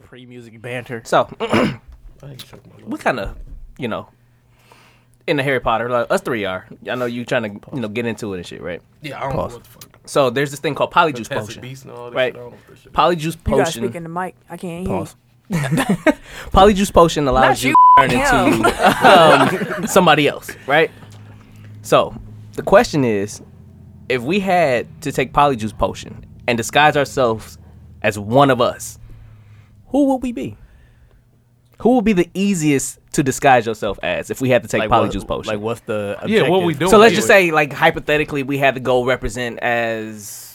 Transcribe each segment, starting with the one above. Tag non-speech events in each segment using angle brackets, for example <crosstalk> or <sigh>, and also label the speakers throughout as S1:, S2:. S1: pre-music banter. So, mm, we kind of, you know, in the Harry Potter, like us three are. I know you trying to, you know, get into it and shit, right?
S2: Yeah, I don't
S1: Pause.
S2: know what the fuck.
S1: So there's this thing called polyjuice
S2: Fantastic
S1: potion,
S2: Beasts and all that
S1: right?
S2: shit, I don't know what that shit is.
S1: Polyjuice
S3: You gotta speak
S1: potion.
S3: in the mic. I can't hear.
S1: Pause. <laughs> Polyjuice potion allows
S3: Not
S1: you
S3: you,
S1: to turn into um, somebody else, right? So the question is, if we had to take polyjuice potion and disguise ourselves as one of us, who would we be? Who would be the easiest to disguise yourself as if we had to take polyjuice
S4: what,
S1: potion?
S4: Like what's the objective?
S2: Yeah, what we doing?
S1: So let's just say, like hypothetically, we had to go represent as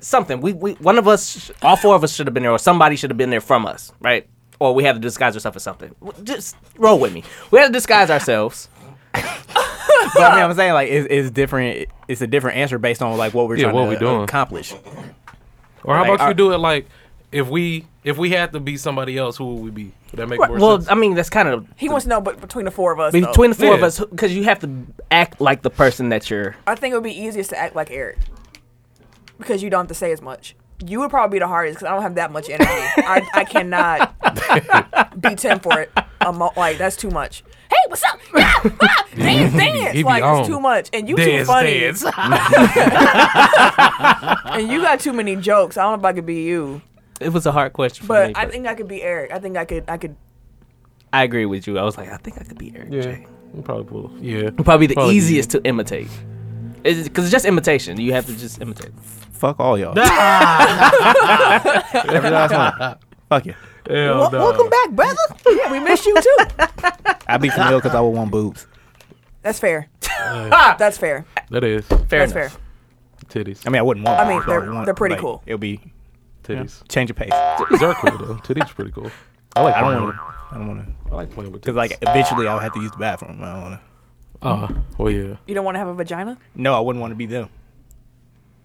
S1: something. We, we one of us, all four of us should have been there, or somebody should have been there from us, right? Or we had to disguise ourselves as something. Just roll with me. We had to disguise ourselves.
S4: But I mean, I'm saying like it's, it's different. It's a different answer based on like what we're
S2: Yeah,
S4: trying
S2: what
S4: to
S2: we doing.
S4: accomplish.
S2: Or how
S4: Like,
S2: about
S4: our-
S2: you do it like if we if we had to be somebody else, who would we be? Would that make more
S1: Well, uh,
S2: sense?
S1: I mean, that's kind of
S3: <laughs> He wants to know, but between the four of
S1: Oh,
S3: us, though.
S1: between the four of
S2: Yeah.
S1: us because you have to act like the person that you're.
S3: I think it would be easiest to act like Eric because you don't have to say as much. You would probably be the hardest because I don't have that much energy. I, I cannot
S2: <laughs>
S3: beat him for it. i like that's too much. Hey, what's up? Ah,
S2: <laughs>
S3: ah, dance, dance.
S2: He be
S3: like
S2: on.
S3: it's too much, and you too
S2: Dance,
S3: funny,
S2: dance.
S3: <laughs>
S2: <laughs>
S3: and you got too many jokes. I don't know if I could be you,
S1: It was a hard question for me,
S3: but
S1: but
S3: I think I could be Eric. I think I could. I could.
S1: I agree with you. I was like, I think I could be Eric.
S2: yeah,
S1: J.
S2: we probably pull. Yeah,
S1: Probably the
S2: Probably
S1: easiest to imitate. Because it's, just imitation. You have to just imitate.
S4: Fuck all y'all. <laughs> Every last one. Fuck you.
S2: Hell Oh, no.
S3: back, brother. yeah, we miss you too.
S2: <laughs>
S4: I'd be familiar because I would want boobs.
S3: That's fair.
S2: <laughs> Ah!
S3: that's fair.
S2: That is
S1: Fair
S3: that's
S1: enough.
S3: fair.
S2: titties.
S4: I mean, I wouldn't want.
S3: I mean,
S4: boobs, but
S3: they're-
S4: would want,
S3: they're pretty cool.
S4: It'll be
S2: Titties.
S4: change of pace.
S2: These are cool though. Titties pretty cool.
S4: I, like I don't want to. I don't want to.
S2: I like playing with
S4: Cause
S2: titties.
S4: like eventually I would have to use the bathroom. I don't want to.
S2: uh, oh yeah.
S3: You don't want to have a vagina?
S4: No, I wouldn't want to be them.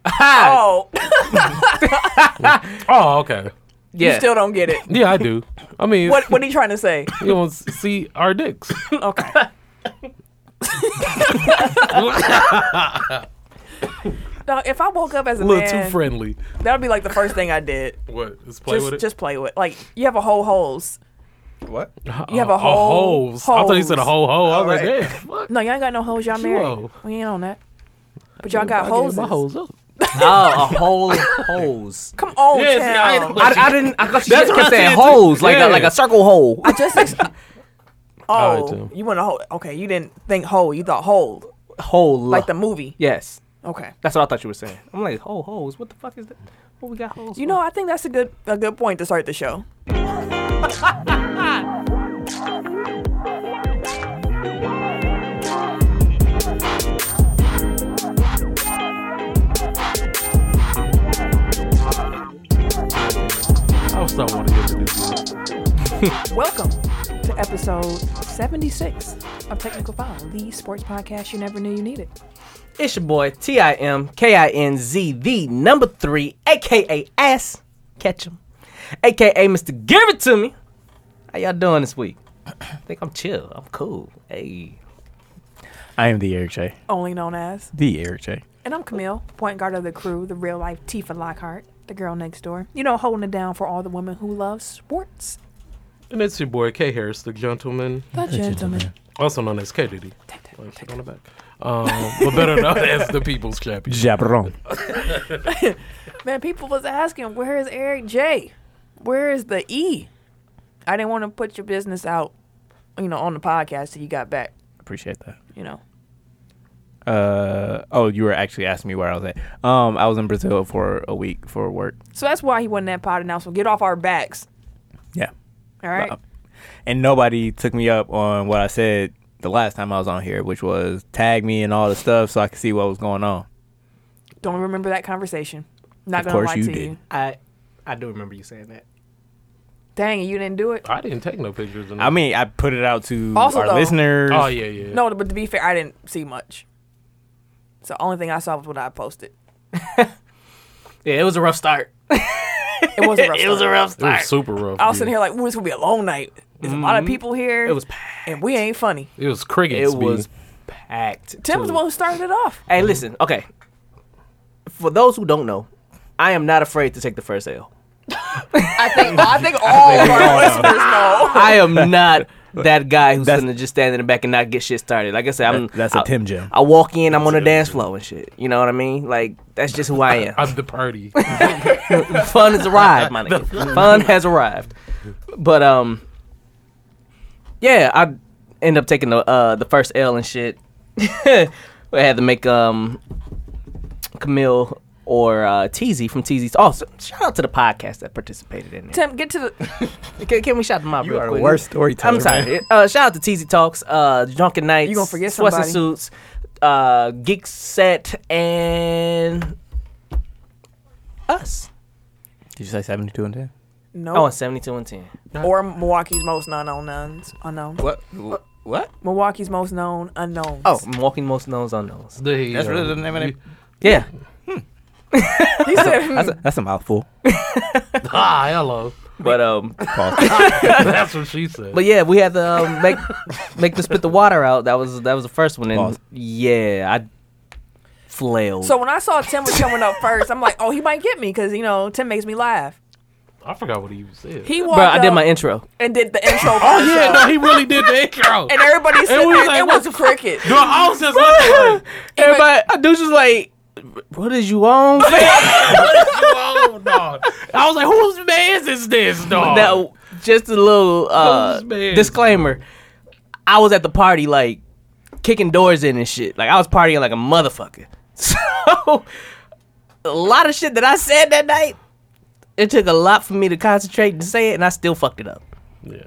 S2: Ah,
S3: Oh, <laughs>
S2: Oh okay.
S1: Yeah.
S3: you still don't
S2: <laughs>
S3: get it.
S2: Yeah, I do. I mean,
S3: What What are you trying to say?
S2: <laughs> you don't see our dicks.
S3: Okay. No, if I woke up as a
S2: a little too
S3: man,
S2: friendly.
S3: that would be like the first thing I did.
S2: What? Let's play
S3: just,
S2: with it.
S3: just play with. Like you have a whole holes.
S4: What?
S3: You have a
S2: Uh,
S3: whole
S2: hoes. I thought you said a whole hoe. I was
S4: Alright.
S2: like, damn, fuck.
S3: No, y'all ain't got no holes. Y'all married.
S2: Whoa.
S3: We ain't on that. But y'all
S2: I
S3: got
S2: gave
S3: holes.
S2: My hoes up.
S1: <laughs> Oh, a whole hose.
S3: Come on,
S2: Yeah, see, I
S3: town.
S2: ain't-
S1: I, I didn't. I thought you
S2: That's
S1: just
S2: what
S1: kept
S2: I said
S1: saying
S2: too.
S1: holes, like
S2: Yeah.
S1: a, like a circle hole.
S3: I just.
S2: <laughs>
S3: Ex-
S2: Alright,
S3: oh,
S2: Tim.
S3: you want a hole? Okay, you didn't think hole. You thought hole,
S1: <laughs> Hole,
S3: like the movie.
S1: yes.
S3: Okay.
S1: That's what I thought you were saying. I'm like whole holes. What the fuck is that? What we got holes?
S3: You know, I think that's a good a good point to start the show.
S2: I was not wanting to get to this. one.
S3: Welcome to episode 76 of Technical File, the sports podcast you never knew you needed.
S1: for? it's your boy T I M K I N Z the number three, aka S Ketchum, aka Mr. Give It To Me. How y'all doing this week? I think I'm chill. I'm cool. Hey,
S4: I am the Eric J.
S3: Only known as.
S4: The Eric J.
S3: And I'm Camille, point guard of the crew, the real life Tifa Lockhart, the girl next door. You know, holding it down for all the women who love sports.
S2: And it's your boy K Harris, the gentleman,
S3: The gentleman.
S2: also known as K Diddy.
S3: Take that,
S2: Like,
S3: take
S2: shit on the back. Um, but better known <laughs> as the People's Champion.
S4: Jabron.
S3: that. Man, people was asking, where is Eric J? Where is the E? I didn't want to put your business out, you know, on the podcast till you got back,
S4: Appreciate that.
S3: you know.
S4: Uh oh, you were actually asking me where I was at. Um, I was in Brazil for a week for work.
S3: So that's why he wasn't that pot announcement. Get off our backs.
S4: Yeah.
S3: All right.
S4: Uh, And nobody took me up on what I said the last time I was on here, which was tag me and all the stuff so I could see what was going on.
S3: Don't remember that conversation. Not
S4: Of
S3: gonna
S4: course
S3: lie
S4: you
S3: to
S4: did.
S3: you.
S1: I I do remember you saying that.
S3: Dang, you didn't do it.
S2: I didn't take no pictures. Of
S4: I mean, I put it out to
S3: Also,
S4: our
S3: though-
S4: listeners.
S2: oh yeah, yeah.
S3: No, but to be fair, I didn't see much. So the only thing I saw was what I posted.
S1: Yeah, it was a rough start.
S3: It
S1: <laughs>
S3: was a rough.
S1: It was a
S3: start.
S1: rough
S2: it was
S1: start.
S2: super rough.
S3: I was
S2: dude.
S3: sitting here like, "Ooh, it's gonna be a long night. There's a lot of people here,
S1: Mm-hmm. It was packed.
S3: and we ain't funny."
S2: It was crickets.
S1: It
S2: <laughs>
S1: was packed.
S3: Tim was
S1: too.
S3: the one who started it off.
S1: Hey, listen. Okay. For those who don't know, I am not afraid to take the first L.
S3: <laughs> I think I think <laughs> all of our listeners know.
S4: <laughs>
S1: I am not that guy who's
S4: That's-
S1: gonna just stand in the back and not get shit started. Like I said, I'm
S4: That- that's a
S1: I-
S4: Tim Jim.
S1: I walk in, I'm on the dance floor and shit. You know what I mean? Like that's just
S4: <laughs>
S1: who I am.
S2: I'm the party.
S1: Fun has arrived, my nigga. Fun has arrived. But um, yeah, I end up taking the uh the first L and shit. <laughs> I had to make um Camille or uh TZ from TZ's. Also, shout out to the podcast that participated in it.
S3: Tim, get to the
S1: Can, can we shout them out
S4: You
S1: real
S4: are the
S1: quick?
S4: worst storyteller, <laughs>
S1: I'm sorry. Uh, shout out to TZ Talks, uh, Drunken Nights,
S3: You gonna forget
S1: Sweats and
S3: somebody.
S1: Suits, uh, Geek Set, and us.
S4: Did you say 72 and 10?
S1: I
S3: no
S1: want 72 and 10.
S3: or Milwaukee's most known unknowns unknown.
S4: What? What?
S3: Milwaukee's most known unknowns.
S1: Oh, I'm walking most knowns unknowns.
S2: The-
S4: That's really the name of it.
S2: uh,
S1: Yeah.
S3: <laughs>
S1: <laughs>
S3: he said, hmm,
S4: That's a, that's a mouthful.
S2: Ah, hello. <laughs>
S1: But um,
S4: Pause.
S2: That's what she
S1: <laughs>
S2: said.
S1: but yeah, we had to um, make make them spit the water out. That was that was the first one, and
S4: Pause.
S1: yeah, I flailed.
S3: So when I saw Tim was coming up first, I'm like, oh, he might get me because you know Tim makes me laugh.
S2: I forgot what he even said.
S3: He walked
S1: bro, I did
S3: up
S1: my intro.
S3: and did the intro.
S2: oh yeah, no, he really did the
S1: <laughs>
S2: intro.
S3: and everybody said
S2: we was like,
S3: it
S2: what
S3: was
S2: the fuck?" <laughs>
S3: cricket.
S2: No, I was just
S1: <laughs>
S2: like,
S1: Everybody, I do just like, what is you on? <laughs>
S2: oh, dog. I was like, whose man's is this, dog?
S1: now, just a little uh,
S2: Those bands.
S1: disclaimer. I was at the party like kicking doors in and shit. Like I was partying like a motherfucker. <laughs> So a lot of shit that I said that night, it took a lot for me to concentrate and say it, and I still fucked it up.
S2: yeah.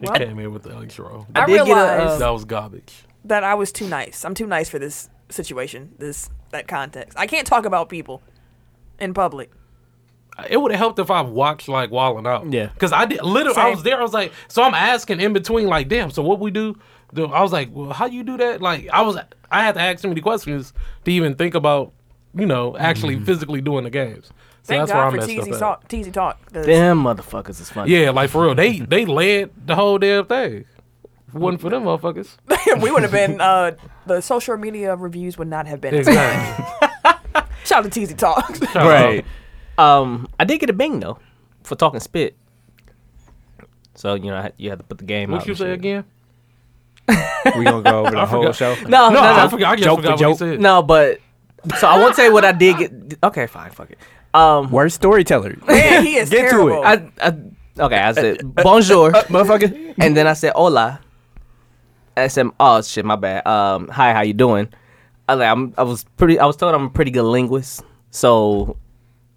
S2: He came in with the intro.
S3: I
S1: did get a,
S2: uh,
S3: realized
S2: that was garbage.
S3: that I was too nice. I'm too nice for this situation, this that context. I can't talk about people in public.
S2: It would have helped if I watched like Wallin Out.
S4: Yeah.
S2: Because I did literally, I
S3: Same.
S2: was there. I was like, so I'm asking in between, like, damn. So what we do? do- I was like, well, how you do that? Like, I was, I had to ask too many questions to even think about, you know, actually
S4: Mm-hmm.
S2: physically doing the games. So
S3: Thank
S2: that's where I
S3: God for
S2: messed up.
S3: TZ
S2: at.
S3: talk, TZ talk. 'cause
S1: Them motherfuckers is funny.
S2: Yeah, like for real, they they led the whole damn thing. If it wasn't for
S4: <laughs>
S2: them motherfuckers.
S3: <laughs> we would
S2: <laughs>
S3: have been uh, the social media reviews would not have been. as good.
S2: Exactly.
S3: <laughs> Shout out to TZ Talk.
S2: <laughs>
S3: <laughs>
S4: Right.
S1: Um, I did get a bing though for talking spit. So you know I, you had to put the game.
S2: What
S1: out
S2: you
S1: and
S2: say
S1: shit.
S2: again?
S4: we going to go over the whole
S2: forgot.
S4: show?
S1: No,
S2: Oh, No,
S1: no, no.
S2: I forgot. I just
S4: Joke for
S2: forgot what
S4: joke.
S2: he said.
S1: No, but so I won't say what I did get. Okay, fine, fuck it. Um,
S4: Worst storyteller.
S3: Man, he is
S4: Get to it.
S3: terrible.
S1: I, I okay. I said bonjour,
S4: Motherfucker.
S1: and then I said hola. I said, oh shit, my bad. Um, hi, how you doing? I like, I'm, I was pretty. I was told I'm a pretty good linguist, so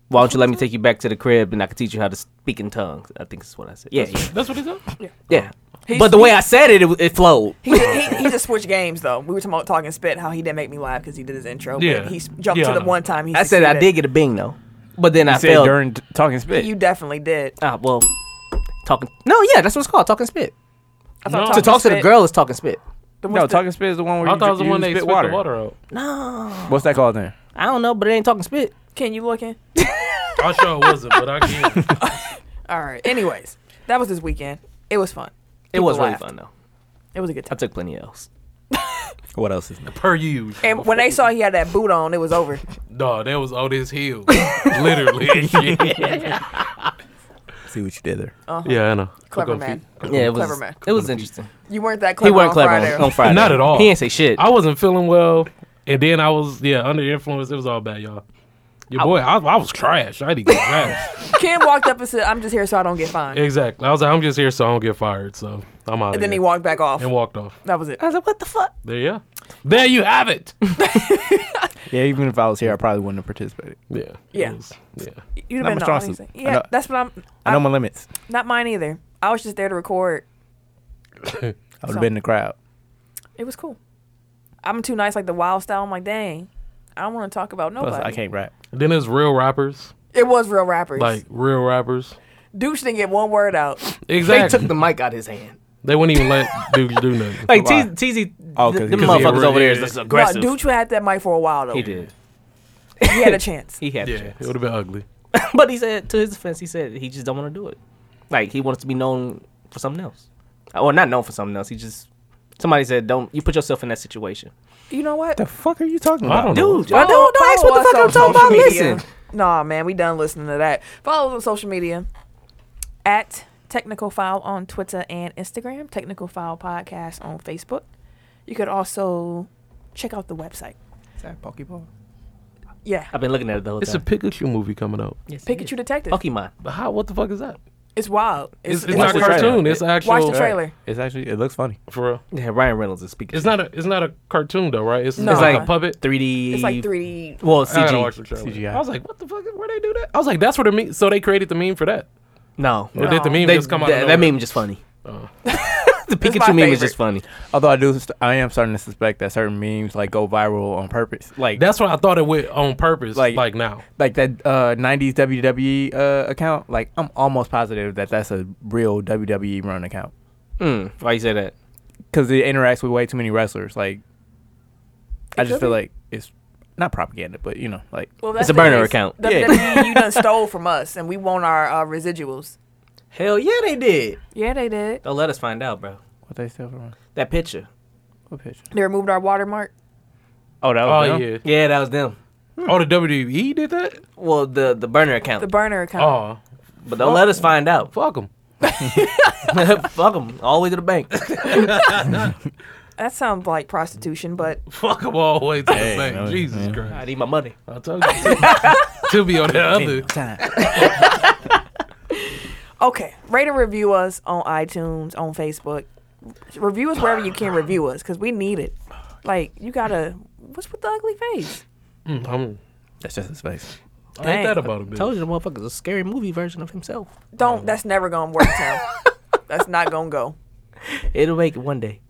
S1: why don't you let me take you back to the crib and I can teach you how to speak in tongues? I think is what I said. Yeah, yeah,
S2: That's what he said.
S1: yeah.
S3: He's-
S1: But the way I said it, it, it flowed.
S3: he, he, he just switched games though. We were talking about talking spit, how he didn't make me laugh because he did his intro. but
S2: Yeah.
S3: he s- jumped
S2: Yeah,
S3: to
S2: I
S3: the
S2: know.
S3: one time he.
S1: I said I did
S3: succeeded.
S1: get a bing though, but then I
S4: said
S1: failed.
S4: during t- talking spit.
S3: You definitely did.
S1: ah, well, talking. No, yeah, that's what it's called, talking spit.
S3: I thought
S2: No.
S1: To talk to the
S3: spit-
S1: girl is talking spit.
S3: the-
S4: no,
S3: what's the-
S4: talking spit is the one where
S2: I
S4: you,
S2: thought it was the
S4: you
S2: one they
S4: spit
S2: spit
S4: water.
S2: the water out.
S4: What's that called then?
S1: I don't know, but it ain't talking spit.
S3: Can you look in?
S2: I sure wasn't, but I can.
S3: All right. Anyways, that was this weekend. It was fun.
S1: It was really
S3: laughed.
S1: fun though.
S3: It was a good
S1: I
S3: time.
S1: took plenty else.
S4: What else is new?
S2: Per usual.
S3: And when they saw he had that boot on, it was over.
S2: dog, that was all this heel, <laughs> literally. yeah.
S4: See what you did there.
S2: <laughs> yeah, I know.
S3: Clever
S2: Cook up
S3: man.
S1: Yeah, it was.
S3: Clever man.
S1: It was interesting.
S3: You weren't that clever.
S1: He weren't
S3: on
S1: clever
S3: Friday.
S1: on, on Friday.
S2: Not at all.
S1: He ain't say shit.
S2: I wasn't feeling well, and then I was yeah under the influence. It was all bad, y'all. Your boy, I, I was trash. I didn't get
S3: <laughs>
S2: trash.
S3: Ken walked up and said, "I'm just here so I don't get fined."
S2: exactly. I was like, I'm just here so I don't get fired. So I'm out.
S3: and then he walked back off.
S2: and walked off.
S3: That was it.
S1: I was like, what the fuck?
S2: There you go. There you have it.
S4: Yeah, even if I was here, I probably wouldn't have participated.
S2: <laughs> Yeah.
S3: Yeah.
S2: It was- yeah.
S3: You'd
S4: Not much
S3: have been the
S4: choices.
S3: audience.
S4: I
S3: Yeah,
S4: know-
S3: that's what I'm.
S4: I know my limits.
S3: Not mine either. I was just there to record.
S4: I would have been in the crowd.
S3: It was cool. I'm too nice, like the wild style. I'm like, dang, I don't want to talk about nobody.
S4: Plus, I can't rap.
S2: Then there's real rappers,
S3: It was real rappers.
S2: like real rappers.
S3: douche didn't get one word out.
S1: They
S2: Exactly.
S1: took
S2: They,
S1: the mic out of his hand.
S2: wouldn't even
S3: <laughs>
S2: let dudes do nothing.
S1: Like
S4: Why?
S1: T- TZ,
S4: Oh, 'cause
S1: th-
S4: he-
S1: them
S4: 'cause he
S1: motherfuckers
S2: already-
S1: over there is just
S3: No,
S1: aggressive.
S3: douche had that mic for a while though.
S1: he did.
S3: He had a chance.
S1: He had.
S2: Yeah,
S1: to.
S2: it would have been ugly.
S1: But he said to his defense, he said he just don't want to do it. Like he wants to be known for something else, or not known for something else. He just somebody said don't you put yourself in that situation.
S3: you know what?
S4: The fuck are you talking about?
S2: I don't know.
S1: Dude,
S2: Dude,
S1: don't, don't ask what the fuck I'm talking about. Listen,
S3: Nah, man, we done listening to that. Follow us on social media at Technical File on Twitter and Instagram, Technical File Podcast on Facebook. You could also check out the website.
S4: Is that Pokeball?
S3: Yeah,
S1: I've been looking at it the whole
S2: It's a
S1: time.
S2: Pikachu movie coming out.
S3: Pikachu Detective.
S1: Pokemon.
S2: But how? What the fuck is that?
S3: It's wild.
S2: It's,
S3: It's,
S2: it's
S4: watch
S2: not
S3: it's
S2: a
S4: the
S2: cartoon.
S4: trailer.
S2: It's actual.
S3: watch the trailer.
S4: It's actually it looks funny.
S2: For real.
S1: Yeah, Ryan Reynolds is speaking.
S2: It's not a. It's not a cartoon though, right? It's,
S3: No.
S2: it's like a
S3: Uh-uh.
S2: puppet.
S1: 3D.
S3: It's like 3D.
S1: Well,
S2: I gotta watch
S1: CG.
S2: the trailer.
S4: CGI.
S2: I was like, what the fuck? Where they do that? I was like, that's what it means. So they created the meme for that.
S1: No,
S2: Or did the meme
S1: They-
S2: just come out?
S1: that,
S2: of
S1: that
S2: nowhere?
S1: meme just funny.
S2: Oh.
S1: <laughs> the Pikachu meme
S3: my
S1: is just funny.
S3: favorite.
S4: Although I do, st- I am starting to suspect that certain memes like go viral on purpose. Like
S2: That's what I thought it went on purpose. Like,
S4: Like-
S2: now.
S4: like that uh, '90s WWE uh, account. Like I'm almost positive that that's a real WWE run account
S1: Mm, why you say that?
S4: because it interacts with way too many wrestlers. Like I
S3: It
S4: just
S3: could
S4: feel
S3: be.
S4: like it's not propaganda, but you know, like
S3: Well,
S1: It's a
S3: the
S1: burner
S3: case.
S1: account.
S3: WWE, you done stole from us, and we want our uh, residuals.
S1: Hell yeah, they did.
S3: Yeah, they did.
S1: Don't Oh, let us find out, bro.
S4: what they still from
S1: That picture.
S4: what picture?
S3: They removed our watermark.
S4: Oh, that
S2: Oh
S4: was them?
S2: yeah.
S1: Yeah, that was them.
S2: Oh, the WWE did that.
S1: Well, the the burner account.
S3: The burner account.
S2: Oh,
S1: but don't let us find out. <laughs>
S2: fuck them.
S1: Fuck them. All the way to the bank.
S3: That sounds like prostitution, but
S2: Fuck them all the way to the
S4: Hey,
S2: bank.
S4: no,
S2: Jesus
S4: yeah.
S1: <laughs> I
S2: Christ.
S1: need my money.
S2: I told you. <laughs> to be on the other.
S3: Okay, rate and review us on iTunes, on Facebook. Review us wherever you can review us because we need it. Like, you gotta. What's with the ugly face?
S2: Mm, I'm,
S4: That's just his face.
S2: I
S3: Dang.
S2: ain't that about a bitch.
S1: you the motherfucker's a scary movie version of himself.
S3: Don't. That's never gonna work, Tim. that's not gonna go.
S1: It'll make it one day.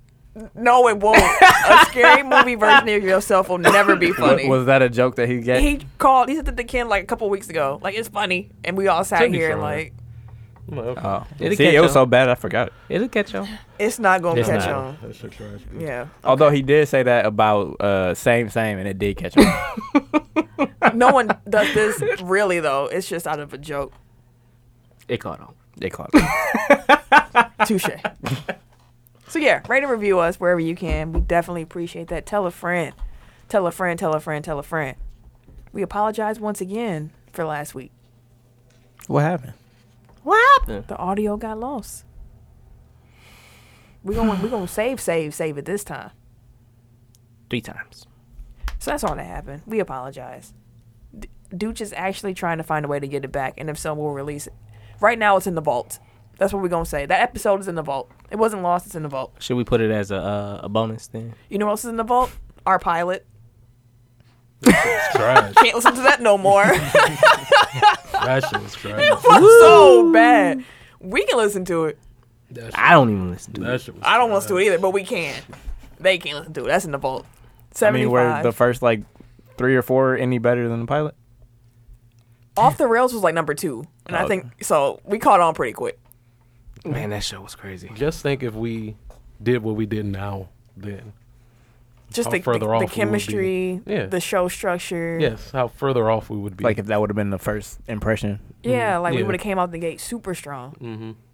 S3: No, it won't. A scary movie version of yourself will never be funny.
S4: Was that a joke that he got?
S3: he called. He said that to Ken like a couple weeks ago. Like it's funny, and we all sat
S2: Timmy
S3: here
S2: Sean.
S3: like
S2: I'm like, okay.
S4: oh,
S1: It'll
S4: see,
S1: catch
S4: it was
S1: on.
S4: so bad I forgot. it.
S1: It'll catch on.
S3: it's not gonna
S4: It's
S3: catch
S4: not.
S3: on.
S2: That shit trash.
S3: Yeah.
S4: Although he did say that about uh, same same, and it did catch on.
S3: No one does this really though. It's just out of a joke.
S1: It caught on.
S4: They clocked.
S3: Touche. so yeah, rate and review us wherever you can. We definitely appreciate that. Tell a friend. Tell a friend, tell a friend, tell a friend. We apologize once again for last week.
S4: what happened?
S1: What happened?
S3: The audio got lost. We're gonna we're gonna save, save, save it this time.
S1: Three times.
S3: So that's all that happened. We apologize. D- Dooch is actually trying to find a way to get it back, and if so, we'll release it. Right now, it's in the vault. That's what we're gonna say. That episode is in the vault. It wasn't lost. It's in the vault.
S1: Should we put it as a uh, a bonus then?
S3: You know what else is in the vault? Our pilot.
S2: It's trash.
S3: Can't listen to that
S2: <laughs>
S3: no more. <laughs>
S2: that shit was trash.
S3: so bad. We can listen to it.
S2: That shit,
S1: I don't even listen to
S2: that
S1: it.
S2: shit was
S3: I don't want
S2: trash.
S3: to do it either, but we can. They can't listen to it. That's in the vault.
S4: I
S3: Seventy
S4: mean, were
S3: five.
S4: the first like three or four any better than the pilot?
S3: Off the rails was like number two, and I
S2: Uh,
S4: Oh.
S3: think so. We caught on pretty quick.
S1: Man, that show was crazy.
S2: Just think if we did what we did now, then
S3: Just
S2: How
S3: the,
S2: further
S3: the,
S2: off we
S3: the
S2: would be.
S3: chemistry,
S2: Yeah.
S3: the show structure.
S2: yes, how further off we would be.
S4: Like, if that would have been the first impression,
S3: Yeah, like we
S2: Mm-hmm. Yeah.
S3: would have came out the gate super strong.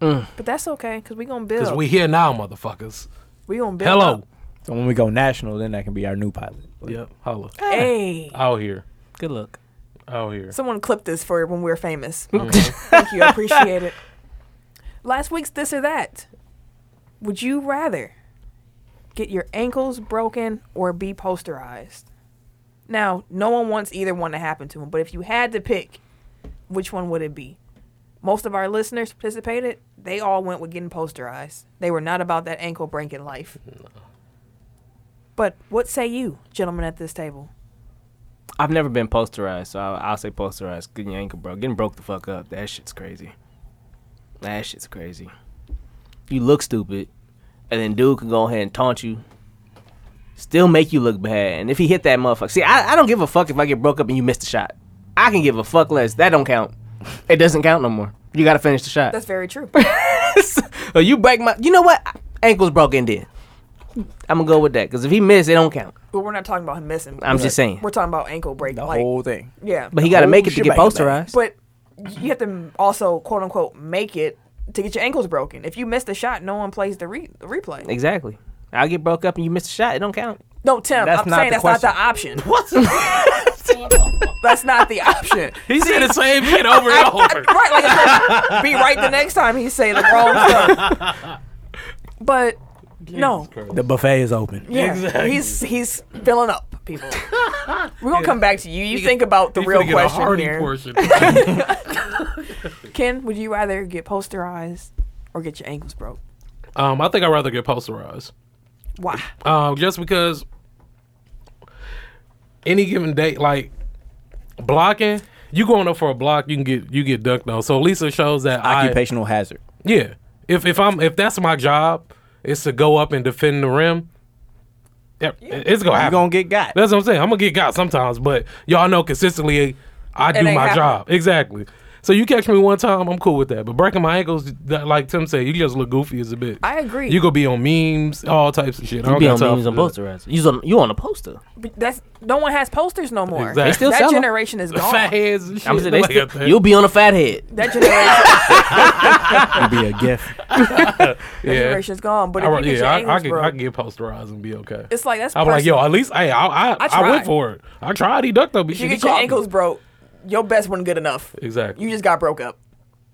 S3: Mm-hmm. But that's okay, cause we gonna
S2: because
S3: build.
S2: we here now, motherfuckers.
S3: we gonna build.
S2: Hello.
S3: up.
S4: so when we go national, then that can be our new pilot.
S2: Yep. Holla.
S3: Hey,
S2: Out here.
S1: Good luck.
S2: Out here.
S3: <laughs> someone clipped this for when we were famous. Thank you, I appreciate it. Last week's this or that. Would you rather get your ankles broken or be posterized? Now, no one wants either one to happen to them, but if you had to pick, which one would it be? Most of our listeners participated. They all went with getting posterized. They were not about that ankle breaking life. But what say you, gentlemen at this table?
S1: I've never been posterized, so I'll, I'll say posterized. Getting your ankle broke, getting broke the fuck up. That shit's crazy. That shit's crazy. You look stupid, and then dude can go ahead and taunt you. Still make you look bad, and if he hit that motherfucker, see, I, I don't give a fuck if I get broke up and you missed a shot. I can give a fuck less. That don't count. It doesn't count no more. You gotta finish the shot.
S3: That's very true.
S1: <laughs> or you break my. You know what? Ankles broken. Then I'm gonna go with that because if he missed, it don't count.
S3: But we're not talking about him missing.
S1: I'm just saying.
S3: We're talking about ankle break.
S4: The
S3: like,
S4: whole thing.
S3: yeah.
S1: But he gotta
S4: whole
S1: make it to get
S4: shebang, man.
S1: posterized.
S3: But you have to also quote unquote make it to get your ankles broken. If you miss the shot, no one plays the, re- the replay.
S1: Exactly. I get broke up and you miss a shot. It don't count.
S3: No, Tim,
S4: That's
S3: I'm
S4: not
S3: saying
S4: the
S3: that's not the option. What? That's not
S1: <laughs>
S3: the option.
S2: He said the same shit over <laughs> and over.
S3: right, like I said, be right the next time he say the wrong stuff.
S1: <laughs>
S3: But no,
S4: The buffet is open.
S3: yeah, he's he's filling up people. We're gonna come back to you. You think about the
S2: He
S3: real
S2: finna get a
S3: question
S2: hearty
S3: here.
S2: portion.
S3: <laughs> Ken, would you rather get posterized or get your ankles broke?
S2: um, I think I'd rather get posterized.
S3: Why?
S2: Um, just because any given day, like blocking, you going up for a block, you can get you get dunked on. So at least it shows that I,
S4: Occupational hazard.
S2: Yeah. If if I'm if that's my job, is to go up and defend the rim. Yeah, it's gonna
S4: You're
S2: happen.
S4: going to get got.
S2: that's what I'm saying. I'm gonna get got sometimes, but y'all know consistently I do
S3: ain't
S2: my
S3: happening.
S2: job exactly. So you catch me one time, I'm cool with that. But breaking my ankles, that, like Tim said, you just look goofy as a bitch.
S3: I agree.
S2: You gonna be on memes, all types of shit. I
S1: You
S2: don't
S1: be
S2: got
S1: on
S2: time
S1: memes
S2: for
S1: and
S2: that.
S1: posters. You on you on a poster.
S3: But that's no one has posters no more.
S2: Exactly. They still
S3: that
S1: sell 'em.
S2: <laughs>
S3: generation is gone.
S2: Fat heads. And shit.
S1: I'm saying they
S2: Like
S1: still-
S2: a thing.
S1: you'll be on a fat head.
S3: That generation,
S4: It'd be a gift.
S2: <laughs> yeah.
S3: generation is gone. But if
S2: I,
S3: you
S2: re-
S3: get
S2: yeah,
S3: your
S2: I, I
S3: ankles
S2: can
S3: broke,
S2: I can get posterized and be okay.
S3: it's like that's.
S2: I'm like,
S3: personal.
S2: yo, at least hey, I I, I,
S3: tried.
S2: went for it. I tried. He ducked up.
S3: If you get your ankles broke, your best wasn't good enough.
S2: Exactly.
S3: You just got broke up.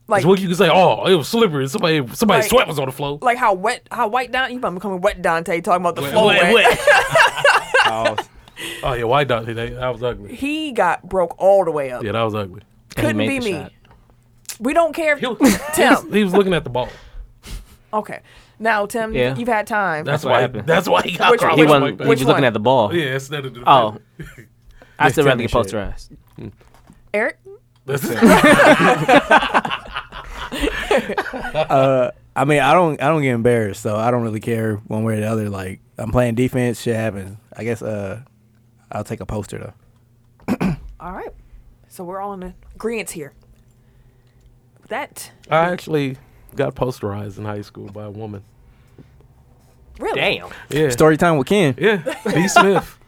S3: Like
S2: It's what you can say. Oh, it was slippery. Somebody somebody's
S3: Like-
S2: sweat was on the floor.
S3: like how wet, how white Dante. You about becoming wet Dante talking about the floor wet.
S4: Oh,
S2: oh yeah, why not? That, that was ugly.
S3: <laughs> He got broke all the way up.
S2: Yeah, that was ugly.
S3: Couldn't
S1: made
S3: be
S1: the
S3: me.
S1: shot.
S3: We don't care.
S2: He
S3: If, <laughs>
S2: was,
S3: Tim.
S2: he was looking at the ball.
S3: okay. Now, Tim,
S1: Yeah.
S3: you've had time.
S2: That's,
S1: what
S2: why.
S1: happened.
S2: That's why he got
S3: Which-
S2: called
S1: He
S3: Which
S2: like
S1: wasn't.
S2: that.
S1: He was
S3: Which
S1: looking
S3: one?
S1: at the ball.
S2: Yeah, instead of the <laughs>
S1: Oh, I still
S2: Tim
S1: rather get
S2: and shit.
S1: posterized.
S3: Eric,
S2: That's it.
S4: I mean, I don't, I don't get embarrassed, so I don't really care one way or the other. Like, I'm playing defense, shit happens. I guess, uh, I'll take a poster though.
S3: all right. So we're all in agreement here. That
S2: <laughs> I actually got posterized in high school by a woman.
S3: really
S1: Damn.
S2: Yeah,
S4: Story time with Ken.
S2: yeah. B. Smith,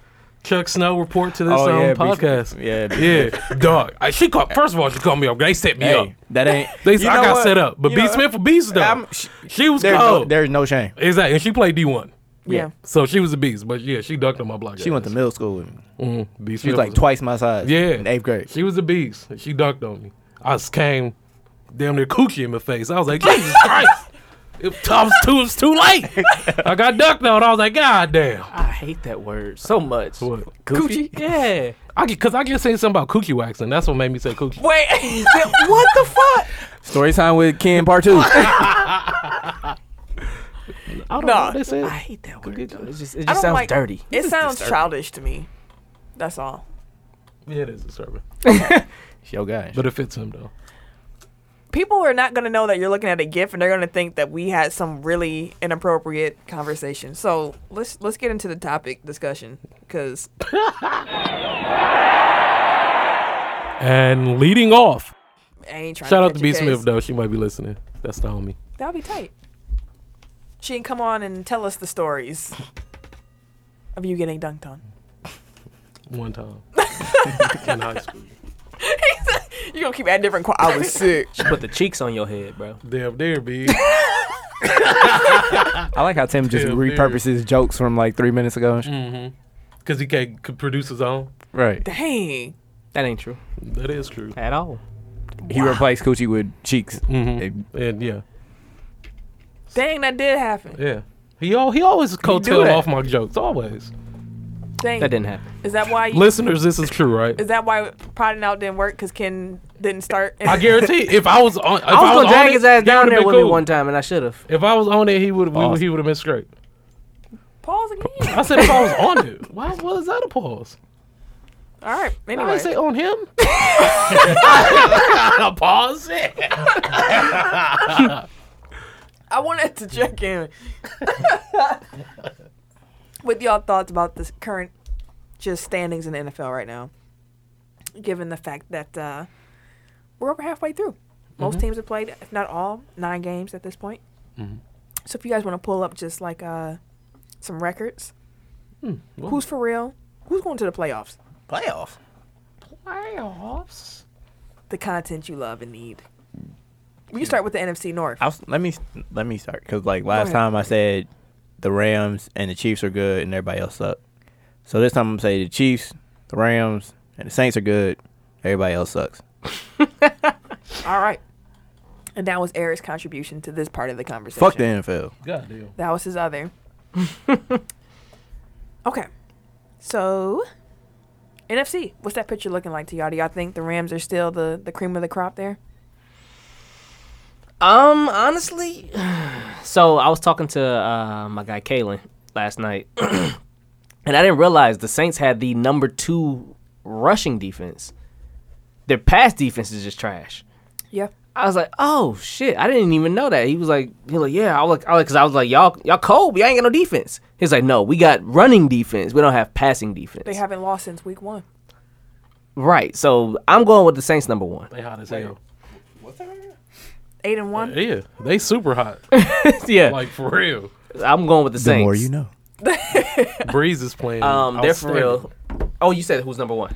S2: Chuck Snow report to this
S4: Oh,
S2: um,
S4: yeah, B.
S2: podcast.
S4: Yeah.
S2: yeah, dog. I, she called. First of all, she called me up. They set me up.
S4: Hey, that ain't.
S2: <laughs> They,
S4: You
S2: I
S4: know
S2: got
S4: what?
S2: set up, but
S4: You
S2: B.
S4: know-
S2: Smith Oh. for B's though.
S4: I'm- sh-
S2: She was
S4: There's no,
S2: cold.
S4: there's no shame.
S2: exactly, and she played D one.
S3: Yeah.
S2: So she was a beast, but yeah, she ducked on my block.
S4: She went to middle school with me.
S2: mm, beast.
S4: She was like twice my size.
S2: Yeah,
S4: in eighth grade.
S2: She was a beast. She ducked on me. I just came damn near coochie in my face. I was like,
S4: <laughs>
S2: Jesus Christ! It was too. It's too late. I got ducked on. I was like, God damn.
S1: I hate that word so much.
S2: What?
S1: Coochie? Yeah.
S2: I because I just seen something about coochie waxing. That's what made me say coochie.
S3: Wait, <laughs> what the fuck?
S4: Story time with Ken part <laughs>
S2: <laughs>
S4: two.
S2: I don't know
S3: Nah.
S2: what they said.
S1: I hate that word. though. It's just, it
S3: I
S1: just
S3: don't
S1: sounds
S3: like.
S1: dirty.
S3: It sounds childish to me. That's all.
S2: Yeah, it is disturbing,
S4: Yo, guys.
S2: but it fits him though.
S3: people are not going to know that you're looking at a gif and they're going to think that we had some really inappropriate conversation. So, let's let's get into the topic discussion cuz
S2: And leading off,
S3: I ain't trying
S2: shout
S3: to
S2: out to
S3: catch
S2: B.
S3: your
S2: Smith
S3: case.
S2: though. She might be listening. That's the homie.
S3: That'll be tight. She can come on and tell us the stories of you getting dunked on.
S4: <laughs>
S2: One time in high school.
S3: <laughs> You're going to keep adding different qu- I was sick.
S1: Put the cheeks on your head, bro.
S2: Damn, there, B.
S4: I like how Tim just
S2: Yeah,
S4: repurposes jokes from like three minutes ago.
S2: Mm.
S4: Mm-hmm.
S2: <laughs> Because he can't c- produce his own.
S4: Right.
S3: Dang.
S1: That ain't true
S2: That is true.
S1: at all.
S4: He replaced Coochie with cheeks.
S2: And yeah,
S3: Dang, that did happen.
S2: yeah. He all he always coattail
S4: that.
S2: off my jokes. Always.
S3: Dang.
S1: That didn't happen.
S3: Is that why you,
S2: Listeners, this is true, right?
S3: is that why prodding out didn't work cuz Ken didn't start?
S2: I guarantee. If I was on,
S1: <laughs>
S2: if
S1: I was gonna
S2: on
S1: drag
S2: it,
S1: his ass
S2: that
S1: down
S2: would've
S1: there
S2: been
S1: with me
S2: cool.
S1: one time, and I should have.
S2: If I was on it, he would we, he would have been straight.
S3: <laughs> Pause again.
S2: I said if I was on
S1: <laughs>
S2: it, why was that a pause?
S3: All right. Anyway.
S2: I didn't say on him.
S1: <laughs>
S2: <laughs> pause it.
S3: I wanted to
S4: <laughs>
S3: check in with y'all thoughts about this current just standings in the NFL right now, given the fact that uh, we're over halfway through. Most
S4: Mm-hmm.
S3: teams have played, if not all, nine games at this point. So if you guys want to pull up just like uh, some records,
S4: Hmm,
S3: who's for real? Who's going to the playoffs?
S4: Playoff.
S2: Playoffs.
S3: The content you love and need. We can start with the NFC North.
S4: I was, let me let me start because like last
S3: ahead.
S4: time I said the Rams and the Chiefs are good and everybody else suck. So this time I'm gonna say the Chiefs, the Rams, and the Saints are good. Everybody else sucks.
S3: All right. And that was Eric's contribution to this part of the conversation.
S4: Fuck the NFL.
S2: God damn.
S3: That was his other. okay. So, NFC, what's that picture looking like to y'all? Do y'all think the Rams are still the, the cream of the crop there?
S1: Um, honestly, <sighs> so I was talking to uh, my guy Kalen last night, <clears throat> and I didn't realize the Saints had the number two rushing defense. Their pass defense is just trash.
S3: Yeah.
S1: I was like, oh shit, I didn't even know that. He was like, he was like, yeah, I was like, I was like, cause I was like, y'all, y'all cold, but y'all ain't got no defense. He's like, no, we got running defense. We don't have passing defense.
S3: They haven't lost since week one.
S1: right. So I'm going with the Saints number one. <laughs>
S2: They hot as hell.
S3: Eight and one.
S2: Yeah, they
S1: <laughs>
S2: super hot.
S1: yeah,
S2: like for real.
S1: I'm going with the,
S4: The
S1: Saints.
S4: more you know.
S2: Breeze is playing.
S1: Um, they're for
S2: outstanding.
S1: real. Oh, you said who's number one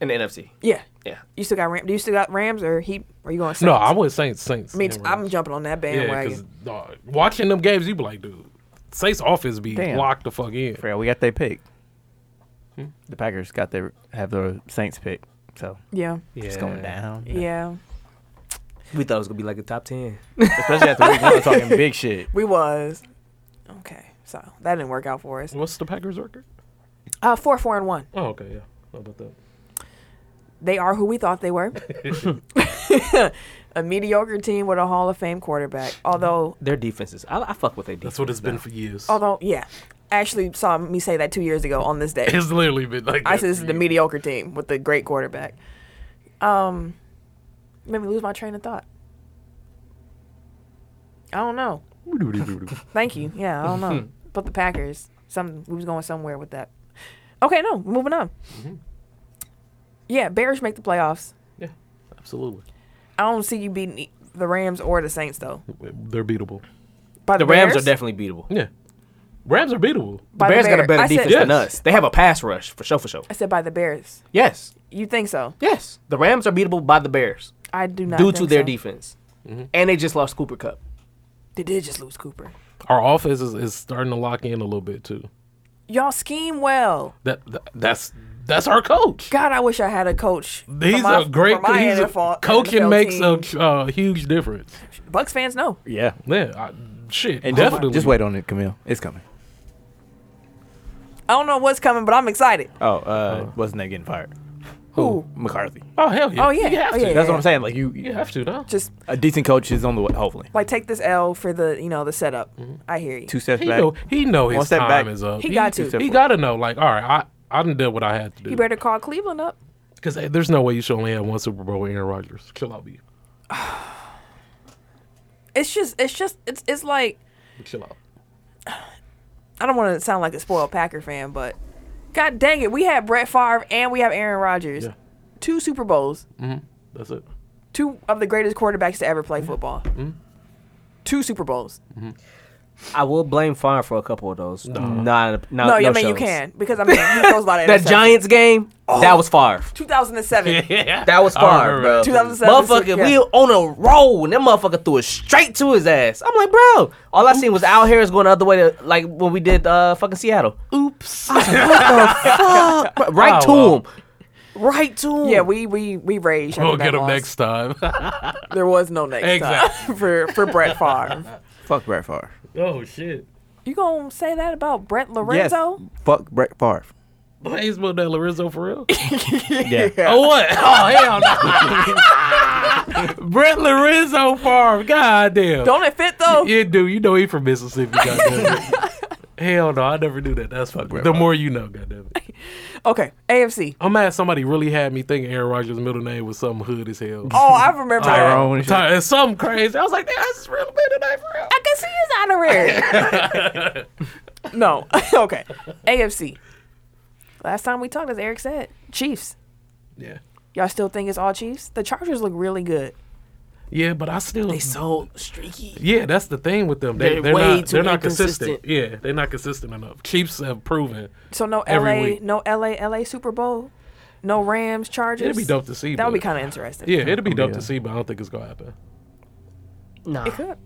S1: in the NFC?
S3: Yeah.
S1: Yeah.
S3: You still got Rams? Do you still got Rams or he? Are you going? Saints?
S2: No, I went Saints. Saints.
S3: I mean,
S2: and Rams.
S3: I'm jumping on that
S2: Yeah, because
S3: bandwagon.
S2: watching them games, you be like, dude, Saints offense be
S4: Damn.
S2: locked the fuck in.
S4: Fred, we got their pick.
S3: Hmm?
S4: The Packers got their have their Saints pick. So
S3: Yeah.
S4: it's going down.
S3: yeah.
S1: We thought it was gonna be like a top ten.
S4: Especially after week one
S3: <laughs>
S4: talking big shit.
S3: We was. Okay. So that didn't work out for us.
S2: What's the Packers record?
S3: Uh, four, four, and one.
S2: Oh, okay, yeah. How about that?
S3: They are who we thought they were. a mediocre team with a Hall of Fame quarterback. Although,
S1: Their defenses, I, I fuck with their defense.
S2: That's what it's been for years.
S3: although, yeah. Ashley saw me say that two years ago on this day.
S2: <laughs> It's literally been like.
S3: I
S2: that
S3: said this
S2: for
S3: is the
S2: years.
S3: mediocre team with the great quarterback. Um, made me lose my train of thought. I don't know. Thank you. Yeah, I don't know. but the Packers, some we was going somewhere with that. Okay, no, moving on. Yeah, Bears make the playoffs.
S2: <laughs> Yeah, absolutely.
S3: I don't see you beating e- the Rams or the Saints though.
S2: They're beatable.
S3: By
S1: the Rams
S3: Bears?
S1: are definitely beatable.
S2: Yeah. Rams are beatable.
S1: The
S3: By
S1: Bears got a
S3: Bear-
S1: better
S3: I said-
S1: defense than
S2: Yes.
S1: us. They have a pass rush for sure, for sure.
S3: I said by the Bears.
S1: Yes,
S3: You think so?
S1: yes. The Rams are beatable by the Bears
S3: I do not.
S1: due to
S3: think
S1: their
S3: so.
S1: defense, and they just lost Cooper Cup.
S3: They did just lose Cooper.
S2: Our offense is, is starting to lock in a little bit too.
S3: Y'all scheme well.
S2: That, that that's that's our coach.
S3: God, I wish I had a coach. for
S2: He's
S3: my-
S2: a great
S3: for my
S2: he's a-
S3: NFL
S2: coaching
S3: team.
S2: makes a uh, huge difference.
S3: Bucks fans know.
S4: Yeah.
S2: Yeah, I, shit,
S4: And
S2: definitely.
S4: definitely. Just wait on it, Camille. It's coming.
S3: I don't know what's coming, but I'm excited.
S4: Oh, uh, wasn't that getting fired?
S3: Who?
S4: McCarthy.
S2: Oh hell yeah!
S3: Oh, yeah.
S2: you have
S3: Oh,
S2: to.
S3: yeah.
S4: That's what I'm saying. Like you,
S2: You have to now.
S3: Just
S4: a decent coach is on the way. Hopefully,
S3: like take this L for the you know the setup.
S1: Mm-hmm.
S3: I hear you.
S4: two steps
S2: He
S4: back.
S2: know he know his
S4: One step back.
S2: time is up.
S3: He got to.
S2: He got to know. Like, all right, I I done did what I had to
S3: You
S2: do.
S3: better call Cleveland up.
S2: Because there's no way you should only have one Super Bowl with Aaron Rodgers. Chill out, B.
S3: It's just it's just it's it's like
S2: Chill out.
S3: I don't want to sound like a spoiled Packer fan, but God dang it, we have Brett Favre and we have Aaron Rodgers,
S2: Yeah.
S3: two Super Bowls,
S2: That's it.
S3: two of the greatest quarterbacks to ever play football, two Super Bowls.
S1: I will blame Favre for a couple of those. No, not,
S3: No, I mean you
S1: shows.
S3: can because I mean he throws a <laughs> lot of
S1: That
S3: interceptions.
S1: Giants game, that was Favre.
S3: <laughs> 2007.
S1: That was
S2: <laughs> I
S1: far,
S2: remember
S1: bro.
S2: that.
S3: 2007,
S1: Motherfucker,
S3: yeah.
S1: we on a roll, and that motherfucker threw it straight to his ass. I'm like, bro, all I seen was Al Harris going the other way, to, like when we did uh, fucking Seattle.
S2: Oops.
S1: Bro, right
S2: Oh,
S1: to
S2: well.
S1: him. Right to him.
S3: Yeah, we we we
S2: <laughs>
S3: raged.
S2: We'll
S3: after
S2: get
S3: that
S2: him
S3: loss.
S2: next time. <laughs>
S3: There was no next
S2: Exactly.
S3: time <laughs> for for Brett Favre.
S4: Fuck Brett Favre.
S2: oh shit.
S3: You gonna say that about Brett Lorenzo?
S4: Yes. Fuck Brett Favre.
S2: Blaze Mo that Lorenzo for real?
S4: <laughs> Yeah.
S2: oh what? Oh hell no. Brett Lorenzo Farm. God damn.
S3: Don't it fit though?
S2: Yeah, dude, you know he from Mississippi, goddammit. Hell no, I never knew that. That's fucking
S4: Brett
S2: the
S4: Favre.
S2: more you know, goddammit.
S3: Okay, AFC.
S2: I'm mad somebody really had me thinking Aaron Rodgers' middle name was something hood as hell.
S3: Oh, I remember that.
S4: Tyrone.
S2: Ty- it's something crazy. I was like, that's his real middle name for real.
S3: I can see his honorary. <laughs> no, okay, AFC. Last time we talked, as Eric said, Chiefs.
S2: Yeah.
S3: Y'all still think it's all Chiefs? The Chargers look really good.
S2: Yeah, but I still.
S1: They so streaky.
S2: yeah, that's the thing with them. They,
S1: They're
S2: they're,
S1: way
S2: not,
S1: too
S2: they're not
S1: inconsistent.
S2: consistent. Yeah, they're not consistent enough. Chiefs have proven.
S3: So no
S2: Every
S3: LA,
S2: week.
S3: no LA, LA Super Bowl, no Rams, Chargers.
S2: It'd be dope to see.
S3: That would be
S2: but-
S3: kind of interesting.
S2: Yeah, it'd be
S1: Oh,
S2: dope
S4: Yeah.
S2: to see, but I don't think it's going to happen.
S1: Nah.
S3: It could.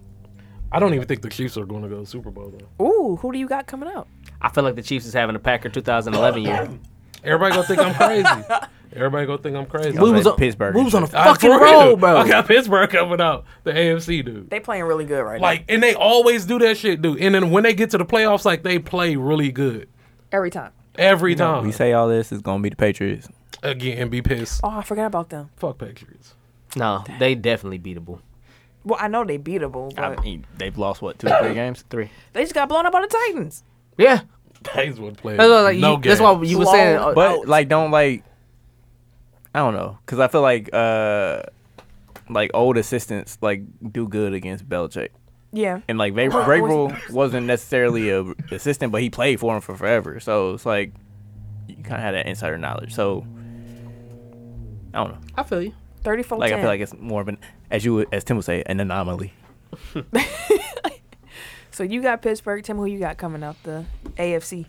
S2: I don't even think the Chiefs are going to go to the Super Bowl, though.
S3: Ooh, who do you got coming out?
S1: I feel like the Chiefs is having a Packer 2011 year. <laughs>
S2: Everybody going to think I'm crazy. Everybody gonna think I'm crazy.
S1: We
S4: was
S1: was
S4: like
S1: on
S4: Pittsburgh
S1: We
S4: and
S1: was on a
S4: shit.
S2: I-
S1: fucking
S2: for real.
S1: roll, bro.
S2: I got Pittsburgh coming out the AFC, dude.
S3: They playing really good right
S2: Like, and they always do that shit, dude. And then when they get to the playoffs, like they play really good
S3: now. Every time.
S2: every time.
S4: We say all this is gonna be the Patriots.
S2: <laughs> Again, be pissed.
S3: Oh, I forgot about them.
S2: Fuck Patriots. <laughs>
S1: No, they definitely beatable.
S3: Well, I know they beatable,
S4: I
S3: but
S4: mean, they've lost what two or three games? Three.
S3: they just got blown up by the Titans.
S1: Yeah,
S2: Titans would play.
S1: that's, why, like,
S2: no
S1: you, that's why you were saying.
S3: Blown
S1: uh,
S4: But
S3: Ouch.
S4: like, don't like. I don't know, cause I feel like uh, like old assistants like do good against Belichick,
S3: Yeah.
S4: and like Va- Vrabel wasn't necessarily a assistant, but he played for him for forever. So it's like you kind of had that insider knowledge. So I don't know.
S1: I feel you.
S3: 34
S4: Like I feel like it's more of an as you would- as Tim would say an anomaly.
S3: So you got Pittsburgh. Tim, who you got coming out the AFC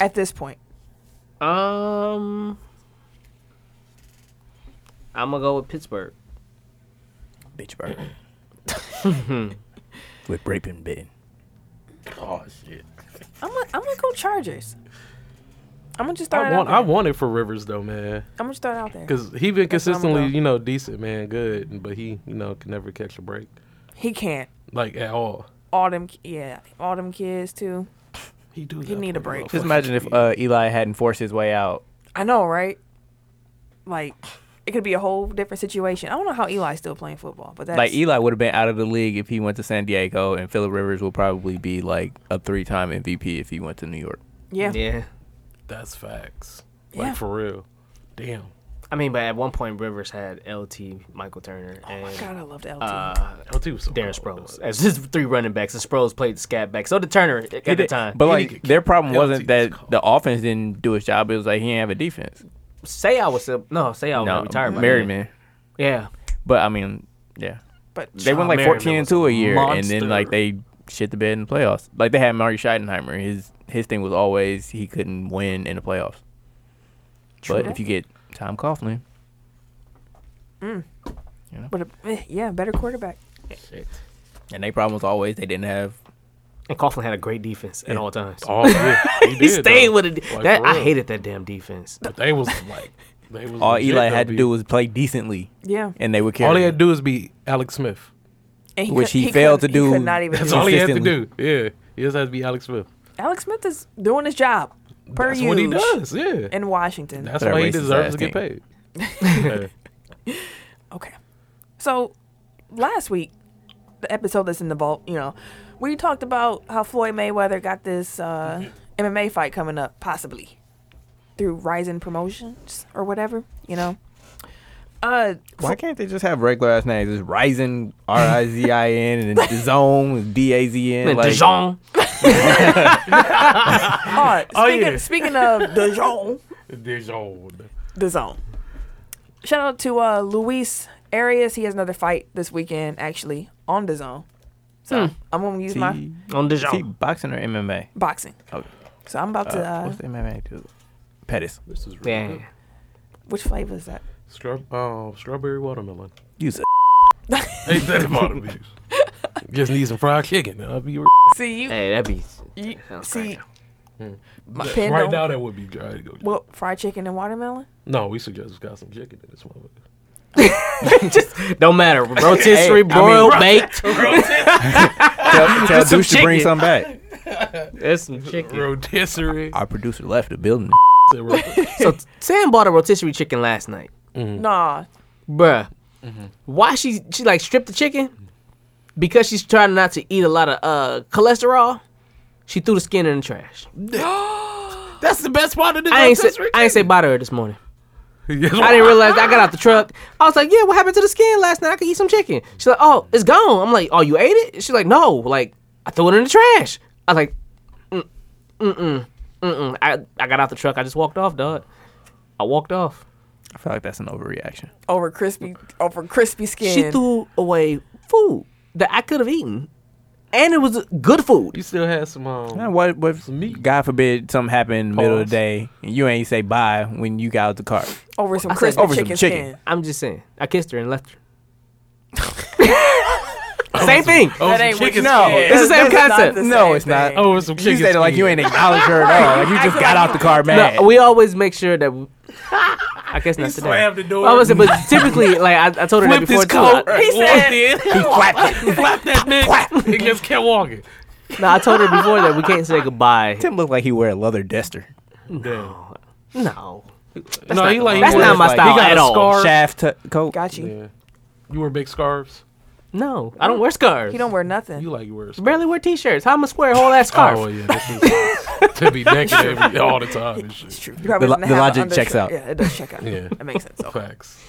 S3: at this point?
S1: Um, I'm gonna go with Pittsburgh.
S4: Pittsburgh with raping bitten.
S2: Oh shit.
S3: I'm gonna I'm gonna go Chargers. I'm gonna just start
S2: I
S3: it
S2: want. I
S3: out. There.
S2: want it for Rivers though, man.
S3: I'm gonna start it out there.
S2: Cause he been
S3: That's where I'm
S2: consistently,
S3: going.
S2: you know, decent, man, good, but he, you know, can never catch a break,
S3: He can't.
S2: like at all.
S3: All them, yeah, all them kids too.
S2: He do.
S3: He need a break.
S4: Just imagine if uh, Eli hadn't forced his way out.
S3: I know, right? Like, it could be a whole different situation. I don't know how Eli's still playing football, but that's
S4: Like Eli would have been out of the league if he went to San Diego, and Philip Rivers will probably be like a three-time MVP if he went to New York.
S3: yeah,
S1: yeah.
S2: That's facts.
S3: Yeah.
S2: Like for real. Damn.
S1: I mean, but at one point Rivers had LT, Michael Turner, and
S3: God, I love the LT.
S1: uh,
S2: LT was so
S1: Darren
S2: cold,
S1: Sproles as his three running backs, and Sproles played the scat back. So the Turner at the time.
S4: But
S2: He
S4: like
S2: didn't-
S4: their problem
S2: LT
S4: wasn't that
S2: was cold.
S4: the offense didn't do its job; it was like he didn't have a defense.
S1: say I was a, no, say I was
S4: No,
S1: retired. by
S4: married
S1: then.
S4: man.
S1: Yeah,
S4: But I mean, yeah,
S3: but
S4: they went like
S1: Merriman
S4: fourteen and
S1: was
S4: two a
S1: a
S4: year, and then like
S1: monster.
S4: they shit the bed in the playoffs. Like they had Marty Schottenheimer. His his thing was always he couldn't win in the playoffs. But
S3: True.
S4: if you get Tom Coughlin,
S3: but a, eh, yeah, better quarterback.
S2: Shit.
S4: and their problem was always they didn't have
S1: and Coughlin had a great defense at all times.
S2: Oh <laughs> yeah. He,
S1: he
S2: did,
S1: stayed
S2: though.
S1: with it.
S2: Like,
S1: that
S2: for
S1: I
S2: real.
S1: hated that damn defense.
S2: But they was like they was
S4: all
S2: legit,
S4: Eli
S2: though,
S4: had to
S2: B.
S4: do was play decently,
S3: Yeah,
S4: and they would carry.
S2: all he had to do is be Alex Smith.
S3: and he
S4: which
S3: could-
S4: he failed
S3: couldn't-
S4: to
S3: He
S4: do.
S3: could not even.
S2: That's
S3: do it.
S2: all he had to
S4: Consistently.
S2: do. Yeah. He just has to be Alex Smith.
S3: Alex Smith is doing his job per
S2: That's
S3: usual
S2: what he does. Yeah.
S3: in Washington.
S2: That's
S4: That
S2: why he
S4: racist ass
S2: deserves to get paid. Yeah.
S3: Okay. So last week, the episode that's in the vault, you know, we talked about how Floyd Mayweather got this uh, MMA fight coming up, possibly through Rising Promotions or whatever, you know. Uh,
S4: Why can't they just have regular ass names? It's Rising, R I Z I N, <laughs> and Dizon, D A Z N.
S1: And
S4: like-
S1: Dijon,
S3: uh,
S2: Oh,
S3: speaking,
S2: yeah.
S3: speaking of the zone,
S2: Dijon.
S3: the zone. Shout out to uh, Luis Arias. He has another fight this weekend, actually, on the zone. So I'm gonna use
S4: Is he-
S3: my
S1: on
S4: is he
S1: Dijon.
S4: boxing or MMA?
S3: boxing.
S4: Okay.
S3: So I'm about to.
S4: Uh,
S3: Uh,
S4: what's the MMA dude? Pettis.
S2: This is really
S1: Yeah,
S2: good.
S3: which flavor is that?
S2: Scrub, um, strawberry watermelon.
S4: You said
S2: <laughs>
S3: <laughs>
S2: Ain't that about abuse? Just need some fried chicken. And I'll be right
S3: See you.
S1: hey, that'd be
S3: you
S1: sounds
S3: see,
S2: now.
S3: Pin
S2: Right
S3: don't-
S2: now, that would be good.
S3: Well, fried chicken and watermelon?
S2: No, we should just got some chicken in this one.
S1: don't matter.
S4: Hey, I
S1: Rotisserie,
S4: mean-
S1: broiled, baked.
S4: <laughs> <laughs> tell, tell
S1: Some
S4: Deuce to bring
S1: chicken.
S4: something <laughs> back.
S1: That's some chicken.
S2: <laughs> Rotisserie.
S4: Our producer left the building.
S3: <laughs>
S1: So Sam bought a rotisserie chicken last night,
S3: Nah.
S1: bruh. Why she she like stripped the chicken? Because she's trying not to eat a lot of uh, cholesterol. She threw the skin in the trash.
S2: That's the best part of this.
S1: I ain't say I ain't say bye to her this morning.
S2: <laughs>
S1: I didn't realize I got out the truck. I was like, "Yeah, what happened to the skin last night? I could eat some chicken." She's like, "Oh, it's gone." I'm like, "Oh, you ate it?" She's like, "No, like I threw it in the trash." I was like, "Mm, mm, mm, mm." I I got out the truck. I just walked off, dog. I walked off.
S4: I feel like that's an overreaction.
S3: Over crispy over crispy skin.
S1: She threw away food that I could have eaten, and it was good
S2: You
S1: food.
S2: still had some. Um,
S4: Man, what, what if,
S2: Some meat.
S4: God forbid, something happened in the middle of
S2: Pause.
S4: the day and you ain't say bye when you got out the car?
S3: over some
S1: said
S3: crispy
S4: over some
S3: chicken,
S4: chicken.
S2: <laughs>
S3: skin.
S1: I'm just saying. I kissed her and left her. Same thing.
S2: Oh,
S3: That
S2: some
S3: ain't what
S2: chick is
S3: you
S4: No,
S2: scared.
S1: It's the same
S3: That's not
S1: concept.
S3: the
S4: No,
S3: same
S4: it's not.
S3: thing.
S2: Oh, it's some chick
S4: You
S2: is
S4: stated like you
S2: scared.
S4: ain't acknowledge her at all. Like you just got out the car mad.
S1: No, we always make sure that we, <laughs> I guess not today.
S2: slammed the door.
S1: Well, I was but typically, like I, I told her that
S2: flipped
S1: before
S2: his
S1: too.
S2: coat.
S1: I-
S3: He said-
S2: walked in,
S4: Clap.
S2: slapped that bitch, <laughs> and just kept walking.
S1: no, I told her before that we can't say goodbye.
S2: <laughs>
S4: Tim looked like he wear a leather duster.
S2: Damn.
S1: No,
S2: no, he like
S1: that's
S2: he
S1: not
S2: wore-
S1: my
S4: like-
S1: style
S2: he got
S1: at
S2: a
S1: all.
S2: scarf.
S4: Shaft t- coat.
S3: Got
S2: <laughs>
S3: you.
S2: Yeah. You wear big scarves.
S1: No, I don't wear scarves.
S3: He don't wear nothing.
S2: You like you wear a scarf.
S1: barely wear t-shirts. How am I square a whole ass scarf?
S2: Oh yeah,
S1: <laughs>
S2: this is, to be naked every, <laughs> all the time and shit.
S3: You probably
S4: The lo-
S3: doesn't
S4: the
S3: have
S4: logic
S3: undershirt.
S4: checks out.
S3: Yeah, it does check out.
S2: Yeah.
S3: That makes sense. So,
S2: Facts.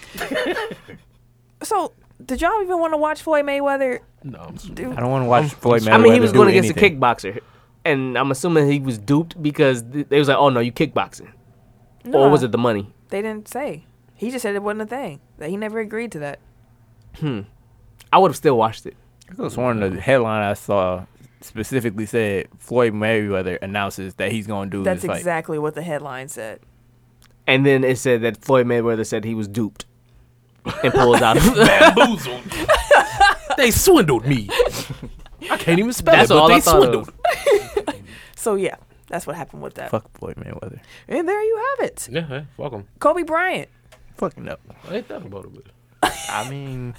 S3: so did y'all even want to watch Floyd Mayweather?
S2: No, I'm sorry.
S4: I don't want to watch Floyd Mayweather.
S1: I mean, he was
S4: do
S1: going against
S4: anything.
S1: a kickboxer, and I'm assuming he was duped because th- they was like, "Oh no, you kickboxing,"
S3: No.
S1: or was it the money?
S3: They didn't say. He just said it wasn't a thing. That he never agreed to that.
S1: I would have still watched it.
S4: I could have sworn the headline I saw specifically said Floyd Mayweather announces that he's going to do
S3: That's
S4: this fight.
S3: exactly what the headline said.
S1: And then it said that Floyd Mayweather said he was duped and pulls out.
S2: <laughs>
S1: <laughs>
S2: bamboozled. they swindled me. I can't even spell
S1: That's
S2: it, but
S1: all
S2: they
S1: I thought of.
S2: swindled.
S3: So yeah, that's what happened with that.
S4: Fuck Floyd Mayweather.
S3: And there you have it.
S2: Yeah, hey, fuck 'em.
S3: Kobe Bryant.
S4: Fucking up.
S2: I ain't thought about it, but
S4: I mean,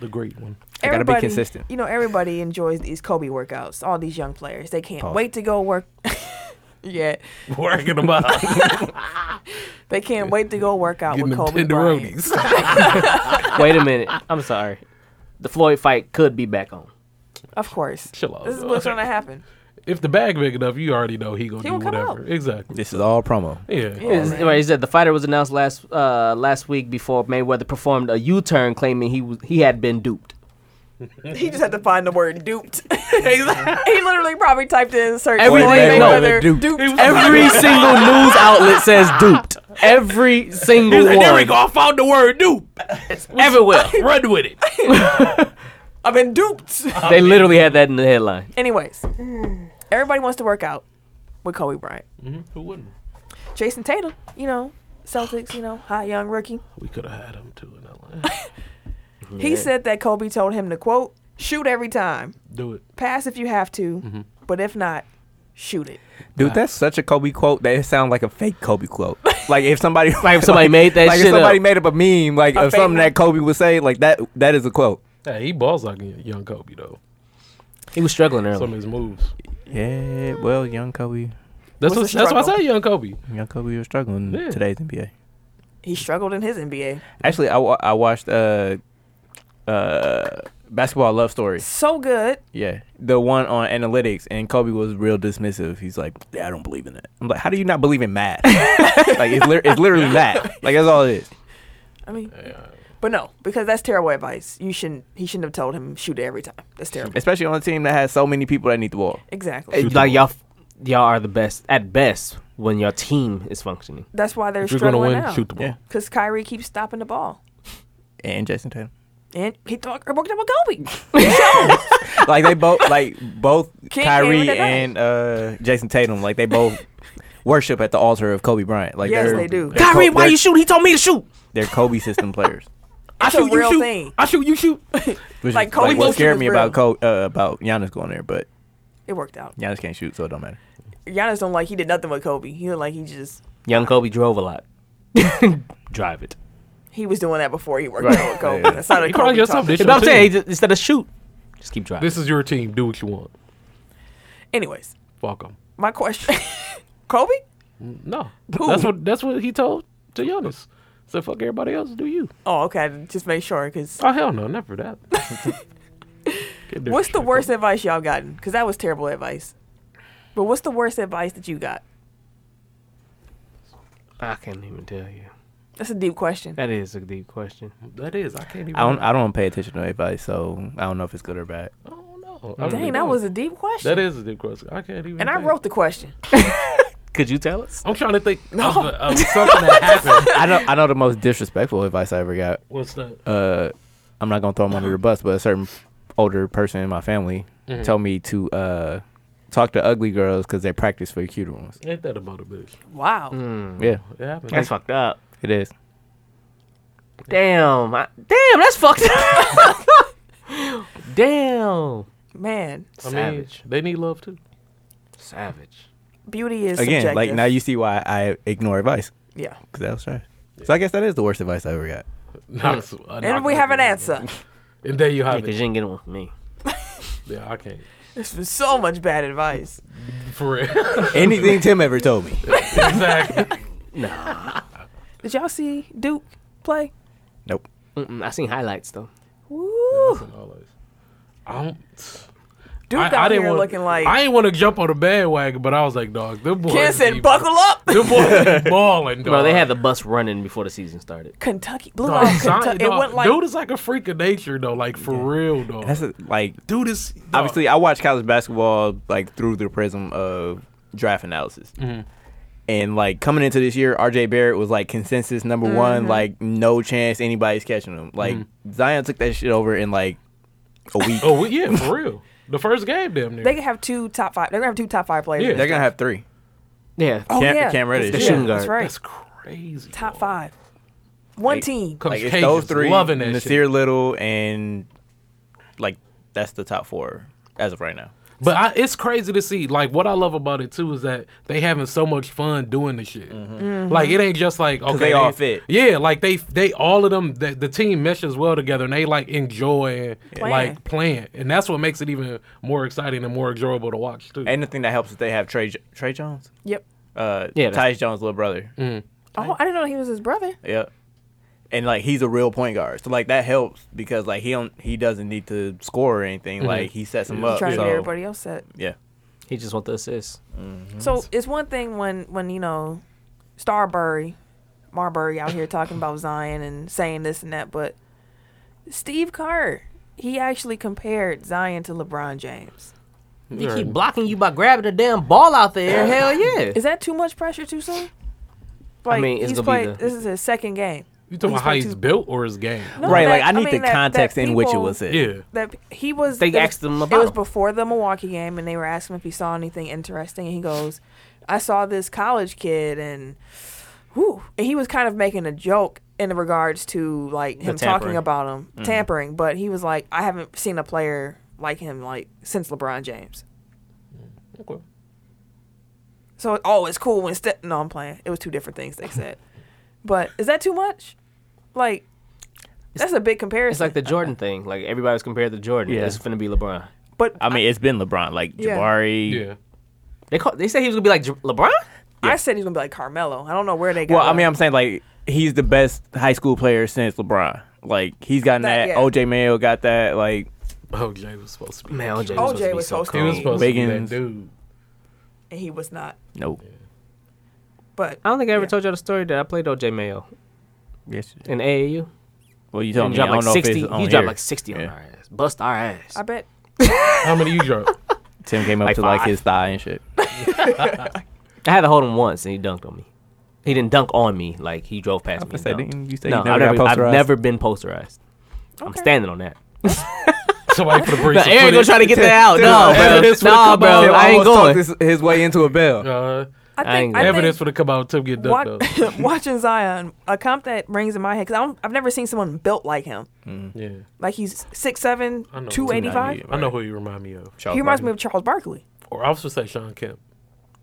S2: the great one.
S4: I gotta be consistent.
S3: You know, everybody enjoys these Kobe workouts. All these young players, they can't
S4: Pause.
S3: wait to go work. <laughs> yeah,
S2: Working them <laughs> out,
S3: they can't wait to go work out
S2: getting
S3: with
S2: them
S3: Kobe Bryant.
S1: <laughs>
S2: tenderonis.
S1: Wait a minute. I'm sorry. The Floyd fight could be back on.
S3: Of course,
S2: Chill out.
S3: this is
S2: dog.
S3: what's gonna happen.
S2: If the bag big enough, you already know he gonna
S3: He
S2: do
S3: gonna come
S2: whatever.
S3: out.
S2: Exactly.
S4: this is all promo.
S2: Yeah.
S3: Yeah.
S1: Is- right, he said the fighter was announced last uh, last week before Mayweather performed a U-turn claiming he was he had been duped.
S3: He just had to find the word duped. <laughs>
S4: <laughs>
S3: he literally probably typed in search
S1: Every-
S3: Floyd
S1: Wait, no.
S3: Mayweather
S4: Duped.
S3: duped.
S1: Every <laughs> single news outlet says duped. Every single one.
S2: There we go. I found the word dupe.
S1: Everywhere.
S2: <laughs> Run with it.
S3: I've been duped. <laughs>
S1: They literally had that in the headline.
S3: Anyways, everybody wants to work out with Kobe Bryant.
S2: Who wouldn't?
S3: Jason Tatum, you know, Celtics, you know, hot young rookie.
S2: We could have had him too in LA.
S3: He said that Kobe told him to quote, shoot every time.
S2: do it.
S3: Pass if you have to,
S2: Mm-hmm.
S3: but if not, shoot it.
S4: Dude, that's such a Kobe quote that it sounds like a fake Kobe <laughs> quote. Like if somebody
S1: Like if somebody made that
S4: <laughs> like
S1: shit
S4: if somebody
S1: up.
S4: made up a meme like
S3: A
S4: of something
S3: fake-
S4: that Kobe would say, like that that is a quote.
S2: Hey, he balls like a young Kobe though.
S1: He was struggling earlier.
S2: Some of his moves.
S4: Yeah, well, young Kobe,
S2: That's what,
S3: What's the
S2: that's why I
S3: struggle?
S2: say young Kobe.
S4: young Kobe was struggling
S2: Yeah.
S4: in today's NBA.
S3: He struggled in his NBA.
S4: Actually, I, wa- I watched uh uh basketball love story.
S3: So good.
S4: Yeah, the one on analytics, and Kobe was real dismissive. He's like, "Yeah, I don't believe in that." I'm like, "How do you not believe in <laughs> math? like, it's, lit it's literally math. Like, that's all it is."
S3: I mean, but no, because that's terrible advice. You shouldn't. He shouldn't have told him shoot it every time. That's terrible.
S4: Especially on a team that has so many people that need the ball.
S3: Exactly.
S1: It's Like y'all, f- y'all are the best at best when your team is functioning.
S3: That's why they're
S2: If you're gonna
S3: struggling
S2: win,
S3: now.
S2: shoot the ball.
S4: Yeah.
S3: Because Kyrie keeps stopping the ball,
S4: And Jason Tatum,
S3: and he talked about Kobe.
S2: <laughs>
S4: like they both, like
S3: <laughs>
S4: both
S3: Can't carry
S4: Kyrie
S3: the
S4: and uh, Jason Tatum, like they both <laughs> worship at the altar of Kobe Bryant. Like,
S3: Yes,
S4: they're,
S3: they do.
S4: they're
S1: Kyrie,
S4: Co-
S1: why
S4: they're-
S1: you shoot? He told me to shoot.
S4: They're Kobe system
S3: <laughs>
S4: players.
S2: I
S3: It's a
S2: shoot, you
S3: real
S2: shoot.
S3: thing.
S2: I shoot, you
S1: <laughs>
S2: shoot.
S4: Which
S3: Like,
S4: is,
S3: Kobe
S4: like what
S3: motion
S4: scared
S3: is
S4: me
S3: real.
S4: about Col- uh, about Giannis going there, but
S3: It worked out.
S4: Giannis can't shoot, so it don't matter.
S3: Giannis don't like he did nothing with Kobe. He looked like he just
S1: Young Kobe drove a <laughs> lot. Drive it.
S3: he was doing that before he worked
S4: Right.
S3: out with Kobe.
S4: Yeah.
S2: <laughs>
S3: That's not a
S2: You probably
S3: Kobe
S2: just
S3: talk.
S2: something.
S1: You know what I'm saying? He just- instead of shoot, just keep driving.
S2: This is your team. Do what you want.
S3: Anyways,
S2: Fuck him.
S3: my question, <laughs> Kobe.
S2: No,
S3: Who?
S2: that's what that's what he told to Giannis. So fuck everybody else. Do you?
S3: Oh, okay. Just make sure, because
S2: Oh hell no, never
S3: <laughs>
S2: that. Get
S3: what's the
S2: disrespectful.
S3: worst advice y'all gotten? Because that was terrible advice. But what's the worst advice that you got?
S1: I can't even tell you.
S3: That's a deep question.
S1: That is a deep question.
S2: That is, I can't even.
S4: I don't, I don't pay attention to advice, so I don't know if it's good or bad.
S2: I don't know. I really
S3: Dang, that
S2: don't.
S3: was a deep question.
S2: That is a deep question. I can't even.
S3: And I
S2: think.
S3: wrote the question.
S1: Could you tell us?
S2: I'm trying to think of,
S3: <laughs>
S2: of something that happened.
S4: I know I know the most disrespectful advice I ever got.
S2: What's that?
S4: Uh, I'm not gonna throw him under the bus, but a certain older person in my family told me to uh, talk to ugly girls because they practice for the cuter ones.
S2: Ain't that about a bitch?
S3: Wow.
S2: Mm.
S4: Yeah,
S2: It happened.
S1: Hmm. That's fucked up.
S4: it is.
S1: Damn. I, damn, that's fucked up. <laughs> Damn.
S3: Man,
S2: I mean,
S1: Savage.
S2: they need love
S3: <laughs>
S2: too.
S1: Savage.
S3: beauty is
S4: Again,
S3: subjective.
S4: like now you see why I ignore advice
S3: yeah.
S4: because that was trash. So I guess that is the worst advice I ever got.
S2: Knox- uh,
S3: And
S2: Knox
S3: we
S2: was
S3: have an
S2: good.
S3: answer.
S2: And there you have
S1: Because you didn't
S2: it.
S1: get one from me.
S2: Yeah, I can't.
S3: <laughs> This was so much bad advice.
S2: For real. <laughs>
S4: Anything Tim ever told me.
S2: exactly.
S3: Did y'all see Duke play?
S4: Nope.
S1: Mm-mm, I seen highlights though.
S3: Woo!
S2: And all those. I don't.
S3: Duke
S2: I,
S3: out
S2: I
S3: here
S2: didn't want.
S3: looking like
S2: I ain't want to jump on the bandwagon, but I was like, dog, them boys.
S3: Ken
S2: be-
S3: said, "Buckle up."
S2: Them boys
S1: <laughs>
S2: be balling, dog.
S1: Bro, they had the bus running before the season started.
S3: <laughs> Kentucky blew
S2: Dog,
S3: out
S2: Zion-
S3: Kentucky. It
S2: dog,
S3: went like
S2: dude is like a freak of nature, though. Like for real, dog.
S4: That's a, like
S2: dude is dog.
S4: obviously I watch college basketball like through the prism of draft analysis.
S2: Mm-hmm.
S4: And like coming into this year, RJ Barrett was like consensus number one, like no chance anybody's catching him. Like
S2: Mm-hmm.
S4: Zion took that shit over in like a
S2: <laughs>
S4: week.
S2: Oh well, yeah, for real. The first game, damn near.
S3: they could have two top five. They're gonna have two top five players.
S2: Yeah.
S4: They're gonna have three.
S1: Yeah.
S3: Oh
S4: Cam-
S3: yeah,
S4: Cam Reddish.
S1: The
S3: Yeah,
S1: shooting guard.
S3: That's right.
S2: That's crazy.
S3: top
S2: dog.
S3: five. One
S4: Like,
S3: team.
S2: Coach
S4: Like it's
S2: Cage
S4: those
S2: is
S4: three,
S2: loving that
S4: Nasir
S2: shit.
S4: Little, and like that's the top four as of right now.
S2: But I, it's crazy to see. Like what I love about it too is that they having so much fun doing the shit. Like it ain't just like okay,
S4: Mm-hmm. they all fit.
S2: Yeah, like they they all of them. The, the team meshes well together, and they like enjoy
S3: Playing.
S2: like playing, and that's what makes it even more exciting and more enjoyable to watch too.
S4: And the thing that helps is they have Trey Jo- Trey Jones,
S3: Yep.
S4: uh,
S1: Yeah, that's-
S4: Tyus Jones' little brother.
S3: Oh, I didn't know he was his brother.
S4: Yep. And like he's a real point guard, so like that helps because like he don't he doesn't need to score or anything. Like he sets him up.
S3: Trying to
S4: so-
S3: get everybody else set.
S4: Yeah.
S1: He just want the assist.
S4: Mm-hmm.
S3: So it's one thing when when you know Starbury, Marbury out here talking about Zion and saying this and that, but Steve Kerr, he actually compared Zion to LeBron James.
S1: They keep blocking you by grabbing the damn ball out
S3: <laughs>
S1: there. Hell yeah.
S3: Is that too much pressure too soon? Like,
S1: mean, it's
S3: he's
S1: gonna be
S3: played.
S1: the-
S3: This is his second game.
S2: you talking about
S3: he's
S2: how
S3: like
S2: he's
S3: two-
S2: built or his game?
S3: No,
S4: right.
S3: that-
S4: like I
S3: I
S4: need
S3: mean
S4: the
S3: that-
S4: context
S3: that
S4: in which it
S3: people-
S4: was. At.
S2: Yeah.
S3: That he was.
S1: They
S3: it was-
S1: asked him about
S3: It was
S1: him.
S3: before the Milwaukee game, and they were asking if he saw anything interesting. And he goes, "I saw this college kid, and whew. And he was kind of making a joke in regards to like him talking
S4: tampering.
S3: about him
S1: Mm.
S3: tampering, but he was like, "I haven't seen a player like him like since LeBron James."
S2: Okay.
S3: So oh, it's cool when Steph. No, I'm playing. It was two different things
S1: <laughs>
S3: they said, but is that too much? Like. That's a big comparison.
S1: It's like the Jordan thing. Like everybody's compared to Jordan.
S4: Yeah.
S1: It's finna be LeBron.
S3: but
S4: I mean, it's been LeBron, like
S3: Yeah.
S4: Jabari.
S2: Yeah.
S1: They call, they said he was gonna be like J- LeBron.
S3: I said he's gonna be like Carmelo. I don't know where they got.
S4: Well, I
S3: that.
S4: mean, I'm saying like he's the best high school player since LeBron. Like he's gotten
S3: That-
S4: that.
S3: yeah.
S4: OJ Mayo got that. Like
S2: OJ Oh, was supposed to be.
S1: Man, OJ
S3: OJ
S1: was, OJ
S3: was
S1: so
S3: supposed to
S2: he was
S1: cold.
S2: supposed
S4: Wiggins.
S2: to be that dude.
S3: and he was not.
S4: no.
S3: But
S1: I don't think I ever
S3: Yeah.
S1: told y'all the story that I played OJ Mayo
S4: Yes.
S1: in AAU.
S4: Well, you
S1: He
S4: told me. I
S1: dropped
S4: don't
S1: like
S4: know if
S1: sixty.
S4: it's
S1: He
S4: on
S1: dropped
S4: here.
S1: like sixty on
S4: Yeah.
S1: our ass. Bust our ass.
S3: I bet
S2: How many you
S4: <laughs>
S2: drop?
S4: Tim came up
S1: Like
S4: to like
S1: five.
S4: his thigh and shit.
S1: I had to hold him once, and he dunked on me. He didn't dunk on me. Like he drove past me.
S4: I
S1: and
S4: said,
S1: dunked.
S4: didn't you say
S1: no,
S4: you never
S1: I've, never,
S4: got
S1: I've
S4: posterized?
S1: never been posterized. I'm
S3: Okay.
S1: standing on that.
S2: Somebody for the breeze.
S1: But Eric gonna try to get that
S4: <laughs>
S1: out. No,
S2: Evidence
S1: bro.
S2: would
S1: No,
S2: come out.
S1: bro.
S2: Tim
S1: I ain't going.
S4: His, way into a bell.
S2: Uh,
S3: I
S1: I ain't
S3: think
S1: gonna-
S3: I
S2: evidence
S3: think
S2: would have come out Tim get dunked
S3: wa-
S2: up.
S3: <laughs> watching Zion, a comp that rings in my head because I've never seen someone built like him.
S2: Yeah.
S3: Like he's six seven,
S2: I know.
S3: two eighty five.
S2: I know who you remind me of.
S3: He reminds me of Charles Barkley.
S2: Or I was gonna say Sean Kemp.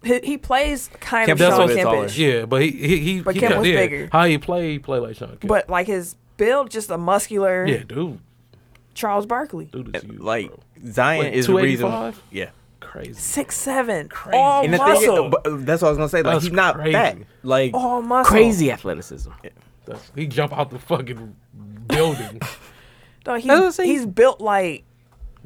S3: He, he plays kind
S4: Kemp
S3: of
S4: is
S3: Sean
S2: always
S3: Kempish,
S4: taller.
S2: Yeah, but he he he,
S3: But
S2: he
S3: Kemp
S2: got-
S3: was
S2: yeah,
S3: bigger.
S2: How he played, he played like Sean Kemp.
S3: but like his build, just a muscular
S2: yeah, dude,
S3: Charles Barkley,
S2: dude is huge,
S4: Like
S2: bro.
S4: Zion
S2: Wait,
S4: is the reason.
S2: 285?
S4: Yeah.
S2: crazy.
S3: six seven, all
S4: And the thing is,
S3: muscle,
S4: but, uh, that's what I was gonna say. Like
S2: That's
S4: he's not
S2: crazy.
S4: that. Like
S3: all muscle.
S1: Crazy athleticism.
S2: That's, he jump out the fucking building.
S3: No,
S1: That's what I'm
S3: he's,
S1: saying.
S3: he's built like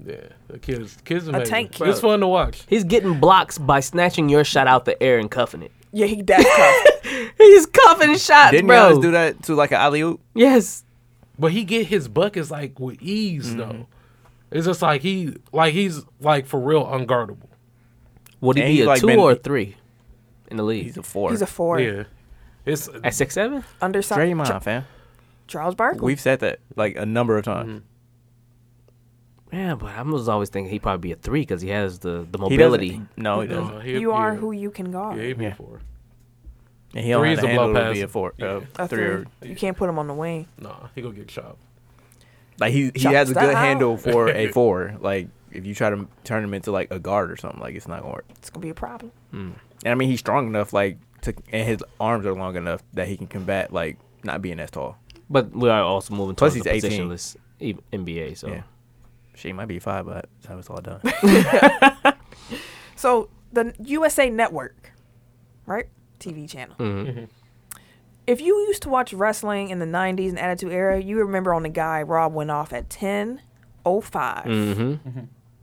S2: yeah, the kids, kids, amazing.
S3: tank.
S2: It's fun to watch.
S1: He's getting blocks by snatching your shot out the air and cuffing it.
S3: yeah, he
S4: <laughs>
S3: that's tough.
S1: He's cuffing shots,
S4: didn't
S1: bro.
S4: guys do that to like an alley oop?
S1: Yes.
S2: But he get his buckets like with ease though. It's just like he like he's like for real unguardable.
S1: Would he
S4: And
S1: be
S4: he's
S1: a
S4: like
S1: two
S4: been-
S1: or a three in the league?
S4: He's a four.
S3: he's a four,
S2: Yeah, it's
S1: At six seven?
S3: undersized.
S4: Draymond fam.
S3: Charles Barkley.
S4: We've said that like a number of times.
S1: Yeah, but I was always thinking he'd probably be a three because he has the, the
S4: He doesn't-
S1: mobility.
S4: No, he doesn't.
S2: uh, he-
S3: you are
S2: yeah.
S3: who you can guard.
S2: Yeah, he be
S4: Yeah.
S2: four.
S4: And he don't
S2: Three
S4: have
S2: is
S4: the
S2: a blow
S4: handle to
S2: pass.
S4: be a four, uh,
S3: A
S4: three. Or,
S3: You can't put him on the wing.
S2: Nah, he gonna get shot.
S4: Like he he
S3: Chop
S4: has a good
S3: style.
S4: handle for a four. Like if you try to turn him into like a guard or something, like it's not gonna work.
S3: It's gonna be a problem.
S4: And I mean he's strong enough, like to and his arms are long enough that he can combat like not being as tall.
S1: But we are also moving
S4: Plus
S1: towards the
S4: he's 18.
S1: positionless E- NBA. So
S4: Yeah. She might be five, but that was all done. <laughs>
S3: So the USA Network, right? TV channel.
S1: Mm-hmm.
S3: If you used to watch wrestling in the '90s and Attitude Era, you remember on the guy Rob went off at 10:05.
S1: Mm-hmm.
S4: Mm-hmm.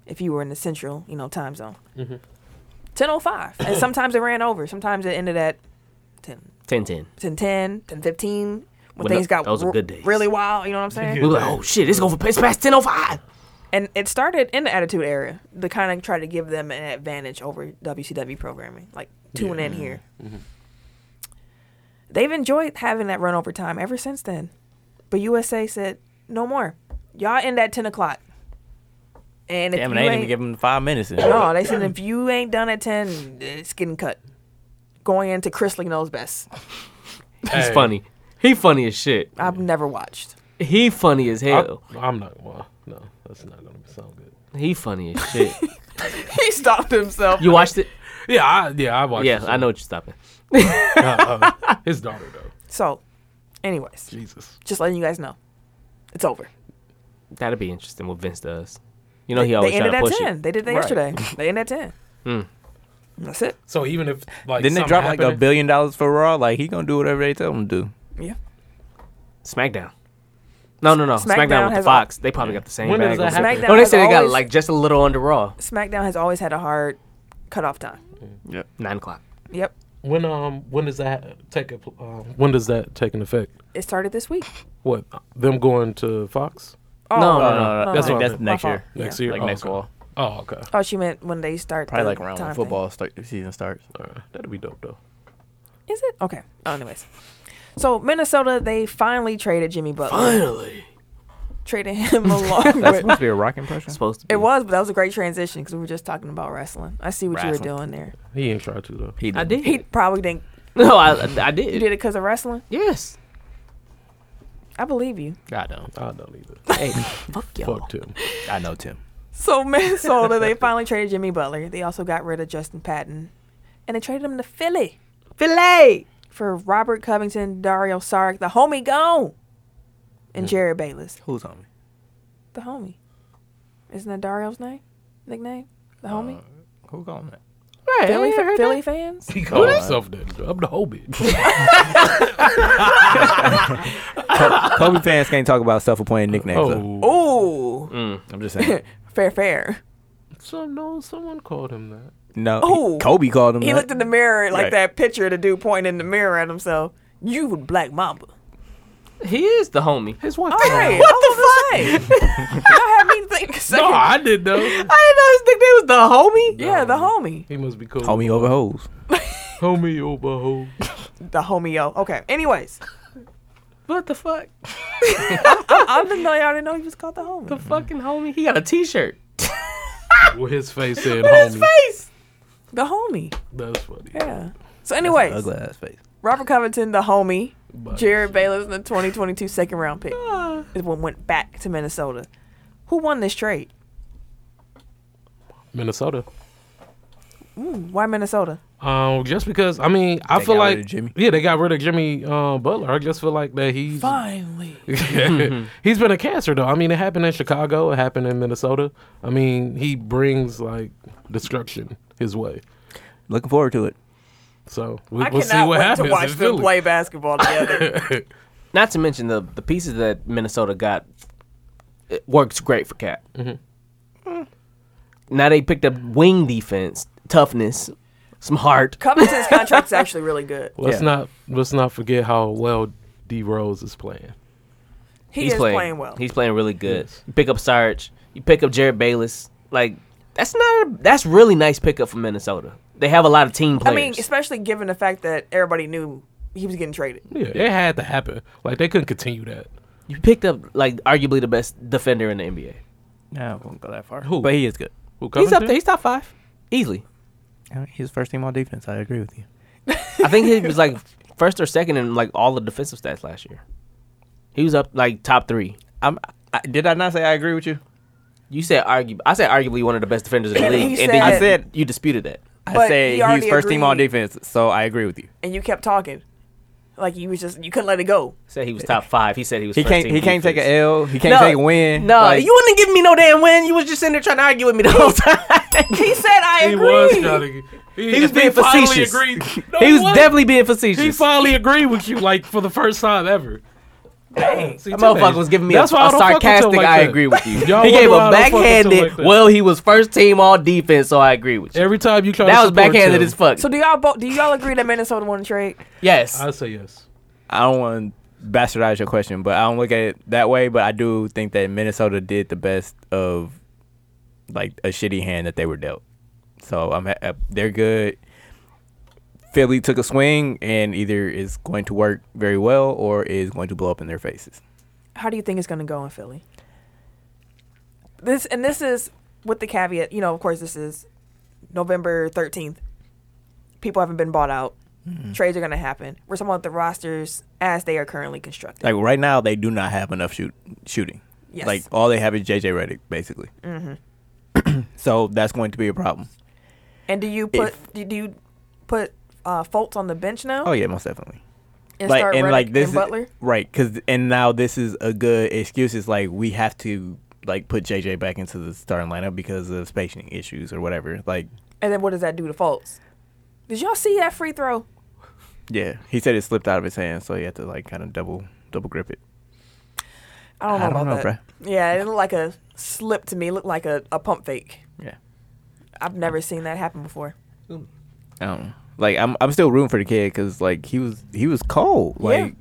S3: If you were in the Central, you know, time zone. 10:05, and sometimes it ran over. Sometimes it ended at 10,
S1: 10 10.
S3: 10, 10, 15. When,
S1: When
S3: things
S1: tho-
S3: got
S1: those were
S3: r-
S1: good days.
S3: really wild, you know what
S4: <laughs>
S3: I'm saying?
S1: We were like, oh shit, it's going for it's past 10.05.
S3: and it started in the attitude era to kind of try to give them an advantage over WCW programming. Like tune in here.
S4: Mm-hmm.
S3: They've enjoyed having that run over time ever since then, but USA said no more. Y'all end at ten o'clock, and if
S4: Damn,
S3: you
S4: and I ain't
S3: ain't,
S4: even give him five minutes. in.
S3: no, they said if you ain't done at ten, it's getting cut. Going into Chrisley knows best.
S1: He's funny. He funny as shit.
S3: I've never watched. <laughs>
S1: He funny as
S2: I,
S1: hell.
S2: I'm not. Well, no, that's not gonna sound good.
S1: He funny as shit.
S3: he stopped himself.
S4: <laughs>
S1: You watched it?
S2: Yeah, I, yeah, I watched.
S1: Yeah,
S2: <laughs> this
S1: I
S2: one.
S1: know what you're stopping.
S2: Uh, uh, his daughter though.
S3: So, anyways,
S2: Jesus.
S3: just letting you guys know, it's over.
S1: That'd be interesting what Vince does. You
S4: Oh,
S1: know he always
S3: They
S1: try
S3: ended
S1: to
S3: at
S1: push
S3: ten.
S1: it.
S3: They did that
S4: Right. <laughs> Hmm.
S3: yesterday. They ended at ten. That's it.
S2: So even if like
S4: Didn't it
S2: something
S4: drop like a
S2: happened-
S4: billion dollars for Raw? Like he gonna do whatever they tell him to do.
S3: Yeah.
S1: SmackDown. No, no, no.
S3: SmackDown
S1: SmackDown, with the
S3: has
S1: Fox. They probably got the same
S2: When does
S1: bag.
S2: that
S1: over
S2: happen?
S1: there.
S3: SmackDown
S1: No, Oh, they
S3: has
S1: said they got
S3: always-
S1: like just a little under Raw.
S3: SmackDown has always had a hard cutoff time.
S1: Nine o'clock.
S3: Yep.
S2: When um when does that take a, pl- um, when does that take an effect?
S3: It started this week.
S2: What them going to Fox
S3: Oh,
S4: No,
S1: No,
S4: no,
S1: no,
S4: no.
S2: That's
S4: That's,
S2: what I
S4: that's
S2: meant.
S4: next
S3: My
S4: year.
S3: fault.
S2: next
S3: Yeah.
S2: year?
S4: Like
S2: oh,
S4: next
S2: okay.
S4: fall.
S2: Oh okay,
S3: Oh, she meant when they start.
S4: Probably
S3: the
S4: like around
S3: time
S4: when
S3: thing.
S4: football start season starts.
S2: All right. that'd be dope though.
S3: Is it okay? Oh, anyways. So Minnesota, they finally traded Jimmy Butler.
S1: Finally.
S3: Traded him <laughs> along
S4: That's
S3: with.
S4: supposed to be a rock impression.
S1: Supposed to be.
S3: It was, but that was a great transition because we were just talking about wrestling. I see what you were
S4: Wrestling.
S3: doing there.
S2: He ain't try to though.
S4: He
S1: I did.
S3: He probably didn't.
S1: No, I, I
S3: You
S1: did.
S3: did it because of wrestling.
S1: Yes.
S3: I believe you.
S4: I don't.
S2: I don't either.
S1: Hey, fuck y'all.
S2: Fuck Tim.
S4: I know Tim.
S3: So Minnesota, <laughs> they finally traded Jimmy Butler. They also got rid of Justin Patton, and they traded him to Philly. Philly for Robert Covington, Dario Saric, the homie gone, and Jared Bayless,
S4: Who's on me?
S3: the homie. Isn't that Dario's name, nickname?
S2: Uh,
S3: The homie.
S4: Who calling
S2: <laughs>
S4: that?
S1: Right,
S3: Philly, Philly fans.
S2: He called himself that. I'm the whole bitch.
S4: Kobe fans can't talk about self-appointed nicknames. though.
S2: oh,
S3: Ooh,
S4: I'm just saying.
S3: <laughs> fair, fair.
S2: so no, someone called him that.
S4: No,
S3: Oh.
S4: he- Kobe called him.
S3: He
S4: that.
S3: looked in the mirror like
S4: Right.
S3: that picture of the dude pointing in the mirror at himself. You black mamba.
S1: He is the homie.
S2: His wife.
S3: All
S2: called
S3: right,
S2: him.
S3: what the fuck? <laughs> Y'all had me think.
S2: <laughs>
S3: a
S2: No,
S3: second.
S2: I did though.
S3: <laughs>
S1: I didn't know his nickname was the homie.
S3: yeah, the homie.
S2: He must be called
S4: homie over hoes.
S2: Homie over hoe.
S3: The homie yo. Okay. <laughs> Anyways,
S1: What the fuck?
S3: I didn't know y'all didn't know he was called the homie.
S1: The fucking homie. He got a T-shirt.
S2: With his face said homie.
S1: Face.
S3: The homie.
S2: That's funny.
S3: Yeah. So anyways,
S4: Ugly ass face.
S3: Robert Covington, the homie,
S2: But-
S3: Jared Bayless, the 2022 second round pick,
S1: Ah.
S3: is one went back to Minnesota. Who won this trade?
S2: Minnesota.
S3: Hmm, Why Minnesota?
S2: Um, just because I mean I
S4: They
S2: feel
S4: got
S2: like
S4: rid of Jimmy.
S2: yeah they got rid of Jimmy uh, Butler. I just feel like that he's
S3: Finally.
S2: <laughs> he's been a cancer though. I mean it happened in Chicago. It happened in Minnesota. I mean he brings like destruction his way.
S4: Looking forward to it.
S2: So we,
S3: I
S2: we'll see
S3: cannot
S2: what
S3: wait
S2: happens.
S3: to watch
S2: in
S3: them
S2: Philly. <laughs>
S3: play basketball together.
S1: Not to mention the the pieces that Minnesota got. It works great for Cap.
S3: Mm-hmm.
S1: Mm. Now they picked up wing defense, toughness, some heart.
S3: Covington's contract's actually really good.
S2: Let's
S4: Yeah.
S2: not let's not forget how well D Rose is playing.
S3: He is playing, well.
S1: He's playing really good.
S2: Yes.
S1: You pick up Sarge. You pick up Jared Bayless. Like that's not. A, that's really nice pickup from Minnesota. They have a lot of team
S3: I
S1: players.
S3: mean, especially given the fact that everybody knew he was getting traded.
S2: Yeah, it had to happen. Like they couldn't continue that.
S1: you picked up like arguably the best defender in the NBA.
S4: No, I won't go that far.
S2: Who?
S4: But he is good.
S2: Who
S1: He's up
S2: Covington?
S1: there. He's top five easily.
S4: He's first team on defense. I agree with you.
S1: I think he was
S3: <laughs>
S1: like first or second in like all the defensive stats last year. He was up like top three.
S4: I'm I, did I not say I agree with you?
S1: You said argu- I said arguably one of the best defenders in the league,
S3: He
S1: and then
S3: said-
S1: you said you disputed that.
S3: But
S4: I say
S3: he
S4: he's
S3: already
S4: first team on
S3: agreed.
S4: defense, so I agree with you.
S3: and you kept talking, like you was just you couldn't let it go.
S1: Said he was top five. He said he was.
S4: He
S1: first
S4: can't.
S1: team
S4: He can't take
S1: defense.
S4: a L. He can't take a win.
S1: No,
S4: Like,
S1: you wouldn't give me no damn win. You was just sitting there trying to argue with me the <laughs> whole time.
S3: He said, "I
S2: He
S3: agree."
S2: was trying to. He,
S1: was being
S2: finally
S1: facetious.
S2: Agreed. <laughs> No,
S1: he was
S2: what?
S1: definitely being
S2: He
S1: facetious.
S2: finally agreed with you, like for the first time ever. See,
S1: that
S2: too bad.
S1: motherfucker was giving me a, a
S2: That's why I don't fuck with him
S1: sarcastic.
S2: like
S1: I
S2: that.
S1: agree with you.
S2: Y'all
S1: he
S2: wonder
S1: gave
S2: why
S1: a
S2: I don't fuck with him
S1: backhanded.
S2: like that.
S1: well, he was first team all defense, so I agree with you.
S2: Every time you try, to
S1: that was
S2: support
S1: backhanded
S2: him,
S1: as fuck.
S3: So do y'all both do y'all agree that Minnesota won the trade?
S1: yes,
S2: I say yes.
S4: I don't want to bastardize your question, but I don't look at it that way. But I do think that Minnesota did the best of like a shitty hand that they were dealt. So I'm ha- uh, they're good. Philly took a swing and either is going to work very well or is going to blow up in their faces.
S3: How do you think it's going to go in Philly? This and this is with the caveat, you know. Of course, this is November thirteenth. People haven't been bought out.
S4: Mm-hmm.
S3: Trades are going to happen. We're talking about the rosters as they are currently constructed.
S4: Like right now, they do not have enough shoot shooting.
S3: Yes.
S4: Like all they have is JJ Redick, basically. Mm-hmm. <clears throat> so that's going to be a problem.
S3: and do you put do, do you put uh, Fultz on the bench now
S4: Oh yeah, most definitely.
S3: and
S4: like
S3: start
S4: and
S3: Redick
S4: like this
S3: and
S4: is-
S3: Butler?
S4: right? Because and now this is a good excuse. It's like we have to like put JJ back into the starting lineup because of spacing issues or whatever. Like,
S3: and then what does that do to Fultz? Did y'all see that free throw?
S4: yeah, he said it slipped out of his hand, so he had to like kind of double double grip it.
S3: I don't know
S4: I don't
S3: about
S4: know,
S3: that. Yeah, it looked like a slip to me. It looked like a, a pump fake.
S4: Yeah,
S3: I've never seen that happen before.
S4: I don't know. Um, Like I'm I'm still rooting for the kid because like he was he was cold
S3: Yeah.
S4: like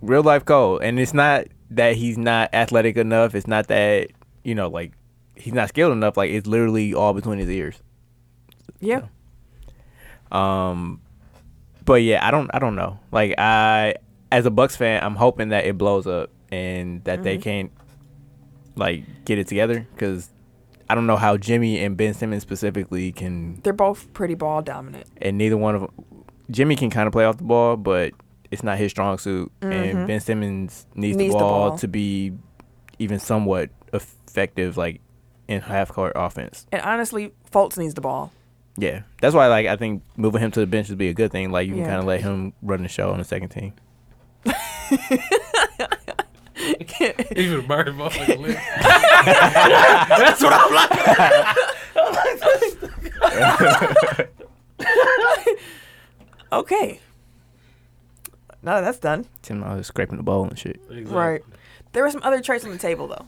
S4: real life cold, and it's not that he's not athletic enough. It's not that you know like he's not skilled enough. Like it's literally all between his ears.
S3: Yeah.
S4: Um, but yeah, I don't, I don't know. Like I, as a Bucks fan, I'm hoping that it blows up and that they can't like get it together because I don't know how Jimmy and Ben Simmons specifically can,
S3: They're both pretty ball dominant.
S4: and neither one of them, Jimmy can kind of play off the ball, but it's not his strong suit, and Ben Simmons needs,
S3: Mm-hmm. Needs
S4: the,
S3: the
S4: ball
S3: ball.
S4: to be even somewhat effective, like in half court offense.
S3: And honestly, Fultz needs the ball. <laughs>
S4: Yeah, that's why like I think moving him to the bench would be a good thing. Like you
S3: Yeah.
S4: can kind of let him run the show on the second team.
S2: Even Murray motherfucking lips.
S1: <laughs>
S2: That's what I'm like.
S3: Okay. No, that's done.
S4: Tim I was scraping the ball and shit.
S3: Right. There were some other trades on the table though,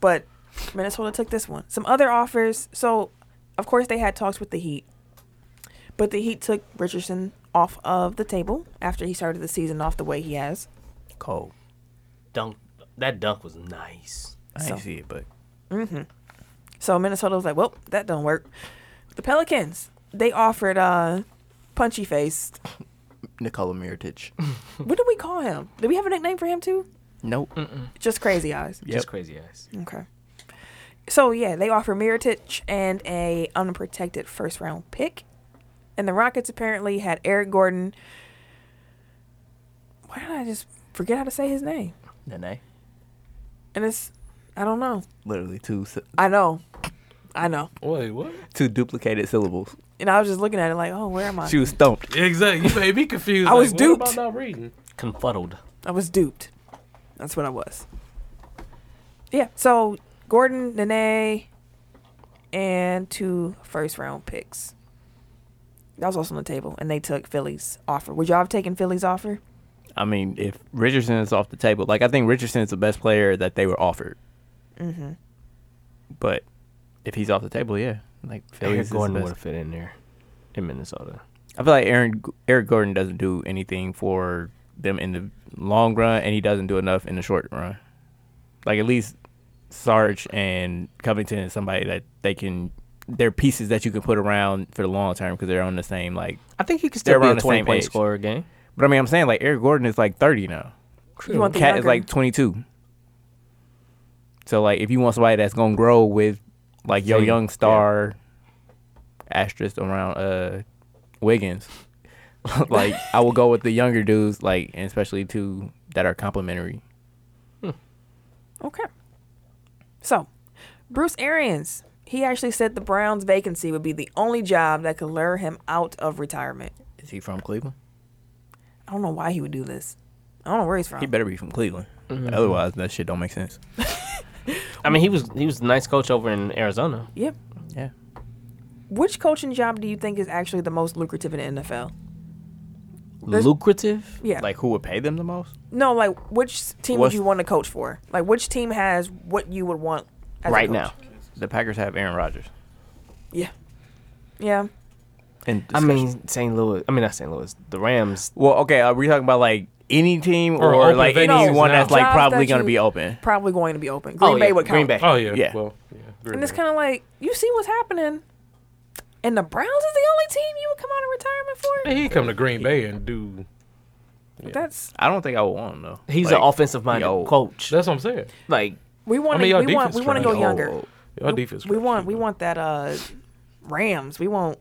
S3: but Minnesota took this one. Some other offers. So, of course, they had talks with the Heat, but the Heat took Richardson off of the table after he started the season off the way he has.
S4: Cold.
S1: dunk. That dunk was nice.
S4: I
S3: So-
S4: didn't see it, but
S3: So Minnesota was like, "Well, that don't work." The Pelicans they offered uh, punchy face.
S4: Nikola Mirotic.
S3: What do we call him? Do we have a nickname for him too? <laughs>
S4: nope.
S3: Just crazy eyes.
S1: Just crazy ass.
S3: Okay. So yeah, they offer Miritich and a unprotected first round pick, and the Rockets apparently had Eric Gordon. Why did I just forget how to say his name?
S4: Nene.
S3: And it's I don't know.
S4: Literally two s-
S3: I know, I know.
S2: Wait, what?
S4: two duplicated syllables.
S3: And I was just looking at it like, oh, where am I?
S4: She was stumped.
S2: Exactly. You made me confused.
S3: I
S2: Like,
S3: was
S2: what
S3: duped.
S2: about not reading?
S1: Confuddled.
S3: I was duped. That's what I was. Yeah. So Gordon, Nene, and two first round picks. That was also on the table, and they took Philly's offer. Would y'all have taken Philly's offer?
S4: I mean, if Richardson is off the table, like I think Richardson is the best player that they were offered. Mm-hmm. But if he's off the table, yeah, like Philly's
S1: Eric
S4: is
S1: Gordon
S4: the
S1: would
S4: best.
S1: have fit in there in Minnesota.
S4: I feel like Aaron Eric Gordon doesn't do anything for them in the long run, and he doesn't do enough in the short run. Like at least Sarge and Covington is somebody that they can. They're pieces that you can put around for the long term because they're on the same like.
S1: I think he could
S4: They're
S1: still be
S4: around
S1: a
S4: the
S1: twenty
S4: same
S1: point
S4: age.
S1: scorer game.
S4: But I mean, I'm saying like Eric Gordon is like 30 now.
S3: You want the
S4: Cat is
S3: younger-
S4: like 22. So like, if you want somebody that's gonna grow with like your
S1: Same,
S4: young star asterisk around uh Wiggins, <laughs> like I will go with the younger dudes, like and especially two that are complimentary.
S3: Okay. So, Bruce Arians, he actually said the Browns' vacancy would be the only job that could lure him out of retirement.
S4: Is he from Cleveland?
S3: I don't know why he would do this. I don't know where he's from.
S4: He better be from Cleveland. Otherwise, that shit don't make sense.
S1: I mean, he was he was a nice coach over in Arizona.
S3: yeah.
S4: Yeah.
S3: Which coaching job do you think is actually the most lucrative in the NFL? There's-
S1: Lucrative.
S3: Yeah.
S4: Like, who would pay them the most?
S3: no, like which team
S4: What's-
S3: would you want to coach for? Like which team has what you would want as a
S1: Right
S3: coach?
S1: now.
S4: The Packers have Aaron Rodgers.
S3: Yeah. Yeah.
S4: And
S1: I mean, St. Louis. I mean, not St. Louis. The Rams.
S4: well, okay, are we talking about like any team
S2: Or
S4: or,
S2: open
S4: like
S2: vacancies
S4: anyone
S2: now.
S4: that's like
S3: Jobs
S4: probably
S3: that
S4: going to
S3: you-
S4: be open?
S3: Probably going to be open. Green Bay
S1: yeah,
S3: would count.
S1: Green Bay.
S2: Oh yeah.
S4: Yeah.
S2: Well, yeah. Green
S3: And it's
S2: Bay.
S3: kind of like you see what's happening, and the Browns is the only team you would come out of retirement for.
S2: Hey, he come to Green Bay and do.
S3: That's
S4: I don't think I would want him, though.
S1: He's an
S4: Like,
S1: offensive minded
S4: yo.
S1: coach.
S2: That's what I'm saying.
S1: Like
S3: we want
S2: I mean, y'all
S3: to we want
S2: defense
S3: we want to go
S2: trash.
S3: younger.
S4: Oh,
S2: Our defense.
S3: We
S2: crap.
S3: want we want that uh Rams. We want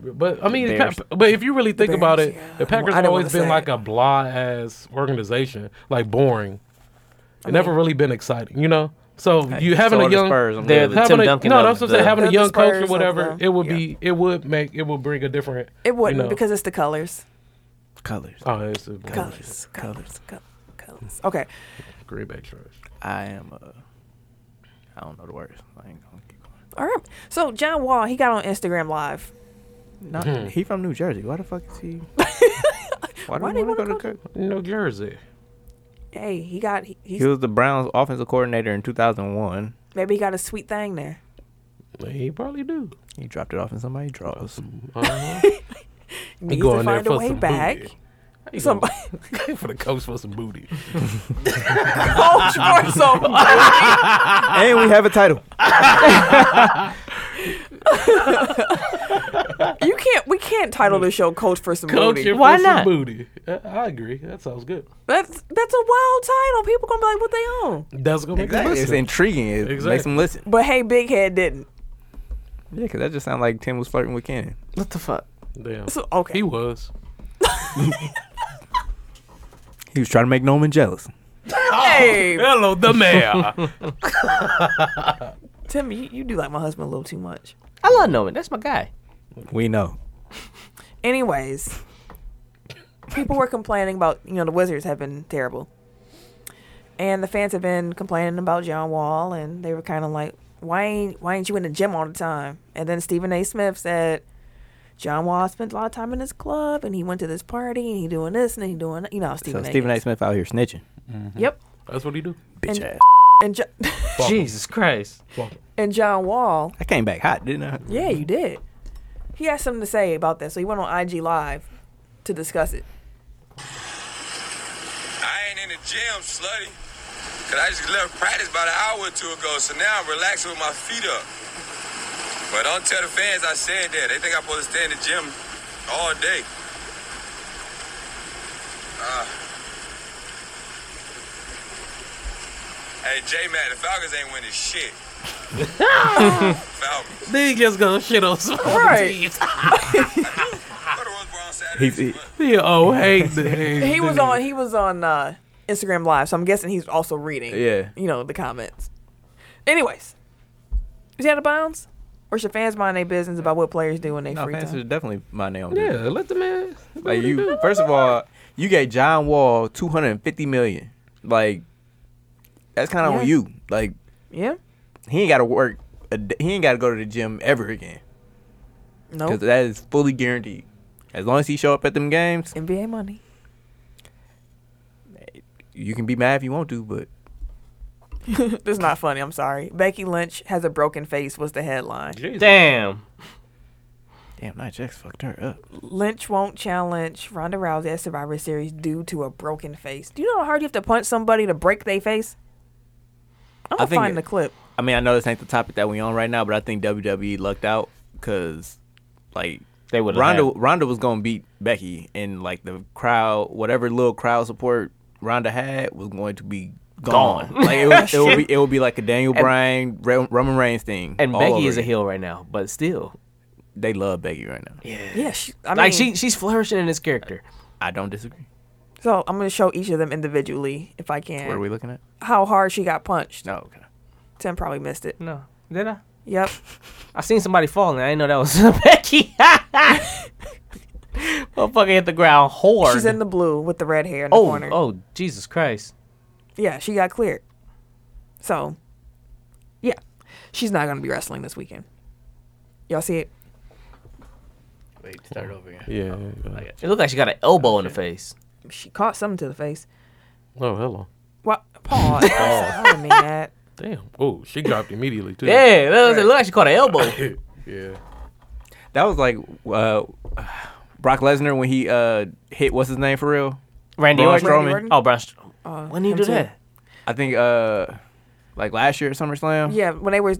S2: But I mean,
S4: Bears.
S2: Pa- but if you really think
S3: Bears,
S2: about it,
S3: yeah.
S2: the Packers
S3: Well, I
S2: have
S3: didn't
S2: always
S3: wanna
S2: been
S3: say
S2: like
S3: it.
S2: a blah ass organization, like boring. It never really been exciting, you know. So you having
S4: so
S2: a
S4: are the
S2: young,
S4: Spurs, I'm
S1: They're
S4: good.
S1: the-
S2: having
S1: Tim
S2: a,
S1: Duncan
S2: no,
S1: of
S2: that's what I'm
S1: the-
S2: saying. Having a
S3: They're
S2: young
S3: the
S2: coach
S3: Spurs
S2: or
S3: of
S2: whatever,
S3: the-
S2: it would
S4: yeah.
S2: be, it would make, it would bring a different.
S3: it wouldn't
S2: you know-
S3: because it's the colors,
S4: colors.
S2: oh, it's a
S3: colors, colors, colors, colors. Okay,
S2: Green Bay trash.
S4: I am uh I don't know the words. I ain't gonna keep going.
S3: all right. So John Wall he got on Instagram Live.
S4: No, he from New Jersey. Why the fuck is he? Why do
S3: Why
S4: Why
S3: do
S4: you
S3: you
S4: want to
S3: wanna
S4: go to Kirk?
S2: New Jersey.
S3: Hey, he got he, he's,
S4: He was the Browns' offensive coordinator in 2001.
S3: maybe he got a sweet thing there.
S2: He probably do.
S4: He dropped it off in somebody's drawers.
S2: Uh-huh.
S3: Needs
S2: go
S3: to
S2: in there
S3: find a
S2: for
S3: way
S2: some
S3: back.
S2: booty. How you <laughs>
S3: <laughs> Somebody
S2: gonna- for the coach for some booty.
S3: coach
S2: <laughs>
S3: for some.
S4: and we have a title.
S3: You can't. We can't title the show "Coach for Some
S2: Coach
S3: Booty."
S2: for
S1: Why
S2: some
S1: not?
S2: booty. I, I agree. That sounds good.
S3: That's that's a wild title. People gonna be like, "What they own?"
S2: That's gonna make
S4: Exactly.
S2: exactly.
S4: It's intriguing. It makes
S2: Exactly.
S4: him listen.
S3: But hey, Big Head didn't.
S4: Yeah, because that just sounded like Tim was flirting with Cannon.
S1: what the fuck?
S2: Damn.
S3: So okay,
S2: He was.
S4: He was trying to make Norman jealous.
S3: hey
S2: Hello, the mayor.
S3: Tim, you, you do like my husband a little too much.
S1: I love Norman. That's my guy.
S4: We know.
S3: Anyways, people were complaining about you know the Wizards have been terrible, and the fans have been complaining about John Wall, and they were kind of like, "Why ain't why ain't you in the gym all the time?" And then Stephen A. Smith said. John Wall spent a lot of time in his club, and he went to this party, and he doing this, and he doing, you know,
S4: So
S3: Stephen A.
S4: Stephen A. Smith out here snitching.
S3: Yep.
S2: <laughs> That's what he do.
S4: Bitch
S3: And-
S4: ass.
S3: And jo- <laughs>
S1: Jesus Christ.
S3: and John Wall.
S4: I came back hot, didn't I?
S3: Yeah, you did. He had something to say about that, so he went on IG Live to discuss it.
S5: I ain't in the gym, slutty. Cause I just left practice about an hour or two ago, so now I'm relaxing with my feet up. But don't tell the fans I said that. They think I'm supposed to stay in the gym all day. Uh. Hey, J-Mac, the Falcons ain't
S4: <laughs>
S5: winning shit. Falcons.
S2: They just gonna shit on some
S3: Right.
S2: teams.
S5: Go to Rose Brown Saturday.
S4: He's, he,
S5: this month.
S2: He oh hey, hey
S3: He was on he was on uh, Instagram Live, so I'm guessing he's also reading.
S4: Yeah.
S3: you know the comments. Anyways, is he out of bounds, or should fans mind their business about what players do when
S4: <laughs>
S3: they
S4: no,
S3: free
S4: fans
S3: time?
S4: is definitely my name.
S2: Yeah, let the man. do
S4: Like
S2: what he
S4: you,
S2: do.
S4: first of all, you gave John Wall two hundred and fifty million. Like that's kind of
S3: Yeah.
S4: on you. Like
S3: Yeah,
S4: he ain't got to work. A, d- he ain't got to go to the gym ever again
S3: no
S4: because that is fully guaranteed. As long as he show up at them games,
S3: NBA money. <laughs>
S4: you can be mad if you want to, but
S3: this is not funny. I'm sorry. Becky Lynch has a broken face was the headline.
S2: Jesus.
S1: Damn.
S4: damn, Nia Jax fucked her up.
S3: Lynch won't challenge Ronda Rousey at Survivor Series due to a broken face. Do you know how hard you have to punch somebody to break their face? I'm
S4: I
S3: gonna
S4: think
S3: find
S4: it-
S3: the clip.
S4: I mean, I know this ain't the topic that we on right now, but I think WWE lucked out because like
S1: They would've
S4: Ronda
S1: had-
S4: Ronda was gonna beat Becky, and like the crowd, whatever little crowd support Ronda had was going to be gone.
S1: Gone.
S4: Like it,
S1: <laughs>
S4: was, it would be it would be like a Daniel Bryan Ra- Roman Reigns thing.
S1: And
S4: all
S1: Becky
S4: over
S1: is a
S4: again.
S1: heel right now, but still.
S4: They love Becky right now.
S3: Yeah, she, I mean,
S1: Like she she's flourishing in this character.
S4: I don't disagree.
S3: So I'm gonna show each of them individually if I can.
S4: What are we looking at?
S3: How hard she got punched.
S4: No, okay.
S3: Tim probably missed it.
S1: No, did I?
S3: Yep.
S1: I seen somebody falling. I didn't know that was <laughs> Becky. Motherfucker hit the ground hard.
S3: She's in the blue with the red hair in the
S1: oh,
S3: corner.
S1: oh, Jesus Christ!
S3: Yeah, she got cleared. So, yeah, she's not gonna be wrestling this weekend. Y'all see it?
S4: Wait, start over again.
S2: Yeah. yeah.
S1: It looked like she got an elbow in the face.
S3: She caught something to the face.
S2: Oh, hello.
S3: What? Pause. I didn't mean that.
S2: Damn. Oh, she dropped immediately too.
S1: Yeah, that was, it looked like she caught an elbow.
S2: Yeah.
S4: That was like uh, Brock Lesnar when he uh, hit what's his name for real.
S1: Randy
S4: Braun
S1: Orton.
S4: Strowman.
S3: Orton?
S1: Oh, Braun Strowman. when did he
S3: him
S1: do
S3: too.
S1: that?
S4: I think uh, like last year at SummerSlam.
S3: Yeah, when they were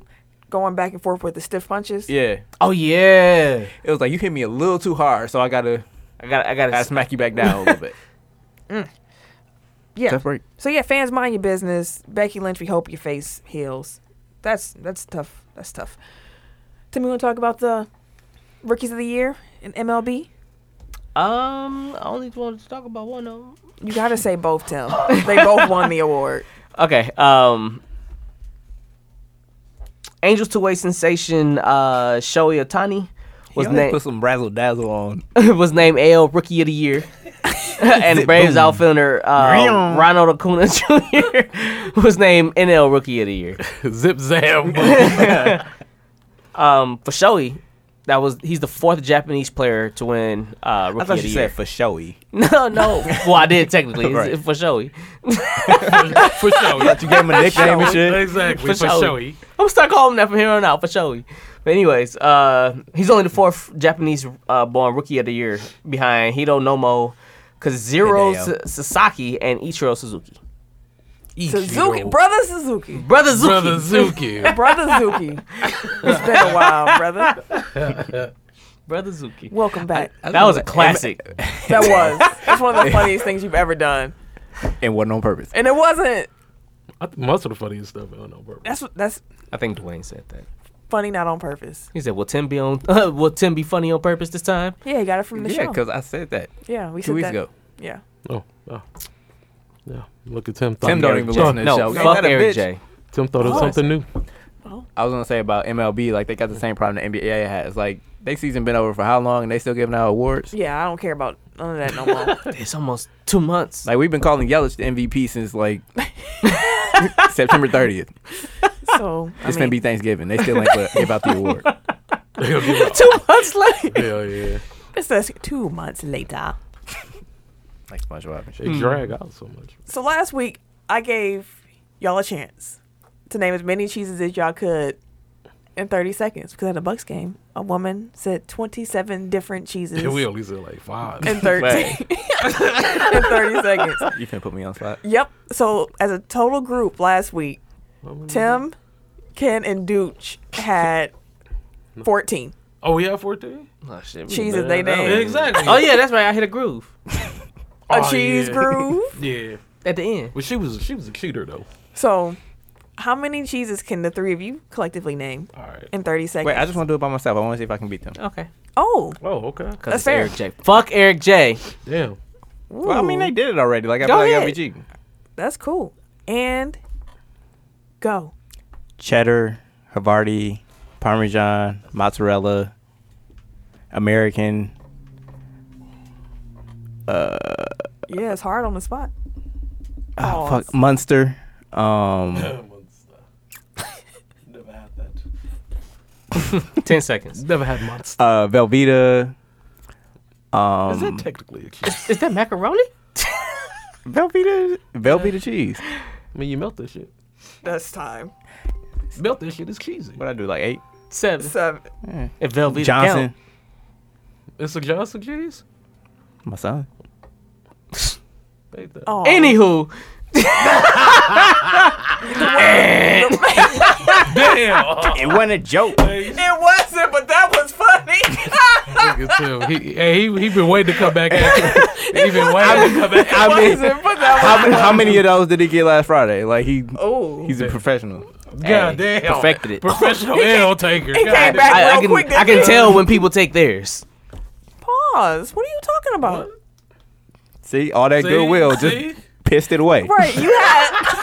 S3: going back and forth with the stiff punches.
S4: Yeah.
S1: Oh yeah,
S4: It was like you hit me a little too hard, so I gotta
S1: I got I got
S4: I
S1: to
S4: smack you back down a little <laughs> bit.
S3: Yeah.
S4: Tough break.
S3: So yeah, fans mind your business. Becky Lynch, we hope your face heals. That's that's tough. That's tough. Timmy, want to talk about the rookies of the year in MLB?
S1: Um, I only wanted to talk about one of them.
S3: You gotta say both, Tim. they both won
S4: <laughs>
S3: the award.
S1: Okay. Um, Angels two way sensation uh, Shohei Otani
S4: He
S1: was
S4: always
S1: named
S4: put some razzle dazzle on.
S1: <laughs> was named AL Rookie of the Year, and the Braves outfielder uh,
S4: Vroom.
S1: Ronald Acuna <laughs> Jr. was named NL Rookie of the Year.
S2: <laughs> Zip zam.
S1: Um, for Shohei, that was he's the fourth Japanese player to win uh,
S4: I thought
S1: Rookie of the
S4: you
S1: Year.
S4: said for showy.
S1: no, no. <laughs> Well, I did technically <laughs> It's-
S4: Right.
S1: it's for Shohei.
S2: for sure.
S4: You gave him <laughs> a nickname and shit.
S2: Exactly. For,
S1: For sure.
S2: sure.
S1: I'm gonna start calling him that from here on out for sure. But anyways, uh, he's only the fourth Japanese-born rookie of the year behind Hito Nomo, Kazuhiro
S4: Hideo.
S1: S- Sasaki, and Ichiro Suzuki.
S3: Suzuki, brother Suzuki,
S1: Brother Suzuki.
S2: Brother
S3: <laughs>
S2: Zuki.
S3: brother Suzuki. it's been a while, brother.
S1: <laughs> Brother Suzuki.
S3: Welcome back.
S1: That was a classic.
S3: that was. That's one of the funniest things you've ever done,
S4: And wasn't on purpose.
S3: and it wasn't.
S2: I think most of the funniest stuff I don't know, bro.
S3: That's that's
S1: I think Dwayne said that.
S3: funny, not on purpose.
S1: He said, "Will Tim be on? <laughs> will Tim be funny on purpose this time?"
S3: Yeah, he got it from the
S4: Yeah,
S3: show.
S4: because I said that
S3: yeah, we
S4: two
S3: said
S4: weeks
S3: that.
S4: ago.
S3: Yeah.
S2: Oh, oh. Yeah. Look at Tim.
S4: Tim
S2: thought-
S4: don't even
S2: Tim-
S4: listen to the
S1: No,
S4: show.
S1: fuck
S4: Ain't that a
S1: Eric
S4: bitch?
S1: J.
S2: Tim thought it was
S3: Oh.
S2: something new. <laughs>
S4: I was gonna say about MLB, like they got the same problem the NBA has. Like they season been over for how long and they still giving out awards.
S3: Yeah, I don't care about none of that no
S4: <laughs>
S3: more.
S1: It's almost two months.
S4: Like we've been calling Yelich the MVP since <laughs> like September 30th.
S3: so I
S4: It's
S3: mean,
S4: gonna be Thanksgiving. They still ain't gonna give out the award.
S2: They'll give up.
S3: <laughs> two months later.
S2: Hell yeah.
S3: It's just two months later.
S4: Like SpongeBob and shit.
S2: They drag out so much.
S3: So last week I gave y'all a chance to name as many cheeses as y'all could in 30 seconds because at the Bucks game, a woman said 27 different cheeses
S2: Yeah, we only said like five.
S3: in 30 <laughs> in 30 seconds.
S4: You can put me on spot.
S3: Yep. So as a total group last week,
S4: Mm-hmm.
S3: Tim, Ken, and Dooch had 14
S2: Oh, we have 14?
S1: Oh, shit, we-
S3: cheeses they named.
S2: Exactly.
S1: Oh yeah, that's right. I hit a groove
S3: A
S2: Oh,
S3: cheese
S2: yeah.
S3: groove.
S4: <laughs>
S2: Yeah.
S1: at the end.
S2: Well, she was she was a cheater though.
S3: So, how many cheeses can the three of you collectively name
S2: All right.
S3: in 30 seconds?
S4: Wait, I just want to do it by myself. I want to see if I can beat them.
S1: Okay.
S3: oh,
S2: Oh, okay.
S1: 'Cause
S3: That's
S1: it's
S3: fair.
S1: Eric J. Fuck Eric
S2: <laughs>
S1: J.
S2: Damn.
S4: Well, I mean, they did it already. Like I
S1: Go
S4: feel like
S1: ahead.
S4: I'll be cheating.
S3: that's cool. And go.
S4: Cheddar, Havarti, Parmesan, mozzarella, American.
S3: Yeah, it's hard on the spot.
S4: Oh,
S3: Pause.
S4: fuck, Munster. Um,
S2: Never had that.
S1: Ten seconds.
S2: Never had monster.
S4: uh, Velveeta. Um,
S2: Is that technically
S1: <laughs>
S2: a cheese?
S1: Is that macaroni?
S4: Velveeta, Velveeta cheese.
S2: I mean, you melt this shit.
S3: That's time.
S2: Melt this shit is cheesy.
S4: What I do? Like eight.
S1: Seven.
S3: Seven.
S1: If Velveeta
S4: Johnson,
S1: count.
S2: It's a Johnson cheese.
S4: my son.
S2: Ain't that-
S3: Oh,
S1: Anywho,
S2: Damn. Oh,
S4: It wasn't a joke.
S3: it wasn't, but that was funny. <laughs>
S2: Look at him. He, hey, he he been waiting to come back. At you. he been waiting to come back. At
S4: I mean,
S3: but that
S4: how, many- how many of those did he get last Friday? Like he,
S3: oh,
S4: he's a professional.
S2: you. God
S1: Hey,
S2: damn.
S1: perfected it.
S2: Professional L taker. God
S3: came
S2: damn.
S3: back.
S1: I, I
S3: Real
S1: can,
S3: quick,
S1: I can
S3: didn't you?
S1: tell when people take theirs.
S3: pause. What are you talking about?
S4: See, all that
S2: See?
S4: goodwill just
S2: See?
S4: pissed it away.
S3: Right, you had.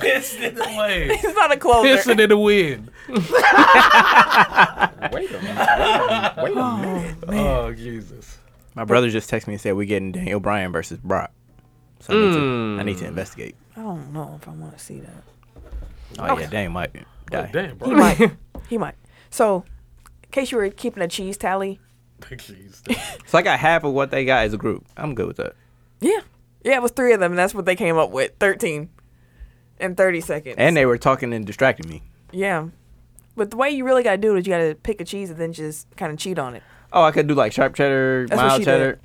S2: Pissed it away.
S3: It's not a closer.
S2: Pissing in the <laughs> wind.
S6: Wait a minute. Wait a minute.
S2: Oh Jesus.
S4: My brother just texted me and said we're getting Daniel Bryan versus Brock. So I, need to, I need to investigate.
S3: I don't know if I want to see that.
S4: Oh yeah, Daniel might die.
S2: Damn,
S3: He
S2: bro.
S3: might. He might. So, in case you were keeping a cheese tally,
S2: <laughs> Jeez.
S4: So I got half of what they got as a group. I'm good with that.
S3: yeah, yeah, it was three of them, and that's what they came up with: thirteen and thirty seconds.
S4: And they were talking and distracting me.
S3: yeah, but the way you really gotta do it is you gotta pick a cheese and then just kind of cheat on it.
S4: Oh, I could do like sharp cheddar,
S3: That's what
S4: mild
S3: she
S4: cheddar.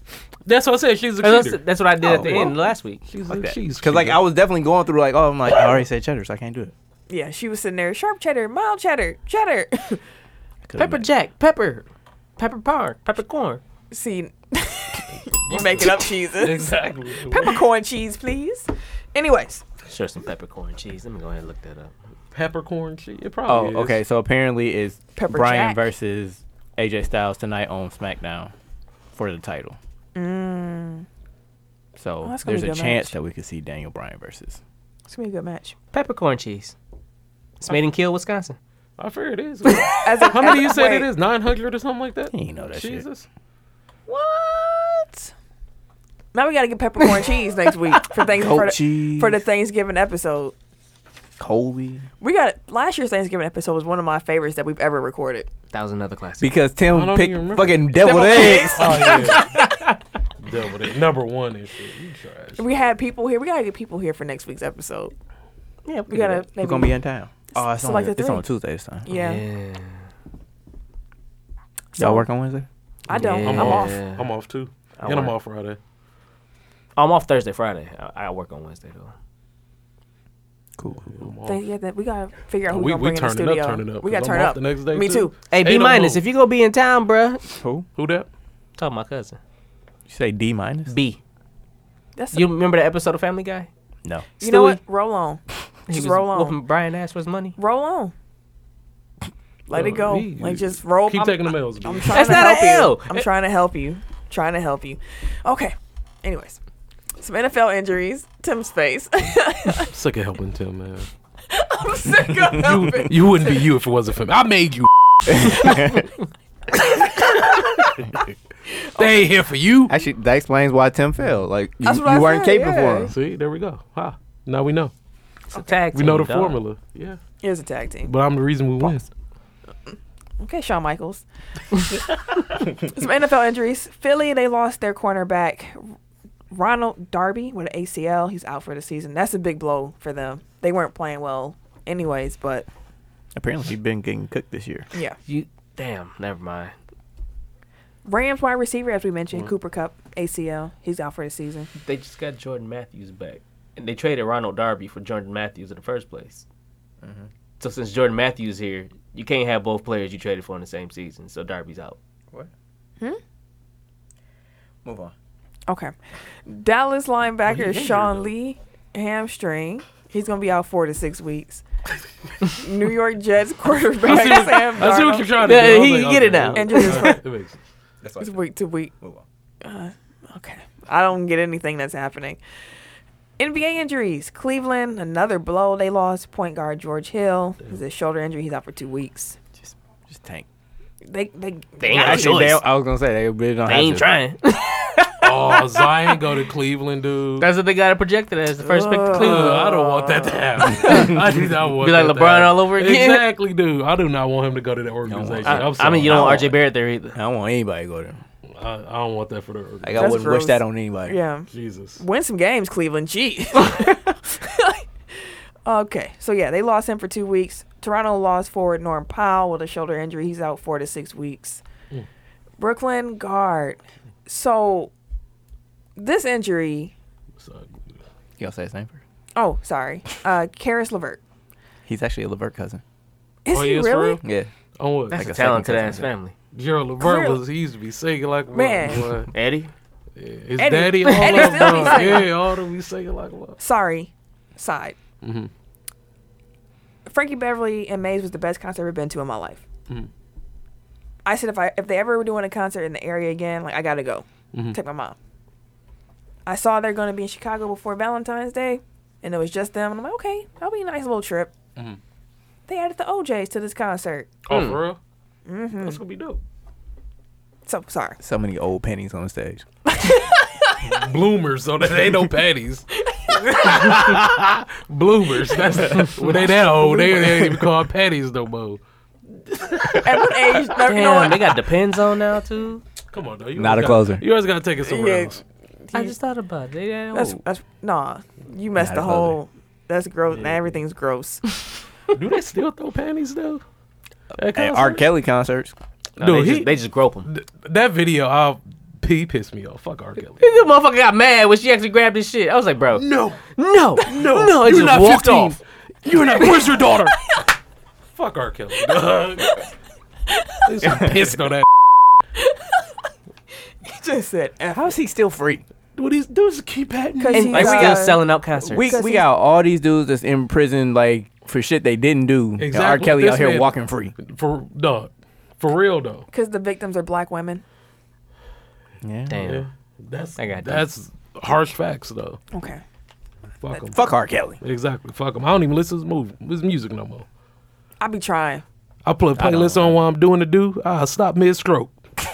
S2: That's what I said. She's a
S1: That's,
S2: cheater.
S1: that's what I did at the
S4: well.
S1: end last week.
S2: She's
S4: Like
S2: a
S4: that.
S2: cheese.
S4: Because like
S2: cheater.
S4: I was definitely going through like, oh, I'm like, I already said cheddar, so I can't do it.
S3: Yeah, she was sitting there, sharp cheddar, mild cheddar, cheddar. <laughs>
S4: Could've
S1: Pepper
S4: made it.
S1: jack, pepper, pepper par, peppercorn.
S3: See, <laughs> we're making up cheeses.
S2: exactly.
S3: Peppercorn cheese, please. Anyways,
S1: Sure, some peppercorn cheese. Let me go ahead and look that up.
S2: Peppercorn cheese. It
S4: Oh,
S2: probably. is.
S4: okay. So apparently it's
S3: Pepper
S4: Bryan
S3: Jack.
S4: versus AJ Styles tonight on SmackDown for the title. Mm. So
S3: that's gonna
S4: there's
S3: be
S4: a
S3: a good
S4: chance
S3: match.
S4: that we could see Daniel Bryan versus.
S3: it's gonna be a good match.
S1: Peppercorn cheese. It's made in Kill, Wisconsin.
S2: I fear it is.
S3: As a,
S2: How many
S3: as
S2: you
S3: a-
S2: said it
S3: wait,
S2: is? Nine hundred or something like that.
S4: You know that shit.
S2: Jesus.
S3: What? Now we gotta get peppercorn cheese next week for things
S4: Goat
S3: for the,
S4: cheese.
S3: for the Thanksgiving episode.
S4: Colby.
S3: We got last year's Thanksgiving episode was one of my favorites that we've ever recorded.
S1: That was another classic.
S4: Because
S2: I
S4: Tim
S2: don't
S4: picked
S2: even remember.
S4: fucking deviled eggs. <laughs>
S2: Oh yeah. <laughs> Double that. Number one and shit. You trash.
S3: We had people here. We gotta get people here for next week's episode.
S1: Yeah,
S3: We gotta
S4: We're
S3: maybe
S4: gonna be in town. Oh, it's,
S3: so
S4: on,
S3: like the
S4: it's on
S3: three.
S4: Tuesday this time.
S3: yeah.
S1: Yeah.
S4: Y'all work on Wednesday?
S3: I don't.
S1: Yeah.
S3: I'm off.
S1: Yeah.
S2: I'm off too.
S1: I
S2: and I'm
S1: work.
S2: off Friday.
S1: I'm off Thursday, Friday. I, I work on Wednesday though.
S4: Cool, cool, cool.
S3: Thank yeah, that we gotta figure out who
S2: We-
S3: we, gonna
S2: we
S3: bring in the
S2: turning up,
S3: studio.
S2: turning up,
S3: we
S2: 'cause
S3: gotta
S2: I'm
S3: turn
S2: off
S3: up.
S2: the next day,
S3: Me
S2: too.
S3: too.
S1: Hey, B
S2: Ain't no
S1: minus.
S2: move.
S1: If you go be in town, bruh,
S4: Who?
S2: Who that?
S1: talk to my cousin.
S4: You say D minus?
S1: B.
S3: That's
S1: You remember that episode of Family Guy?
S4: No.
S3: you know
S1: Stewie.
S3: what? Roll on.
S1: <laughs> He
S3: Just
S1: was
S3: roll on.
S1: whooping Brian ass for his money.
S3: Roll on. Let it
S2: Uh,
S3: go.
S2: me.
S3: Like just roll.
S2: Keep
S3: Oh, I'm-
S2: taking the mails. <laughs>
S3: I'm
S2: dude.
S3: trying
S1: That's
S3: to
S1: not a
S3: help you.
S1: L.
S3: I'm trying to help you. Trying to help you. Okay. Anyways, some NFL injuries. Tim's face. <laughs>
S2: Sick of helping Tim, man.
S3: I'm sick of helping.
S2: <laughs> You wouldn't be you if it wasn't for me. I made you. <laughs> they ain't here for you.
S4: Actually, that explains why Tim failed. Like you,
S3: That's what I
S4: you weren't
S3: said,
S4: capable
S3: yeah.
S4: for him.
S2: See, there we go. Ha. Now we know.
S1: It's a tag
S2: We know the
S1: team, dog.
S2: formula. Yeah.
S3: Here's a tag team.
S2: But I'm the reason we win.
S3: Okay, Shawn Michaels. <laughs> some NFL injuries. Philly, they lost their cornerback Ronald Darby with an ACL. He's out for the season. That's a big blow for them. They weren't playing well, anyways. But
S4: Apparently, he's been getting cooked this year.
S3: yeah,
S1: You damn, never mind.
S3: Rams wide receiver, as we mentioned,
S2: Mm.
S3: Cooper Cup ACL. He's out for the season.
S1: They just got Jordan Matthews back, and they traded Ronald Darby for Jordan Matthews in the first place.
S2: Mm-hmm.
S1: So since Jordan Matthews here, you can't have both players you traded for in the same season. So Darby's out.
S4: Move on.
S3: Okay. Dallas linebacker Sean Lee, hamstring. He's going to be out four to six
S2: <laughs>
S3: weeks. New York Jets quarterback Sam
S2: I see what
S3: Darnold
S2: you're trying to
S1: Yeah,
S2: do. I was
S1: he
S2: like,
S1: can get it
S2: okay,
S1: now.
S2: okay,
S3: And
S2: <laughs>
S3: just-
S2: alright, that makes sense.
S3: is week to week.
S4: Move on.
S3: Okay. I don't get anything that's happening. NBA injuries. Cleveland, another blow. They lost point guard George Hill. It's a shoulder injury. He's out for two weeks.
S4: Just, just tank.
S3: They they
S1: They ain't got a
S4: Actually, they,
S1: choice.
S4: I was gonna say they really don't
S1: They
S4: have
S1: <laughs> ain't
S4: to.
S1: trying.
S2: Oh, Zion go to Cleveland, dude.
S1: That's what they got it projected as the first pick to
S2: Uh,
S1: Cleveland.
S2: I don't want that to happen. <laughs> I do not want
S1: Be like
S2: that to
S1: LeBron
S2: happen.
S1: all over again?
S2: Exactly, dude. I do not want him to go to that organization.
S1: I,
S2: I'm sorry.
S1: I mean, you don't
S4: I
S1: want
S4: don't-
S1: RJ Barrett there either.
S4: I don't want anybody to go there.
S2: I, I don't want that for the organization.
S4: Like I
S3: That's
S4: wouldn't
S3: gross.
S4: wish that on anybody.
S3: yeah.
S2: Jesus.
S3: Win some games,
S4: <laughs>
S3: Cleveland. Gee. <laughs> okay. So yeah, they lost him for two weeks. Toronto lost forward Norm Powell with a shoulder injury. He's out four to six weeks.
S4: Hmm.
S3: Brooklyn guard. So this injury
S2: So,
S4: You gonna say his name first?
S3: oh, sorry. Uh Karis Levert.
S4: He's actually a Levert cousin.
S3: Is
S2: Oh,
S3: he
S2: he is for
S3: really?
S2: real?
S4: Yeah.
S2: on Oh, what?
S1: That's
S4: a
S1: a talented
S4: second
S1: ass family.
S2: Gerald Levert
S3: Clearly.
S2: was he used to be singing like
S3: Man.
S2: Love. boy.
S1: Eddie,
S3: <laughs>
S2: Yeah, his
S3: Eddie-
S2: daddy all
S3: Eddie
S2: of
S3: still be
S2: them.
S3: singing.
S2: Yeah, all of them be singing like love.
S3: Sorry. Side. Frankie Beverly and Maze was the best concert I've ever been to in my life. I said if I if they ever were doing a concert in the area again, like I gotta go. Take my mom. I saw they're going to be in Chicago before Valentine's Day, and it was just them. And I'm like, okay, that'll be a nice little trip. They added the OJ's to this concert.
S2: Oh, for real? Mm-hmm. That's gonna be dope.
S3: So sorry.
S4: So many old pennies on stage.
S2: bloomers so that ain't
S3: <laughs>
S2: no patties. bloomers. That's well, they that old. They, they ain't even called patties no more.
S3: At what age? <laughs> No, you know
S1: Damn,
S3: what?
S1: they got the pins on now too.
S2: Come on, though. You
S4: Not
S2: always
S4: a
S2: gotta-
S4: closer.
S2: You always gotta take it somewhere
S3: Yeah.
S2: else.
S1: I just thought about it. They ain't
S3: That's
S1: old.
S3: that's nah. You messed
S4: Not
S3: the
S4: a bother.
S3: whole. That's gross. Now everything's <laughs> gross.
S2: Do they still throw panties though? At
S4: At
S2: concerts?
S4: R. Kelly concerts.
S1: No,
S2: dude,
S1: they,
S2: he-
S1: just, they just grope them.
S2: that video, I'll, he pissed me off. Fuck R.
S3: <laughs>
S2: Kelly.
S1: This motherfucker got mad when she actually grabbed his shit. I was like, bro,
S2: No,
S4: <laughs>
S1: no, no, no. It just
S2: you're not
S1: walked
S2: 15.
S1: off.
S2: You're not. Where's your
S4: <laughs>
S2: daughter? Fuck R. Kelly.
S3: <laughs>
S2: dog. They so pissed on that.
S3: just said F.
S4: How is he still free?
S2: Dude, these dudes keep patting.
S3: Cause
S1: And
S3: he's,
S1: like still
S3: uh,
S1: selling out concerts.
S4: We we got all these dudes that's in prison like for shit they didn't do. And R.
S2: Exactly.
S4: Kelly
S2: This
S4: out here
S2: man-
S4: walking free.
S2: For dog. For real though.
S3: Because the victims are black women.
S4: Yeah.
S1: Damn.
S2: That's
S1: I got that.
S2: that's harsh facts though.
S3: Okay.
S2: Fuck 'em.
S4: Fuck R. Kelly.
S2: Exactly. Fuck 'em. I don't even listen to his movie, his music no more.
S3: I be <laughs> trying.
S2: I play playlists on while I'm doing the do. I stop mid stroke
S4: <laughs>
S2: and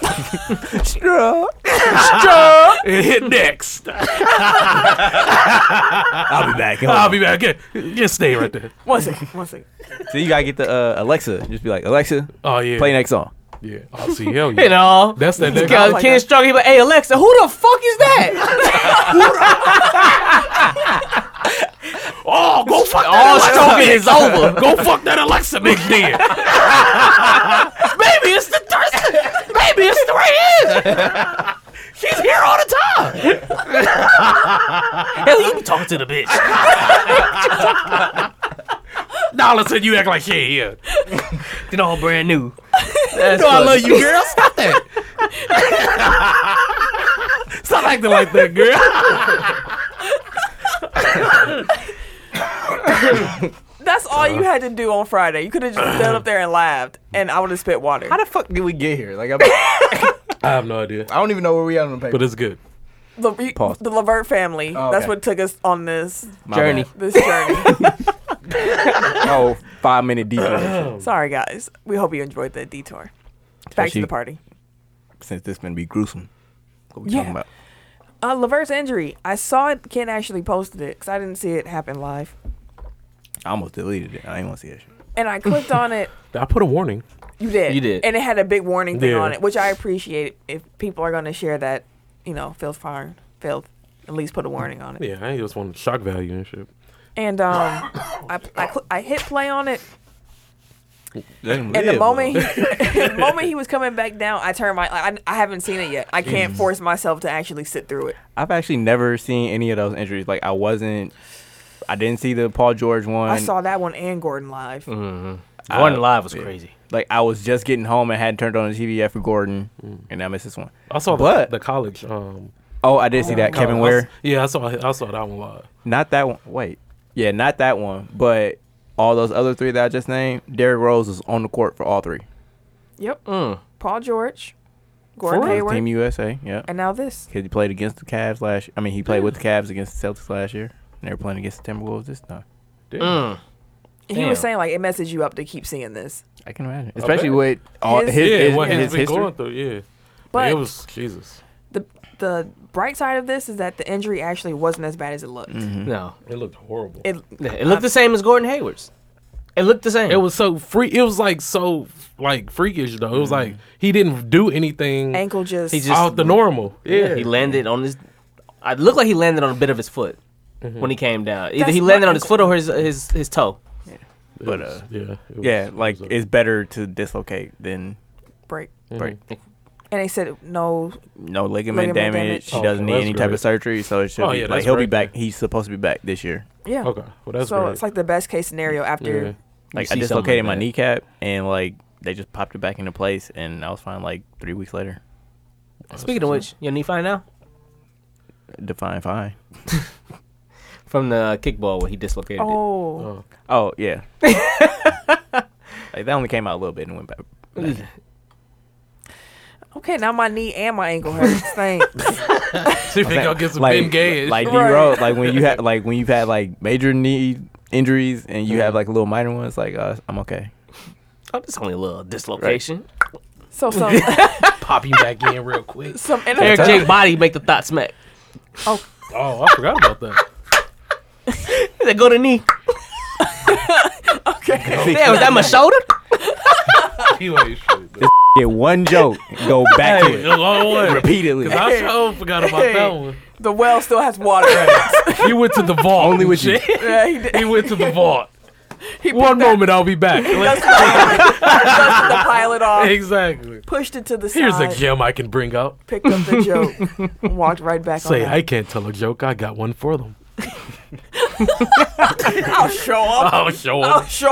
S2: hit next.
S4: I'll be back.
S2: <laughs> I'll be back. Yeah, Just stay right there.
S3: One second. One second.
S4: So you gotta get the uh, Alexa. Just be like Alexa,
S2: Oh yeah.
S4: play next
S2: <laughs>
S4: uh, song.
S2: Yeah. Oh
S4: <laughs>
S2: see. Hell
S1: you
S2: yeah.
S1: know,
S2: That's that nigga.
S1: Because
S3: like
S1: Ken
S3: that.
S1: Strong, he like, hey Alexa, who the fuck is
S2: <laughs>
S1: that?
S2: Oh,
S4: <laughs>
S2: go fuck
S1: All
S2: that
S1: stroking is over.
S2: Alexa. Go fuck that Alexa bitch then.
S1: Maybe it's the thirst. Maybe it's the way it is. She's here all the time. <laughs> Hell, you be talking to the bitch.
S2: Now all of a sudden you act like she ain't here.
S1: You know, I'm brand new. That's
S2: No, I
S1: funny.
S2: love you, girl. Stop that. Stop acting like that, girl. <laughs>
S3: That's all you had to do on Friday. You could have just stood up there and laughed, and I would have spit water.
S4: How the fuck did we get here? Like I'm, I
S2: I have no idea,
S4: don't even know where we at on the paper.
S2: but it's good.
S3: The, you-
S4: Pause.
S3: the Levert family.
S4: Oh,
S3: That's
S4: okay.
S3: what took us on this
S4: My
S1: Journey.
S4: bad.
S3: <laughs> this journey.
S4: Oh, five minute
S2: <laughs>
S4: detour.
S3: Sorry, guys. We hope you enjoyed the detour. Back to
S4: Especially-
S3: the party.
S4: Since this gonna be gruesome. What we
S3: Yeah.
S4: talking about?
S3: Uh, Levert's injury. I saw it. Ken actually posted it because I didn't see it happen live,
S4: I almost deleted it. I didn't want to see that shit.
S3: and I clicked on it.
S2: I put a warning.
S3: You did.
S1: You did.
S3: And it had a big warning thing
S2: Yeah.
S3: on it, which I appreciate. If people are going to share that, you know, feels fine. Feel at least put a warning on it.
S2: Yeah, I just want shock value and shit.
S3: And um, <coughs> I I, cl- I hit play on it.
S4: Let
S3: And the moment he, <laughs> the moment he was coming back down, I turned my. I, I haven't seen it yet. I
S2: Mm.
S3: can't force myself to actually sit through it.
S4: I've actually never seen any of those injuries. Like I wasn't. I didn't see the Paul George one.
S3: I saw that one and Gordon live.
S2: Mm.
S1: Going live was crazy.
S4: Like I was just getting home and hadn't turned on the TV yet for Gordon,
S2: Mm.
S4: and I missed this one.
S2: I saw
S4: But-
S2: the, the college. Um,
S4: Oh, I did see that Kevin
S2: college-
S4: Ware.
S2: Yeah, I saw. I saw that one live.
S4: Not that one. Wait, yeah, not that one. But all those other three that I just named, Derrick Rose was on the court for all three.
S3: Yep. Paul George, Gordon
S2: Mm. For real?
S3: Hayward,
S4: Team USA. Yeah,
S3: and now this.
S4: because he played against the Cavs last. I mean, he played with the Cavs against the Celtics last year. And they're playing against the Timberwolves this time.
S2: Damn.
S3: And He was
S1: Damn.
S3: saying like it messes you up to keep seeing this,
S4: I can imagine, especially
S2: bet.
S4: with all
S3: His-
S4: his,
S2: Yeah,
S4: his,
S2: what
S4: his
S2: he's been
S4: history.
S2: going through. Yeah,
S3: but
S2: it was Jesus.
S3: the the bright side of this is that the injury actually wasn't as bad as it looked.
S1: No,
S2: It looked horrible. It,
S3: It
S1: it looked the same as Gordon Hayward's. It looked the same.
S2: was so free. It was like so like freakish though. It was like he didn't do anything
S3: ankle just,
S1: He just-
S2: out the normal. Yeah,
S1: He landed on his. It looked like he landed on a bit of his foot when he came down. Either
S3: That's
S1: he
S3: my
S1: landed on his
S3: ankle.
S1: foot or his his his toe.
S4: But uh,
S2: yeah, it was-
S4: yeah,
S2: it was
S4: like
S2: a- mm.
S4: it's better to dislocate than
S3: break.
S2: Mm-hmm.
S4: break.
S3: And they said no.
S4: No ligament,
S3: Ligament
S4: damage.
S3: damage.
S4: He
S2: Oh,
S4: doesn't need
S2: that's
S4: any type
S2: great.
S4: of surgery, so it should
S2: Oh,
S4: be,
S2: yeah,
S4: like
S2: that's
S4: he'll be
S2: great.
S4: back. He's supposed to be back this year.
S3: Yeah.
S2: okay. Well, that's
S3: so
S2: great.
S3: it's like the best case scenario after.
S2: Yeah.
S4: Like I
S1: see something
S4: dislocated
S1: like
S4: my
S1: that.
S4: kneecap, and like they just popped it back into place, and I was fine like three weeks later.
S1: Speaking of which, your knee fine now
S4: Define fine.
S1: from the kickball where he dislocated
S2: Oh.
S3: Oh,
S4: Oh <laughs> yeah. like that only came out a little bit and went back.
S1: it.
S3: Okay, now my knee and my ankle
S2: <laughs>
S3: hurts. Thanks.
S2: See if they go get some Ben Gage. <laughs>
S4: like D
S3: Right.
S4: Road, like when <laughs> you had like when you've had like major knee injuries and you have like little minor ones, like uh, I'm <laughs> okay.
S1: Oh, it's only a little dislocation.
S3: So some
S2: pop him back in real quick.
S3: <laughs> some
S1: Eric
S3: NFL
S1: J. Body make the thought smack.
S2: Oh, I forgot about that. <laughs>
S1: They go to knee.
S4: <laughs>
S3: okay.
S1: Yeah, was that my shoulder?
S2: He ain't shit. though.
S4: Get one joke, <laughs> go back
S2: Hey,
S4: to it
S2: the long
S4: <laughs>
S2: one. <laughs>
S4: repeatedly.
S2: I sure forgot about that one.
S3: The well still has water. in it.
S2: He went to the vault. Only with you.
S3: <laughs> yeah,
S2: <laughs>
S3: he did.
S2: he went to the vault.
S3: He
S2: One
S3: picked that-
S2: moment, I'll be back. Like,
S3: dusted the pilot off,
S2: exactly.
S3: pushed it to the side,
S2: Here's a gem I can bring up.
S3: picked up
S2: <laughs>
S3: the joke, and walked right back.
S2: Say,
S3: on
S2: I can't tell a joke. I got one for them.
S3: <laughs> I'll show them.
S2: <laughs> Oh, show him.
S3: I'll show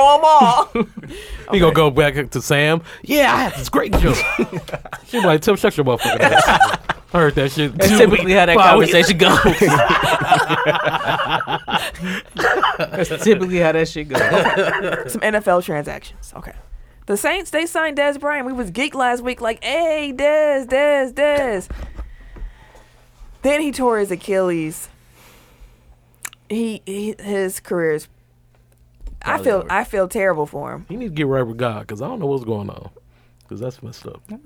S3: them all.
S2: <laughs> He gonna go back to Sam. Yeah, I had this great <laughs> joke. she be like, Tim, shut your motherfucking ass. I heard that shit.
S1: That's
S2: two
S1: typically how that
S2: Wow.
S1: conversation goes. That's <laughs> typically how that shit goes.
S3: Some NFL transactions. Okay. The Saints, they signed Dez Bryant. We was geeked last week like, hey, Dez, Dez, Dez. Then he tore his Achilles. He, he his career is I feel I feel terrible for him.
S2: He need to get right with God because I don't know what's going on. Because that's messed up.
S4: Yeah,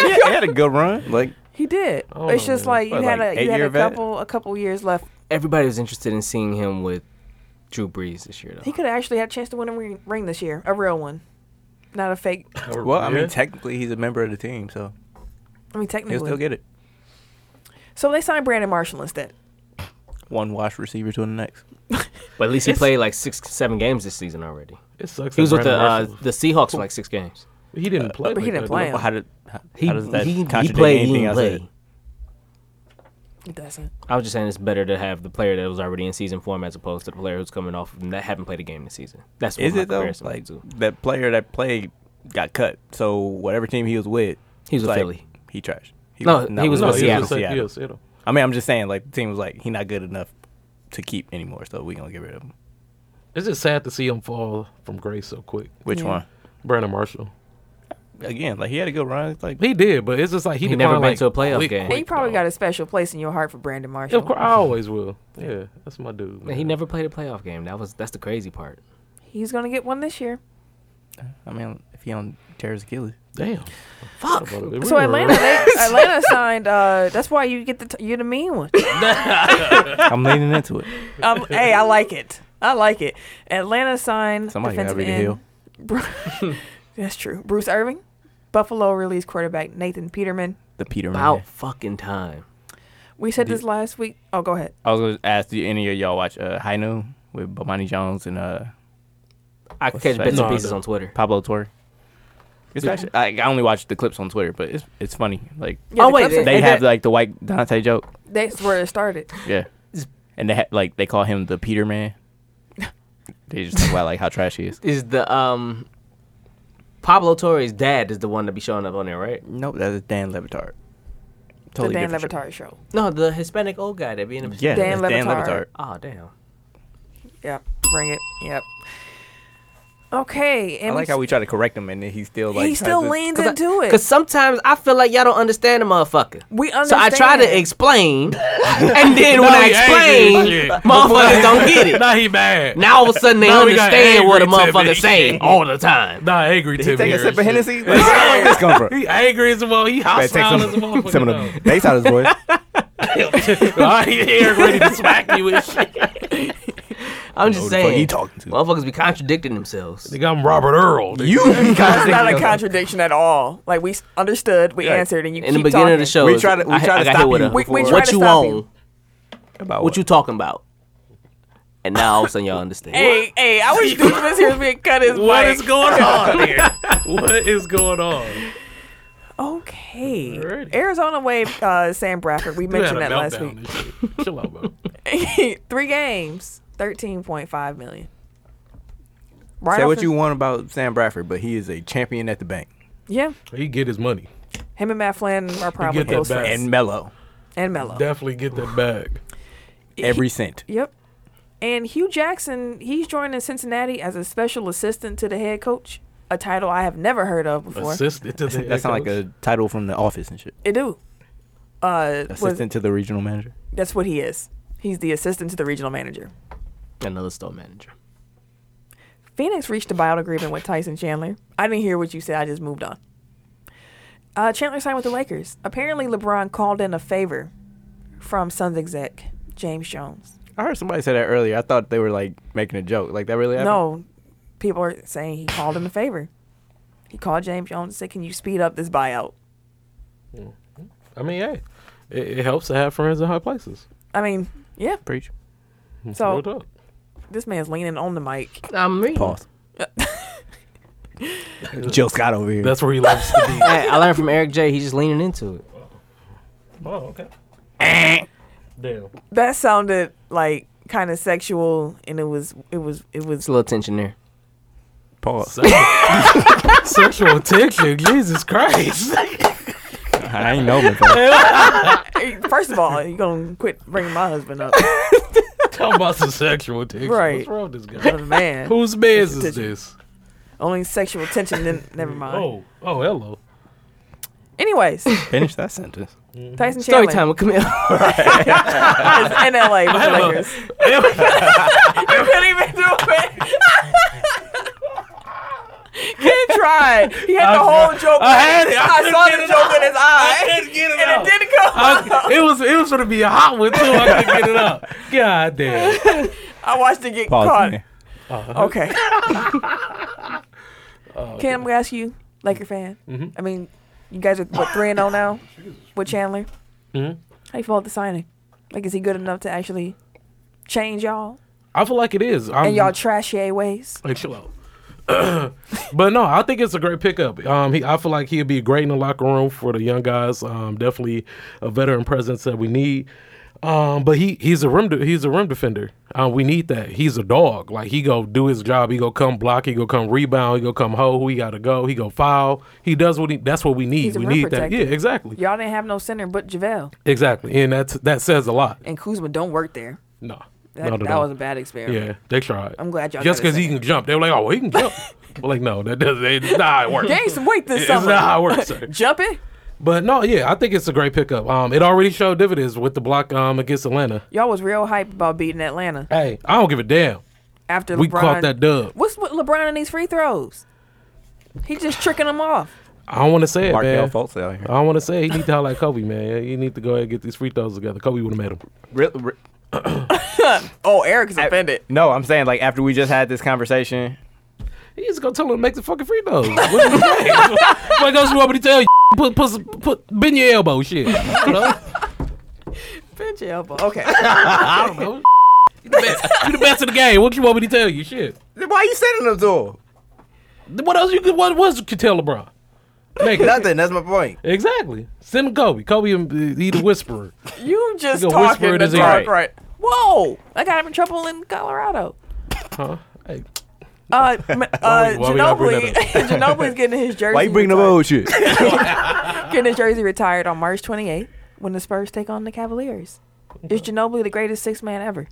S4: he had a good run. Like
S3: He did.
S2: Oh,
S3: it's just
S2: man.
S3: like you
S4: What,
S3: had
S4: like
S3: a you had
S4: eight-year
S3: a
S4: vet?
S3: couple a couple years left.
S1: Everybody was interested in seeing him with Drew Brees this year,
S3: He
S1: though.
S3: could have actually had a chance to win a ring, ring this year, a real one, not a fake.
S4: well, I
S2: Yeah.
S4: mean technically he's a member of the team, so
S3: I mean,
S4: he'll
S3: technically,
S4: still get it.
S3: so they signed Brandon Marshall instead.
S4: One wash receiver to the next.
S1: But at least he
S2: It's-
S1: played like six, seven games this season already.
S2: it sucks.
S1: He was
S2: that
S1: with the
S2: Brandon
S1: uh,
S2: Marshall-
S1: the Seahawks for like six games.
S2: he didn't play.
S3: but he
S2: like
S3: didn't
S2: that,
S3: play
S2: though.
S4: Well, how did how,
S1: He
S4: how does that
S1: he, he
S4: contradict
S1: played. He
S4: anything
S1: didn't
S4: I
S1: play.
S4: said?
S3: It doesn't.
S1: I was just saying it's better to have the player that was already in season form as opposed to the player who's coming off and that haven't played a game this season. That's what
S4: Is
S1: my
S4: it though?
S1: comparison
S4: Like
S1: to.
S4: that player that played got cut. So whatever team he was with,
S1: He was with
S4: like,
S1: Philly.
S4: He trashed. He
S1: No, he was
S2: No,
S1: with
S2: he
S1: Seattle.
S2: was with
S4: Seattle.
S2: he was Seattle.
S4: I mean, I'm just saying, like the team was like, he not good enough to keep anymore, so we gonna get rid of him.
S2: It's just sad to see him fall from grace so quick.
S4: Which
S3: Yeah.
S4: one?
S2: Brandon Marshall.
S4: Again, like he had a good run. It's Like
S2: He did, but it's just like he,
S1: He never
S2: declined,
S1: been
S2: like,
S1: to a playoff
S2: quick,
S1: game.
S3: And you
S2: quick,
S3: probably
S2: though.
S3: got a special place in your heart for Brandon
S2: Yeah,
S3: Marshall.
S2: Of course, I always will. Yeah, that's my dude.
S1: And
S2: Man.
S1: he never played a playoff game. That was that's the crazy part.
S3: He's gonna get one this year.
S4: I mean, if he don't tear his Achilles,
S2: Damn.
S1: Fuck.
S3: So Atlanta, they, Atlanta signed. Uh, that's why you get the t- you're the mean one.
S4: I'm leaning into it.
S3: Um, hey, I like it. I like it. Atlanta signed
S4: Somebody gotta
S3: defensive
S4: be the
S3: end.
S4: heel.
S3: Bru- <laughs> that's true. Bruce Irving, Buffalo released quarterback Nathan Peterman.
S4: <laughs> The Peter
S1: About fucking time.
S3: We said this last week. Oh, go ahead.
S4: I was gonna ask, do any of y'all watch uh, High Noon with Bomani Jones and uh,
S1: I could catch
S4: that?
S1: bits
S2: No,
S1: and pieces
S2: no.
S1: on Twitter.
S4: Pablo Torre? It's actually I, I only watch the clips on Twitter, but it's it's funny. Like
S3: Yeah,
S1: Oh,
S3: the
S1: wait,
S3: Clemson-
S4: they
S1: and
S4: have
S1: that-
S4: like the white Dante joke,
S3: That's where it started.
S4: yeah, and they ha- like they call him the Peter <laughs> Man. They just talk about like how trash he is.
S1: Is the um Pablo Torre's dad is the one to be showing up on there, right?
S4: Nope, that is Dan Levitard.
S3: the Dan
S4: different show.
S3: Levitard show.
S1: No, the Hispanic old guy that be in the
S4: Yeah,
S3: Dan
S4: that's Dan Levitard.
S3: Levitard.
S1: Oh damn.
S3: Yep. Bring it. Yep. Okay. And
S4: I like
S3: we,
S4: how we try to correct him, and then he still like
S3: he still
S4: tries to-
S3: leans
S1: Cause,
S3: into
S1: I-
S3: it.
S1: 'cause sometimes I feel like y'all don't understand a motherfucker.
S3: We
S1: So I
S3: understand.
S1: try to explain, and then when
S2: Now
S1: I
S2: he angry and
S1: explain,
S2: shit.
S1: motherfuckers don't get
S2: <laughs>
S1: it.
S2: Nah, he mad.
S1: Now all of a sudden they
S2: Now we got
S1: understand what a
S2: angry Timmy.
S1: motherfucker saying all the time.
S2: Nah, angry
S4: Did he
S2: Timmy.
S4: take a
S2: here
S4: sip of
S2: and shit. <laughs>
S4: Hennessy? Like, where did this come from?
S2: He angry as well. He
S4: Better take
S2: hostile as a
S4: some,
S2: motherfucker.
S4: some of
S2: now.
S4: the bass out of his voice.
S2: Nah,
S4: <laughs>
S2: he here <laughs> ready to smack you and shit.
S1: <laughs> I'm just
S4: Who the fuck
S1: saying,
S4: you talking to?
S1: motherfuckers be contradicting themselves.
S2: Nigga, I'm Robert Earl. nigga. <laughs>
S4: You
S3: That's not a contradiction at all. like we s- understood, we
S4: Yeah.
S3: answered, and you
S1: In the
S3: keep
S1: beginning
S3: talking.
S1: of the show,
S4: We try to- we
S1: I,
S4: try
S1: I
S4: to
S1: got
S4: stop
S1: hit with
S4: you
S1: a
S3: We- we try
S1: what
S3: to
S1: you
S3: stop
S1: on,
S3: you.
S4: about
S1: what you talking about, and now all of a sudden y'all understand.
S3: Hey, hey! I wish dude was here being cut his
S2: What
S3: mic.
S2: is going on here? What is
S4: <laughs>
S2: going on?
S3: Okay,
S2: Alrighty.
S3: Arizona waived uh, Sam Bradford. We
S2: You had
S3: mentioned
S2: a
S3: that last
S2: meltdown and shit. Chill
S4: <laughs>
S2: out, bro.
S3: week. <laughs> Three games, thirteen point five million. Right
S4: Say
S3: off
S4: what
S3: the-
S4: you want about Sam Bradford, but he is a champion at the bank.
S3: Yeah,
S2: He get his money.
S3: him and Matt Flynn are probably
S2: get that
S3: close
S2: back.
S3: friends.
S4: And mellow.
S3: And Mello.
S2: Definitely get that bag.
S4: Every cent.
S3: Yep. And Hugh Jackson, he's joining Cincinnati as a special assistant to the head coach. a title I have never heard of before.
S2: Assistant to the
S4: That sounds like
S2: echoes.
S4: a title from the office and shit.
S3: It do. Uh, was,
S4: Assistant to the regional manager.
S3: that's what he is. He's the assistant to the regional manager.
S1: Another store manager.
S3: Phoenix reached a buyout agreement with Tyson Chandler. I didn't hear what you said. I just moved on. Uh, Chandler signed with the Lakers. Apparently, LeBron called in a favor from Suns exec James Jones.
S4: I heard somebody say that earlier. I thought they were like making a joke. Like that really happened?
S3: No, people are saying he called in a favor. He called James Jones and said, "Can you speed up this buyout?"
S2: I mean, hey, it, it helps to have friends in high places.
S3: I mean, yeah. <laughs>
S4: Preach.
S2: Real
S3: So
S2: talk.
S3: this man's leaning on the mic.
S1: I'm reading.
S3: <laughs>
S4: Pause. Joe Scott over here.
S2: That's where he loves to be.
S1: I, I learned from Eric J. He's just leaning into it.
S2: Oh, okay.
S3: Eh.
S2: Damn.
S3: That sounded like kind of sexual, and it was, it was, it was
S1: It's a little tension there.
S4: Pause.
S2: <laughs> Sexual tension. Jesus <laughs> Christ.
S4: I ain't know before.
S3: Hey, First of all, you gonna quit bringing my husband up,
S2: Talk about some sexual tension.
S3: Right.
S2: What's wrong with this guy?
S3: man?
S2: <laughs> Whose man's is
S3: Tension.
S2: this?
S3: Only sexual tension. Then never mind.
S2: Oh, oh, <laughs> hello. <laughs>
S3: Anyways,
S4: Finish that
S3: <laughs>
S4: sentence.
S3: Tyson
S1: Story
S3: Chandler
S1: time with Camille.
S3: is in LA with the Lakers. you couldn't even do it. <laughs> Ken tried. He had the whole joke. I
S2: had it. I couldn't
S3: saw
S2: get
S3: the
S2: it
S3: joke
S2: out.
S3: in his eye,
S2: get
S3: and it didn't come. out.
S2: it was it was gonna be a hot one too. I couldn't get it <laughs> up. God damn.
S3: I watched it get
S4: Pause.
S3: caught. <laughs> Okay.
S2: Oh,
S3: Ken, I'm gonna ask you, Laker fan.
S2: Mm-hmm.
S3: I mean, you guys are what three
S2: <laughs>
S3: and zero now with Chandler.
S2: Mhm.
S3: How you feel about the signing? Like, is he good enough to actually change y'all
S2: I feel like it is. I'm,
S3: and y'all trashy ways?
S2: Like, chill out. <clears throat> but no, I think it's a great pickup. Um, he, I feel like he'd be great in the locker room for the young guys. Um, definitely a veteran presence that we need. Um, but he he's a rim de- he's a rim defender. Um, we need that. He's a dog. Like he go do his job. He go come block. He go come rebound. He go come hoe. who He gotta go. He go foul. He does what he. That's what we need.
S3: He's a
S2: we
S3: rim
S2: need that.
S3: protector.
S2: Yeah, exactly.
S3: Y'all didn't have no center but JaVale.
S2: Exactly. And that's that says a lot.
S3: And Kuzma don't work there.
S2: No.
S3: That,
S2: not at
S3: that
S2: all.
S3: was a bad experiment.
S2: Yeah, they tried.
S3: I'm glad y'all
S2: Just
S3: got it
S2: because he
S3: second.
S2: can jump, they were like, "Oh, well, he can
S3: <laughs>
S2: jump." but like, no, that doesn't. It's not how it works.
S3: Gain some weight this
S2: It's
S3: summer.
S2: not how <laughs> it works,
S3: <laughs>
S2: sir.
S3: Jumping?
S2: But no, yeah, I think it's a great pickup. Um, it already showed dividends with the block um against Atlanta.
S3: Y'all was real hype about beating Atlanta
S2: Hey, I don't give a damn.
S3: after
S2: We
S3: LeBron.
S2: caught that dub.
S3: What's with LeBron and these free throws? He just tricking them off.
S2: I don't want to say it,
S4: Markel
S2: man.
S4: Fultz out here.
S2: I don't want to say it. he need to holler at Kobe, man. He need to go ahead and get these free throws together. Kobe would have made them.
S4: Re- re-
S3: Oh, Eric's offended.
S4: no, I'm saying like after we just had this conversation,
S2: He just gonna tell him to make the fucking free throws. What do you think?
S3: <laughs>
S2: what else you want me to tell you? Put put some, put bend your elbow, shit. You know?
S3: Pinch your elbow. Okay.
S2: I don't know. You the best. You the best in the game. What you want me to tell you? Shit.
S4: why you sending them to him?
S2: What else you could? What was you could tell LeBron? Make it.
S4: Nothing. That's my point.
S2: exactly. Send him Kobe. Kobe and uh, he
S4: <laughs>
S2: the whisperer.
S3: You just
S2: You gonna whisper
S3: talking
S2: it
S3: to
S2: as he-
S3: talk, right? Whoa! I got him in trouble in Colorado.
S2: Huh? Hey,
S3: Uh, m-
S2: <laughs>
S3: uh,
S2: why we gotta bring
S3: Ginobili,
S2: that
S3: <laughs> Ginobili's getting his jersey.
S4: Why you bring up
S3: retired-
S4: old shit?
S3: <laughs> Getting his jersey retired on March 28th when the Spurs take on the Cavaliers. Is Ginobili the greatest six man ever?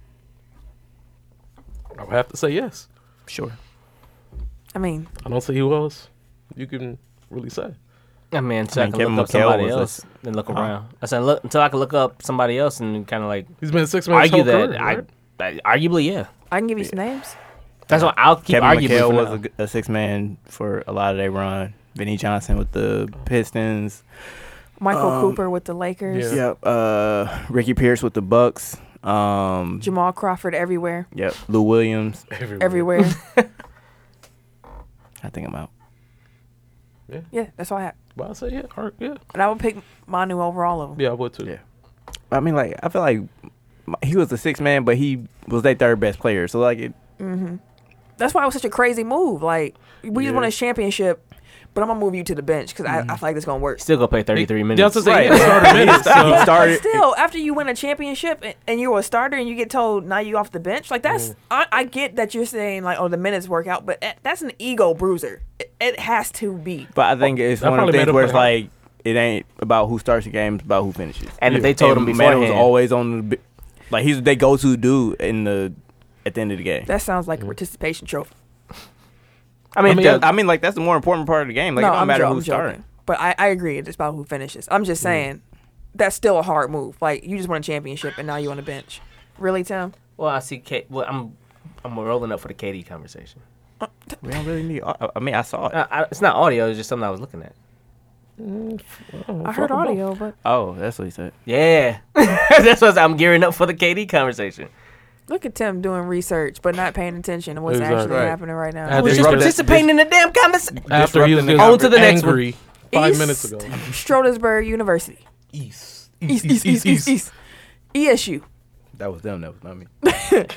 S2: I would have to say yes.
S4: sure.
S3: I mean,
S2: I don't see who else you can really say.
S1: I mean, until I,
S4: mean,
S1: can
S4: Kevin
S1: look up
S4: McHale
S1: somebody
S4: was a-
S1: else and look around. I said, look until I can look up somebody else and kind of like
S2: He's been six minutes.
S1: argue
S2: whole
S1: that.
S2: career,
S1: I,
S2: right?
S1: I arguably, yeah.
S3: I can give you some names.
S1: That's why I'll keep
S4: Kevin
S1: arguing.
S4: McHale
S1: for
S4: was
S1: now.
S4: a g- a, six man for a lot of their run. Vinny Johnson with the Pistons.
S3: Michael Cooper with the Lakers.
S2: Yeah.
S4: Yep. Uh, Ricky Pierce with the Bucks. Um,
S3: Jamal Crawford everywhere.
S4: yep. Lou Williams.
S2: everywhere.
S3: Everywhere.
S2: <laughs>
S4: I think I'm out.
S3: yeah, that's all I have.
S2: But I say yeah, Ar- yeah,
S3: And I would pick Manu over all of them.
S2: yeah. I would too.
S4: Yeah. I mean, like I feel like m- he was the six man, but he was their third best player. So like,
S2: <laughs>
S4: it,
S3: That's why it was such a crazy move. Like, we
S2: Yeah.
S3: just won a championship, but I'm going to move you to the bench because
S4: Mm-hmm.
S3: I, I feel like it's going to work.
S1: Still gonna play thirty three minutes.
S2: That's what I'm saying.
S4: Right. <laughs>
S2: He started minutes, so-
S4: he started.
S3: Still, after you win a championship and, and you're a starter and you get told now you off the bench, like
S4: Mm.
S3: that's I, I get that you're saying like oh the minutes work out, but that- that's an ego bruiser. It, it has to be.
S4: But I think it's
S2: That
S4: one of the
S2: probably made
S4: things
S2: him
S4: where it's
S2: play
S4: like it ain't about who starts the game, it's about who finishes.
S1: and if
S2: Yeah.
S1: they told him
S4: man was
S1: beforehand,
S4: always on the bi- like he's they go to dude in the at the end of the game. Mm.
S3: That sounds like a participation trophy.
S4: I mean,
S2: I mean,
S4: that-
S2: uh,
S4: I mean, like that's the more important part of the game. Like it don't matter
S3: jo-
S4: who's
S3: joking.
S4: starting. Mm.
S3: But I, I agree. It's about who finishes. I'm just saying, that's still a hard move. Like you just won a championship and now you on a bench. Really, Tim?
S1: Well, I see. K- well, I'm I'm rolling up for the KD conversation.
S4: We don't really need. I I mean, I saw it.
S1: Uh, I, it's not audio. It's just something I was looking at.
S3: I heard audio, but
S4: oh, that's what he said.
S1: Yeah, <laughs> that's what I'm gearing up for the KD conversation.
S3: look at Tim doing research but not paying attention to what's
S2: Exactly.
S3: actually
S2: Right.
S3: happening right now.
S2: I
S1: I was
S2: think
S1: just
S2: Robert-
S1: participating in the damn conversation.
S2: After he was
S4: Disrupting
S2: getting
S4: the
S1: On to the next one.
S2: angry five
S3: East-
S2: minutes ago.
S3: Strodesburg University.
S2: East.
S3: East, east, east, east, east. E ESU.
S4: That was them. That was not me.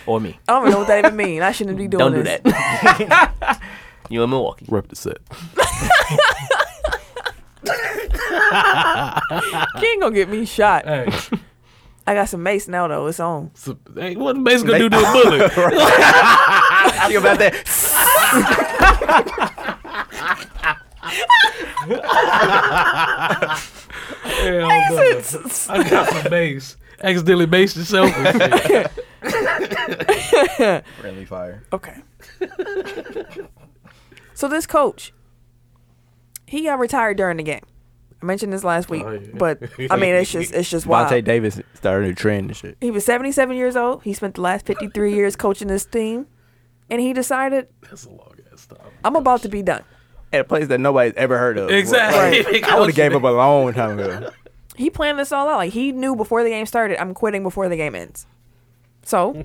S1: Or me.
S3: I don't even know what that even means.
S2: <laughs>
S3: I shouldn't be doing
S1: Don't do
S3: this.
S1: that. <laughs> you in Milwaukee?
S2: Rep the set.
S3: <laughs> King gonna get me shot.
S2: Hey,
S3: <laughs> I got some mace now though. It's on.
S2: so, hey what Mason gonna do to a bullet? <laughs>
S4: Think about that.
S2: Hell no. I got my base. Accidentally based itself. and shit.
S6: Friendly fire.
S3: Okay.
S2: <laughs>
S3: so this coach, he got retired during the game. I mentioned this last week,
S2: Oh, yeah.
S3: but I mean it's just it's just wild.
S4: Vontae Davis started a trend and shit.
S3: He was 77 years old. He spent the last 53 years coaching this team, and he decided
S2: That's a long ass time.
S3: I'm about to be done.
S4: At a place that nobody's ever heard of.
S2: Exactly. <laughs>
S4: I would have gave up a long time ago.
S3: He planned this all out. Like he knew before the game started, I'm quitting before the game ends. So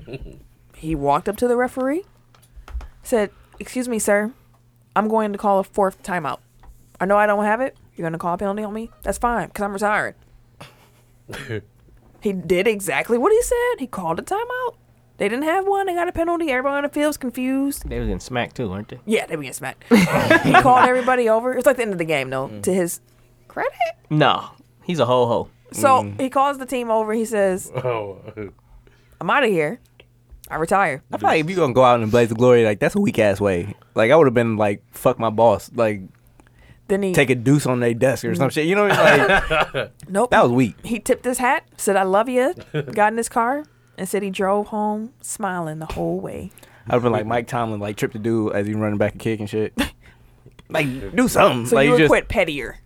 S3: he walked up to the referee, said, Excuse me, sir, I'm going to call a fourth timeout. I know I don't have it. You're going to call a penalty on me? That's fine, because I'm retired. he did exactly what he said. He called a timeout. They didn't have one. They got a penalty. Everybody on the field's confused.
S1: They was getting smacked too, weren't they?
S3: Yeah, they were getting smacked. <laughs> he called everybody over. It's like the end of the game, though, to his credit.
S1: No, he's a ho ho.
S3: So
S4: Mm.
S3: he calls the team over. He says,
S2: Oh,
S3: I'm out of here. I retire.
S4: <laughs> I feel like if you're gonna go out and blaze the glory, like that's a weak ass way. Like I would have been like, fuck my boss, like
S3: Then he
S4: take a deuce on their desk or some shit. You know, what I <laughs> mean? like
S3: nope.
S4: that was weak.
S3: he tipped his hat, said I love you, got in his car, and said he drove home smiling the whole way.
S4: I'd have been like Mike Tomlin, like trip the dude as he running back and kick and <laughs> shit. Like do something.
S3: So
S4: like
S3: you would
S4: just
S3: quit pettier.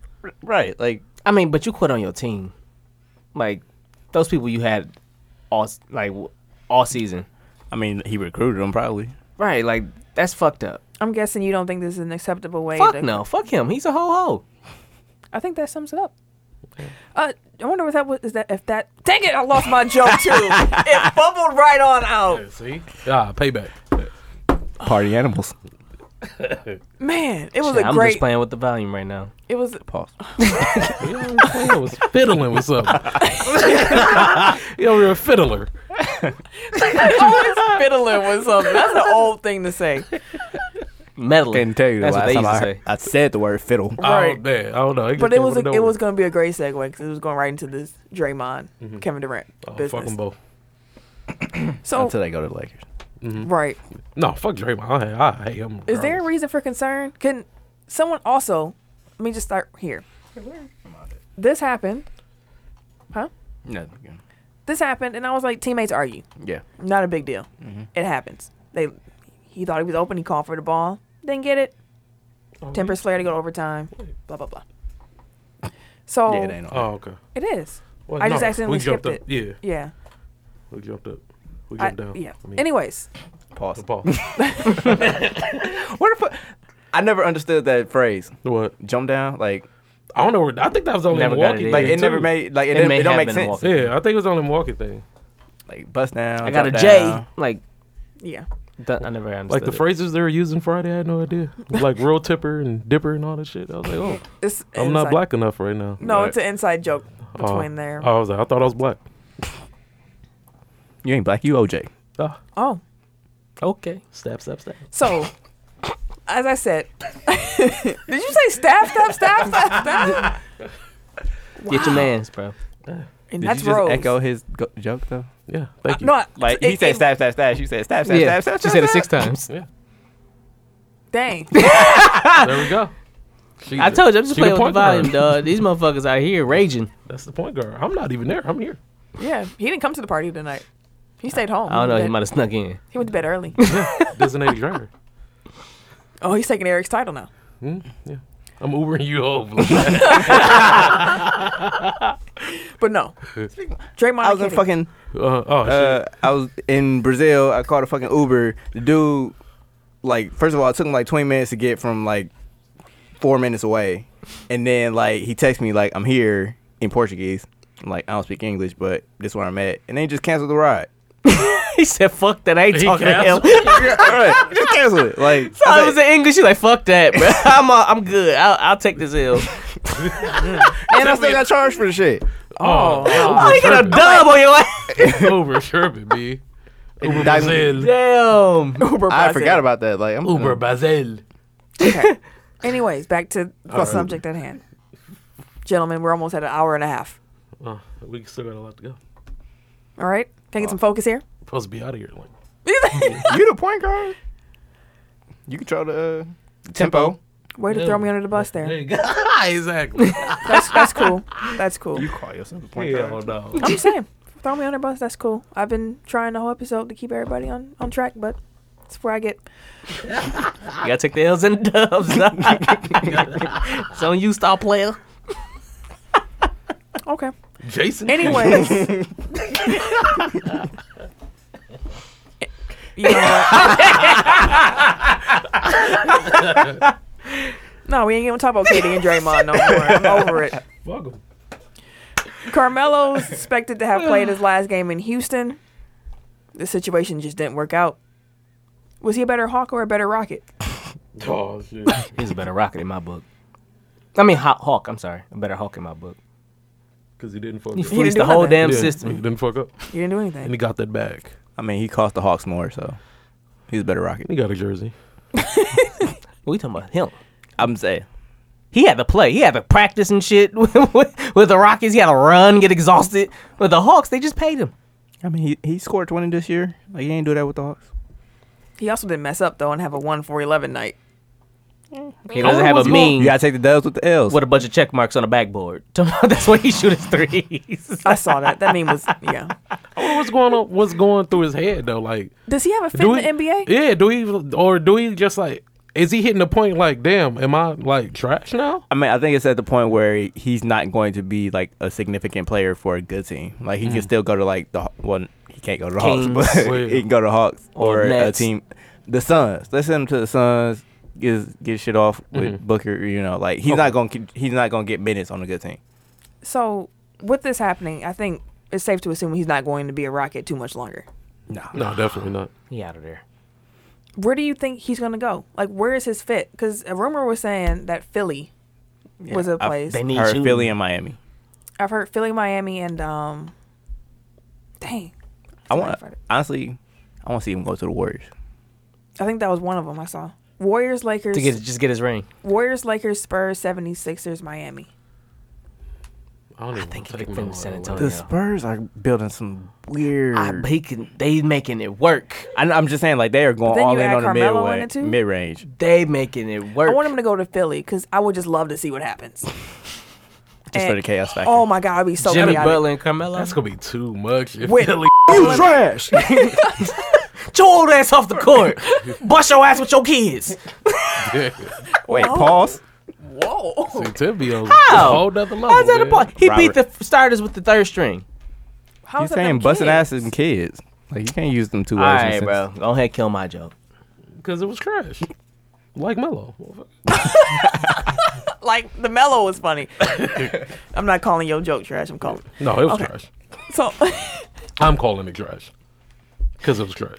S4: right. Like
S1: I mean, but you quit on your team. Like those people you had all s- like w- all season.
S4: I mean, he recruited him probably.
S1: Right, like that's fucked up.
S3: I'm guessing you don't think this is an acceptable way.
S1: Fuck
S3: to,
S1: no, fuck him. He's a ho ho.
S3: I think that sums it up. Uh, I wonder if that was is that if that. Dang it! I lost my joke too.
S4: <laughs>
S3: it bubbled right on out.
S2: see? Ah, payback.
S4: Party <laughs> animals.
S3: Man, it was
S1: Shit,
S3: a
S1: I'm
S3: great.
S1: just playing with the volume right now.
S3: It was
S4: Pause.
S2: You know what I'm saying? I was fiddling with something. <laughs> you know, you're a fiddler.
S3: always <laughs> fiddling with something. That's an old thing to say.
S1: Meddling.
S4: Can't tell you the
S1: That's
S4: last
S1: what they
S4: time
S1: used
S4: I,
S1: to
S4: heard-
S1: say.
S4: I said the word fiddle.
S2: Oh,
S3: Right.
S2: man. I don't know.
S3: But it was a,
S2: a,
S3: it was going to be a great segue because it was going right into this Draymond Kevin Durant
S2: Oh, fuck
S3: business.
S2: them both.
S3: so
S4: Until they go to the Lakers.
S3: right,
S2: No, fuck Draymond. I, I hate him.
S3: is there a reason for concern? Can someone also? Let me just start here. This happened.
S4: Nothing.
S3: This happened, and I was like, teammates argue.
S4: Yeah.
S3: Not a big deal.
S2: Mm-hmm.
S3: It happens. They he thought he was open. He called for the ball. Didn't get it. Tempers flare to go to overtime. Blah blah blah. So
S4: Yeah, it ain't on.
S2: Oh, okay.
S3: it is.
S2: Well,
S3: I just
S2: no,
S3: accidentally
S2: we jumped
S3: skipped it.
S2: up. Yeah,
S3: Yeah.
S2: we jumped up. We
S3: I,
S2: jumped down.
S3: yeah.
S2: I mean,
S3: Anyways,
S4: Pause.
S2: the ball. <laughs>
S4: What the fuck? I never understood that phrase.
S2: what?
S4: Jump down, like
S2: I don't know. Where, I think that was only
S1: Never
S2: in
S1: got
S2: Milwaukee.
S1: it
S2: thing,
S1: either.
S4: like it never
S2: too.
S4: made like it,
S1: It
S4: didn't-
S1: may
S4: it don't
S1: have
S4: make
S1: been
S4: sense.
S1: Milwaukee.
S2: Yeah, I think it was only Milwaukee thing.
S4: Like uh, bust down.
S1: I got a
S4: jump
S1: J.
S4: down.
S1: Like
S3: yeah.
S1: that, I never understood.
S2: Like the
S1: it.
S2: phrases they were using Friday, I had no idea. Like real tipper and dipper and all that shit. I was like, oh,
S3: It's
S2: I'm not
S3: inside-
S2: black enough right now.
S3: No,
S4: Right.
S3: it's an inside joke
S2: Oh.
S3: between there.
S2: Oh, I was like, I thought I was black.
S4: You ain't black, you OJ.
S2: Ah,
S3: Oh,
S1: Okay.
S2: stab, stab, stab.
S3: so as I said, <laughs> did you say staff, staff, staff, staff, staff?
S1: Get your man's, bro.
S3: And
S4: Did
S3: that's
S4: you just
S3: Rose.
S4: echo his go- joke though?
S2: Yeah, thank you.
S3: No, I-
S4: Like
S3: it-
S4: he said,
S3: it-
S4: stab, stab, stab. You said, stab, stab, stab, stab.
S1: she
S4: stab,
S1: said it
S4: stab.
S1: six times.
S2: Yeah,
S3: Dang.
S2: there we go. She
S1: I
S2: the-
S1: told you, I'm just
S2: she the
S1: playing with the
S2: point guard.
S1: volume, dog. These motherfuckers out here raging.
S2: That's the point guard. I'm not even there. I'm here.
S3: Yeah, he didn't come to the party tonight. He stayed home.
S1: I don't know.
S3: He,
S1: He
S3: went
S1: might
S3: to bed-
S1: have snuck in.
S3: he went to bed early.
S2: Designated driver.
S3: Oh, he's taking Eric's title now.
S2: I'm Ubering you over. <laughs>
S3: But no, Draymond.
S4: I was in
S3: Katie. <laughs>
S4: fucking.
S2: Uh, oh,
S4: Uh, I was in Brazil. I called a fucking Uber. The dude, like, first of all, it took him like 20 minutes to get from like four minutes away, and then like he texted me like, "I'm here" in Portuguese. I'm like, I don't speak English, but this is where I'm at, and they just canceled the ride.
S1: <laughs>
S4: <laughs>
S1: He said, "Fuck that, I ain't
S2: He
S1: talking to him." <laughs>
S2: canceled?
S1: so
S4: Yeah, all right, just cancel it. Like,
S1: I was in English. He's like, "Fuck that, bro. <laughs> I'm uh, I'm good. I'll, I'll take this L."
S4: and I still got charged for the shit.
S2: oh,
S1: Oh, you got a dub on your ass.
S2: <laughs> Uber Sherbet, B. Uber
S4: Diamond-
S2: Basel.
S1: Damn.
S3: Uber
S4: I
S3: Brazil.
S4: forgot about that. Like, I'm
S2: Uber Basel.
S4: <laughs>
S3: Anyways, back to the
S2: Uh,
S3: subject at hand. Gentlemen, we're almost at an hour and a half.
S2: Uh, we still got a lot to go.
S3: All right,
S2: Uh,
S3: can I get some focus here? <laughs>
S2: Supposed to be out of here. Like,
S4: You the point guard? You control the uh, tempo.
S3: Way to throw me under the bus there.
S2: there you go. <laughs> exactly.
S3: That's that's cool. That's cool.
S4: Call yourself the point guard.
S2: Hell no.
S3: I'm just saying, throw me under the bus. That's cool. I've been trying the whole episode to keep everybody on on track, but it's where I get.
S1: You gotta take the L's and dubs. <laughs> it's on you, star player.
S3: Okay.
S2: Jason. <laughs>
S3: Anyways. You know what? no, we ain't gonna talk about Katie and Draymond no more. I'm over it.
S2: Fuck him.
S3: Carmelo's expected to have played his last game in Houston. The situation just didn't work out. Was he a better Hawk or a better Rocket?
S2: Oh, <laughs> shit.
S1: He's a better rocket in my book. I mean, Haw- Hawk. I'm sorry, a better Hawk in my book.
S2: Because he didn't fuck
S1: He
S2: up.
S1: fleeced
S3: do
S1: the whole
S3: nothing.
S1: damn
S2: Yeah, He
S1: system.
S2: didn't fuck up.
S3: You didn't do
S2: And
S3: anything.
S2: he got that back.
S4: I mean, he cost the Hawks more, so he's a better Rocket.
S2: He got a jersey.
S1: We talking about him.
S4: I'm saying.
S1: He had to play. He had to practice and shit <laughs> with, with, with the Rockets. He had to run, get exhausted. With the Hawks, they just paid him.
S4: I mean, he, he scored 20 this year. Like, he ain't do that with the Hawks.
S3: He also didn't mess up though and have a one for eleven night.
S1: He doesn't have a mean
S4: You got to take the D's with the L's.
S1: with a bunch of check marks on the backboard. <laughs> That's why he shoot his threes.
S3: I saw that. That meme <laughs> was yeah.
S2: I wonder what's going on. What's going through his head though? Like,
S3: Does he have a fit
S2: do he,
S3: in the NBA?
S2: Yeah. Do he or do he just like? Is he hitting the point like, damn, am I like trash now?
S4: I mean, I think it's at the point where he's not going to be, like, a significant player for a good team. Like, he can still go to, like, the Well, he can't go to the
S1: Kings.
S4: Hawks, but <laughs>
S2: Wait.
S4: he can go to the Hawks or
S1: Or
S4: a
S1: Nets.
S4: team. The Suns. Let's send him to the Suns. Get, get shit off with Booker, you know. Like, he's not going to he's not going to get minutes on a good team.
S3: So with this happening, I think it's safe to assume he's not going to be a Rocket too much longer.
S2: No, definitely not.
S1: he out of there.
S3: Where do you think he's going to go? Like, where is his fit? Because a rumor was saying that Philly was a
S4: I-
S3: place.
S1: They
S3: I,
S1: need
S4: Or
S1: you.
S4: Philly and Miami.
S3: have heard Philly, Miami, and um, dang,
S4: I want
S3: Friday.
S4: honestly, I want to see him go to the Warriors.
S3: I think that was one of them I saw. Warriors, Lakers,
S1: to get just get his ring.
S3: Warriors, Lakers, Spurs, 76ers, Miami.
S2: I don't even
S1: think he
S2: take
S1: could
S2: my
S1: fit in
S2: word
S1: San
S2: away.
S1: Antonio.
S4: The Spurs are building some weird.
S1: I,
S4: I,
S1: he can. They making it work.
S4: am just saying, like they are going
S3: then
S4: all
S3: you
S4: in
S3: add
S4: on the
S3: Carmelo in
S4: midway,
S3: it too?
S4: mid range.
S1: They making it work.
S3: I want him to go to Philly because I would just love to see
S4: <laughs>
S3: what happens.
S4: Just for
S3: And-
S4: the chaos factor.
S3: Oh my God, I'd be so
S1: Jimmy
S3: chaotic.
S1: Butler and Carmelo.
S2: That's gonna be too much. If <laughs>
S3: Wait.
S2: Philly-
S4: you
S3: <laughs>
S4: trash!
S1: Get your old ass <laughs> off the court. Bust your ass with your <laughs> kids.
S4: Wait,
S3: oh,
S4: pause.
S3: Whoa.
S2: See, Tim be on
S1: How?
S2: a whole nother level.
S1: How's that a
S2: man.
S1: point? He beat
S4: Robert.
S1: the f- starters with the third string.
S3: How's
S4: He's
S3: that them
S4: saying busting
S3: kids?
S4: asses and kids. Like you can't use them two ways.
S1: All
S4: in a
S1: right,
S4: sense.
S1: bro. Go ahead, kill my joke.
S2: Because it was trash. Like Melo.
S3: <laughs> like the mellow
S4: <laughs>
S3: was funny. <laughs> I'm not calling your joke trash. I'm calling
S2: No, it was
S3: Okay.
S2: trash.
S3: so. <laughs>
S2: I'm calling it trash. Because it was trash.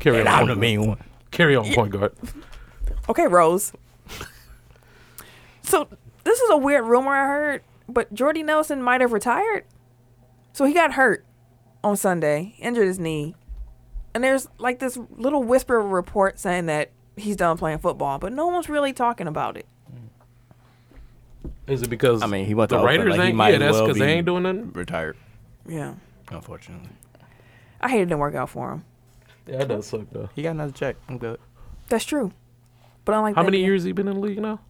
S2: Carry on.
S4: I'm
S2: point
S4: the
S2: guard.
S4: mean one.
S2: Carry on, point guard.
S3: okay, Rose. So this is a weird rumor I heard, but Jordy Nelson might have retired. So he got hurt on Sunday, injured his knee, and there's like this little whisper report saying that he's done playing football, but no one's really talking about it.
S2: Is it because
S4: I mean, he went to
S2: the
S4: Oakland,
S2: Raiders
S4: like, he
S2: ain't?
S4: might
S2: Yeah,
S4: as
S2: that's
S4: well
S2: because
S4: be-
S2: they ain't doing nothing.
S4: Retired,
S3: Yeah,
S4: unfortunately.
S3: I hate it didn't work out for him.
S2: Yeah, that does suck though.
S4: He got another check. I'm good.
S3: That's true. But I'm like,
S2: How
S3: that-
S2: many years he been in the league now?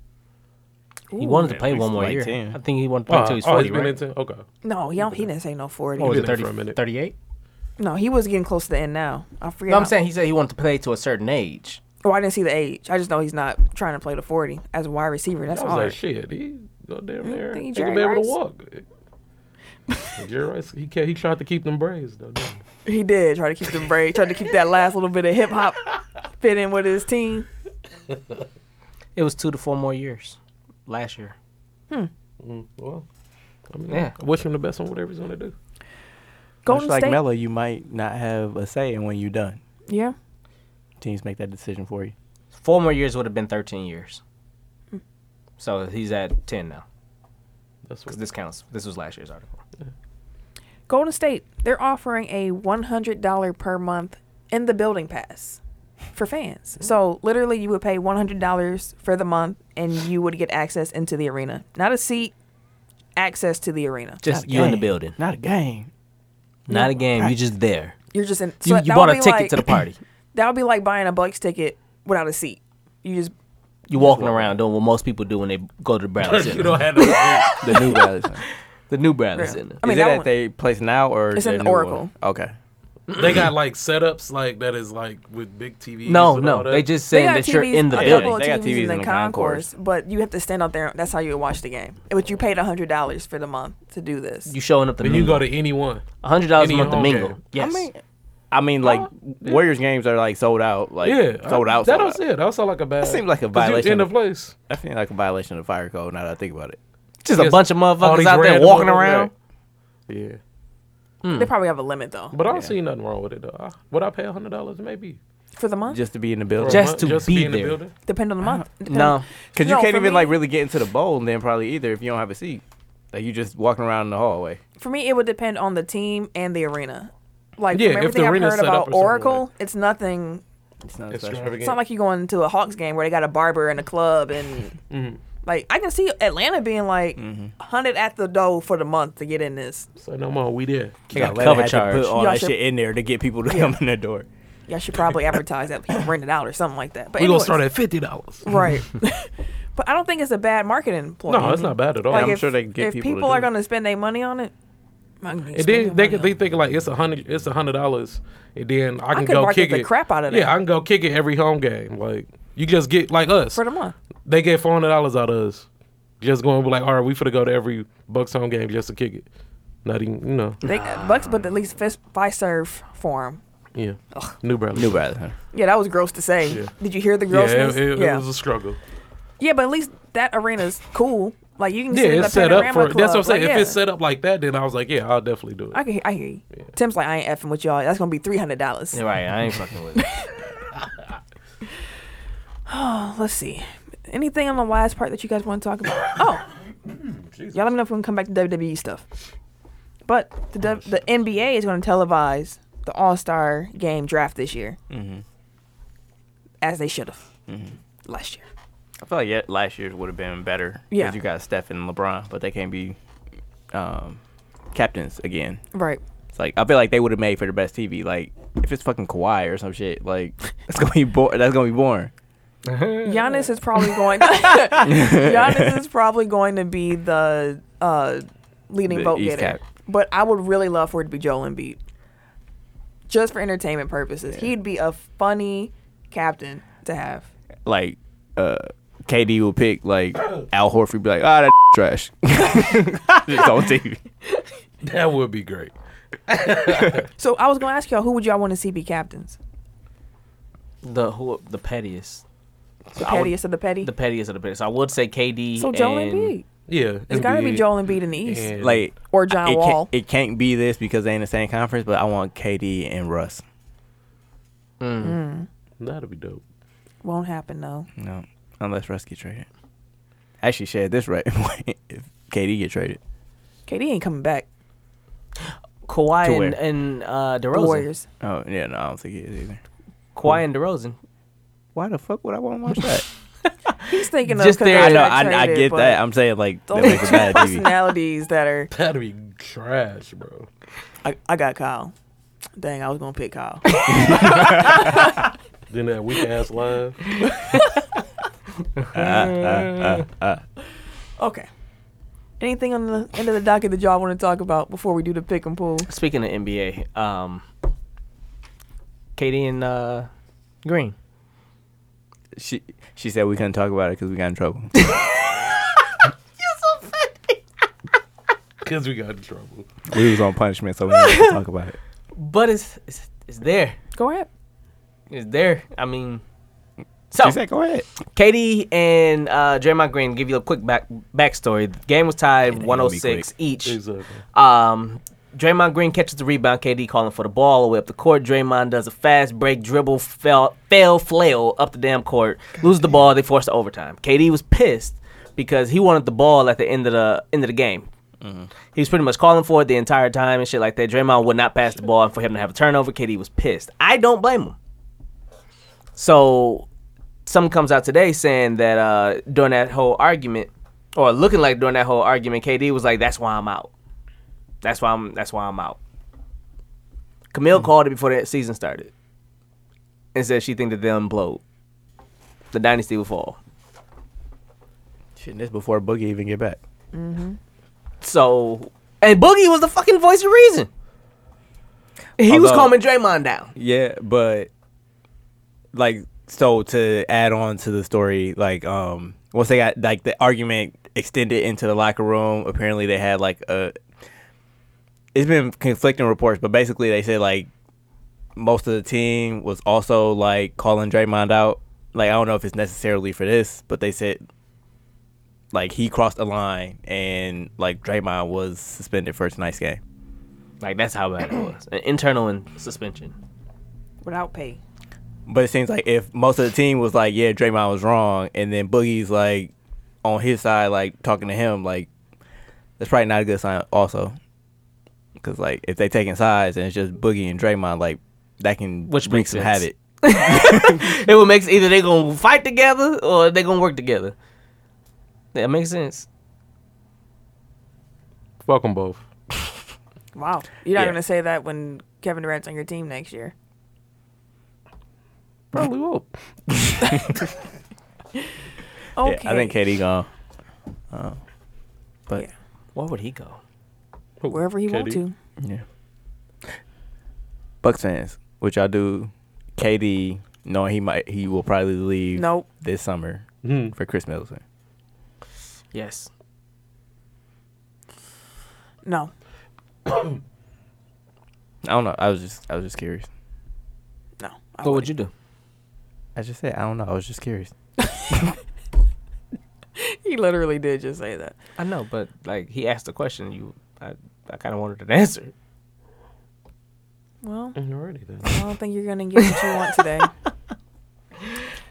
S1: He wanted to play
S4: least
S1: one more
S4: like
S1: year.
S4: 10.
S1: I think he wanted to play
S2: Oh,
S1: until he's
S2: oh,
S1: 40,
S2: been
S1: right?
S2: in ten- Okay.
S3: No, he don't, he didn't say no forty.
S1: What was
S2: been
S1: Oh, it,
S2: in for a
S1: 30,
S2: minute.
S1: 38?
S3: No, he was getting close to the end now. I forget.
S1: No, I'm
S3: how-
S1: saying he said he wanted to play to a certain age.
S3: Oh, I didn't see the age. I just know he's not trying to play the 40 as a wide receiver. That's
S2: I was
S3: hard.
S2: like, shit, he goddamn near.
S3: think he
S2: He
S3: Jerry
S2: can be able to
S3: Rice.
S2: walk. Jerry Rice, he can't, he tried to keep them braids though. didn't
S3: He did try to keep them brave, tried to keep that last little bit of hip hop fit in with his team.
S1: It was two to four more years last year.
S2: he? Mm, Well, I mean,
S1: Yeah.
S2: I wish him the best on whatever he's gonna do.
S3: Golden
S4: Much like
S3: State.
S4: Melo, you might not have a say in when you're done.
S3: Yeah.
S4: Teams make that decision for you.
S1: Four more years would have been 13 years. So he's at 10 now
S2: That's
S1: because
S2: <laughs> what.
S1: this counts. This was last year's article.
S3: Golden State, they're offering a $100 per month in the building pass for
S1: Mm-hmm.
S3: fans. So literally, you would pay $100 for the month and you would get access into the arena. Not a seat, access to the arena.
S1: Just
S4: Not a
S1: you in the
S4: game.
S1: building,
S4: Not a game.
S1: not a game. You just there.
S3: You're just in. so
S1: You,
S3: that
S1: you bought
S3: would
S1: a
S3: be
S1: ticket
S3: like-
S1: to the
S3: <laughs>
S1: party.
S3: <clears throat> That would be like buying a Bucks ticket without a seat. You just
S1: You walking around doing what most people do when they go to <laughs> the Brown Center. <laughs>
S2: have to.
S4: The new <laughs> Dallas.
S1: the new Brown Center.
S3: I mean,
S4: is
S3: that
S4: it
S3: one-
S4: at they place now or is
S3: It's
S4: it
S3: in
S4: a new one?
S3: Oracle.
S4: Okay.
S2: they got like setups like that is like with big TVs.
S1: No,
S2: and all
S1: no,
S2: that.
S1: they just saying that you're in the
S3: a
S1: building.
S3: couple of
S4: They got
S3: TVs,
S4: TVs
S3: in the
S4: in the
S3: concourse, but you have to stand out there. That's how you watch the game. But you paid hundred dollars for the month to do this.
S1: You showing up to
S2: Then you go
S1: mingle.
S2: to any one.
S1: hundred dollars a
S2: any
S1: month to
S2: home
S1: mingle.
S2: game.
S1: Yes.
S4: I mean, I mean, like Warriors games are like sold out. Like
S2: Yeah,
S4: sold
S2: I-
S4: out.
S2: That
S4: sold
S2: was
S4: out.
S2: it. That was like a bad.
S4: seemed like a
S2: 'cause you
S4: violation
S2: in the
S4: of-
S2: place.
S4: Definitely like a violation of the fire code. Now that I think about it.
S1: just a
S2: Yes.
S1: bunch of
S2: All
S1: motherfuckers
S2: these
S1: out there
S2: random
S1: walking
S2: motherfuckers,
S1: around.
S2: Yeah.
S1: Hmm.
S3: They probably have a limit though
S2: But I don't see nothing wrong with it though. I, would I pay hundred dollars? Maybe.
S3: for the month.
S4: Just to be in the
S2: For a
S4: building.
S1: Just
S2: month-
S1: to
S2: just
S1: be
S2: in
S1: there.
S2: the building.
S3: Depend on the
S2: Uh-huh.
S3: month. Depend
S1: No,
S3: on-
S4: Because you
S3: No,
S4: can't
S3: for
S4: even
S3: me-
S4: like really get into the bowl then probably either if you don't have a seat. Like you just walking around in the hallway.
S3: For me, it would depend on the team and the arena. Like
S2: Yeah, if
S3: from everything
S2: the
S3: I've
S2: arena's
S3: heard
S2: set up
S3: about
S2: or something like
S3: Oracle, it's nothing.
S4: It's not special.
S2: Extravagant.
S3: It's not like you going to a Hawks game where they got a barber and a club and
S2: Mm-hmm.
S3: like I can see Atlanta being like
S4: Mm-hmm.
S3: hundred at the dough for the month to get in this.
S2: Say no more. We there.
S4: They
S1: got
S4: got
S1: cover
S4: had to
S1: charge.
S4: put all
S3: Y'all
S4: that
S3: should-
S4: shit in there to get people to come in the door.
S3: Y'all should probably advertise that, you know, rent it out or something like that. But
S2: We gonna
S3: anyways.
S2: start at fifty dollars. <laughs>
S3: Right. <laughs> but I don't think it's a bad marketing ploy.
S2: No, it's not bad at all.
S3: Like
S4: I'm
S3: if,
S4: sure they can get
S3: if
S4: people
S3: people,
S4: to do
S3: are
S4: it.
S3: going to spend their money on it, I'm gonna
S2: And
S3: spend their
S2: then they
S3: money
S2: could-
S3: on
S2: they
S3: it.
S2: think like it's a hundred it's a hundred dollars and then I can,
S3: could
S2: go
S3: market
S2: kick
S3: the
S2: it
S3: crap out of that.
S2: Yeah, I can go kick it every home game. Like you just get like us.
S3: for the month.
S2: they get four hundred dollars out of us. Just going be like, all right, we finna go to every Bucks home game just to kick it. Not even you know.
S3: They Bucks, but at least fist by serve form.
S2: Yeah. New Bradley.
S4: New brother.
S3: Yeah, that was gross to say.
S2: Yeah.
S3: Did you hear the
S2: Yeah,
S3: grossness?
S2: it, it- it
S3: yeah.
S2: was a struggle.
S3: yeah, but at least that arena's cool. Like you can
S2: Yeah,
S3: sit in
S2: it's
S3: the
S2: set up
S3: panorama
S2: for.
S3: club.
S2: That's what I'm saying.
S3: Like,
S2: If
S3: yeah.
S2: it's set up like that, then I was like, yeah, I'll definitely do it.
S3: I can, I hear you. Tim's like, I ain't effing with y'all. That's gonna be three hundred dollars.
S1: You're right. I ain't fucking with it.
S3: Oh, Let's see. Anything on the wise part that you guys want to talk about? Oh,
S2: <coughs>
S3: y'all let me know if we can come back to WWE stuff. But the W the NBA is going to televise the All Star Game draft this year, mm-hmm. as they should have
S2: Mm-hmm.
S3: last year.
S4: I feel like yeah, last year's would have been better.
S3: Yeah.
S4: Because you got Steph and LeBron, but they can't be um, captains again.
S3: Right.
S4: It's like I feel like they would have made for the best TV. Like if it's fucking Kawhi or some shit, like <laughs> that's gonna be boring. That's gonna be boring.
S3: Giannis is probably going. <laughs> Giannis is probably going to be the uh, leading
S4: The
S3: vote
S4: East
S3: getter.
S4: Cap.
S3: But I would really love for it to be Joel Embiid, just for entertainment purposes. He'd be a funny captain to have.
S4: Like uh, KD will pick like Al Horford, be like, ah, that <laughs>
S3: <laughs>
S4: trash. it's on TV.
S2: that would be great.
S3: So I was gonna ask y'all, who would y'all want to see be captains?
S1: <laughs> The who the pettiest,
S3: The pettiest of the petty.
S1: the pettiest of the pettiest. I would say KD.
S3: so Joel
S1: and
S3: Embiid.
S2: Yeah,
S3: It's gotta be
S4: Embiid
S3: Joel Embiid in the East
S2: and-
S4: Like
S3: or John
S4: it
S3: Wall.
S4: can't, it can't be this because they in the same conference, but I want KD and Russ.
S2: that'd be dope.
S3: Won't happen though.
S4: No, unless Russ get traded. Actually, share this right <laughs> if KD get traded.
S3: KD ain't coming back.
S1: Kawhi
S4: To
S1: and,
S4: where?
S1: and uh,
S3: The
S1: DeRozan.
S3: Warriors.
S4: Oh yeah, no, I don't think he is either.
S1: Kawhi and DeRozan.
S4: Why the fuck would I want to watch
S3: <laughs>
S4: that?
S3: He's thinking
S1: Just
S3: of 'cause
S1: their-
S4: I
S3: they
S4: know,
S3: got
S4: I, I
S3: traded,
S4: get
S3: but
S4: that. I'm saying like that
S3: Those
S4: makes a
S3: are two
S4: bad TV.
S3: personalities that are.
S2: That'd be trash, bro.
S3: I, I got Kyle. Dang, I was gonna pick <laughs> Kyle.
S2: Then that weak ass line.
S3: okay. Anything on the end of the docket that y'all want to talk about before we do the pick and pull?
S1: Speaking of NBA, um, KD and uh, Green.
S4: She she said we couldn't talk about it because we got in trouble.
S2: Because we got in trouble.
S4: we was on punishment, so we didn't talk about
S3: <laughs>
S4: it.
S1: But it's it's, it's there.
S3: Go ahead.
S1: It's there. I mean, so
S4: She said, "Go ahead."
S1: Katie and uh, Draymond Green give you a quick back backstory. The game was tied
S4: be
S1: 106
S4: quick.
S1: each.
S2: Exactly.
S1: Um, Draymond Green catches the rebound. KD calling for the ball all the way up the court. Draymond does a fast break, dribble, fell, fell, flail up the damn court. Loses the ball. They force the overtime. KD was pissed because he wanted the ball at the end of the end of the game. He was pretty much calling for it the entire time and shit like that. Draymond would not pass the ball, and for him to have a turnover, KD was pissed. I don't blame him. So, something comes out today saying that uh, during that whole argument, or looking like during that whole argument, KD was like, "That's why I'm out." That's why I'm. That's why I'm out. Camille called it before that season started, and said she think that they'll implode. The dynasty will fall.
S4: Shit, this before Boogie even get back.
S1: So, and Boogie was the fucking voice of reason. He was
S4: Although-
S1: calming Draymond down.
S4: Yeah, but like so to add on to the story, like um once they got like the argument extended into the locker room, apparently they had like a it's been conflicting reports, but basically they said like most of the team was also like calling Draymond out. Like I don't know if it's necessarily for this, but they said like he crossed a line and like Draymond was suspended for tonight's game.
S1: Like that's how bad it was. An internal and suspension.
S3: Without pay.
S4: But it seems like if most of the team was like, yeah, Draymond was wrong, and then Boogie's like on his side, like talking to him, like that's probably not a good sign, also. Because like if they taking sides and it's just Boogie and Draymond, like that can
S1: Which
S4: bring
S1: makes
S4: some
S1: sense.
S4: habit.
S1: It would make either they gonna fight together or they gonna work together. That makes sense.
S2: Fuck them both.
S3: Wow. You're not
S4: Yeah.
S3: gonna say that when Kevin Durant's on your team next year.
S2: Probably will.
S3: Okay.
S4: Yeah, I think KD gone. Uh, but-
S3: Yeah.
S1: Where would he go?
S2: Who?
S3: wherever he want
S2: KD?
S3: to.
S4: Yeah. Bucks fans, which I do, KD knowing he might he will probably leave
S3: Nope.
S4: this summer
S1: Mm-hmm.
S2: Mhm.
S4: for Chris Middleton.
S1: Yes.
S3: No.
S4: I don't know. I was just I was just curious.
S3: No. I
S1: What would
S3: wouldn't.
S1: you do?
S4: I just said I don't know. I was just curious.
S3: <laughs> He literally did just say that.
S1: I know, but like he asked the question, you, I, I kind of wanted an answer.
S3: Well,
S2: Mm, Alrighty then.
S3: I don't think you're gonna get what you
S4: <laughs>
S3: want today.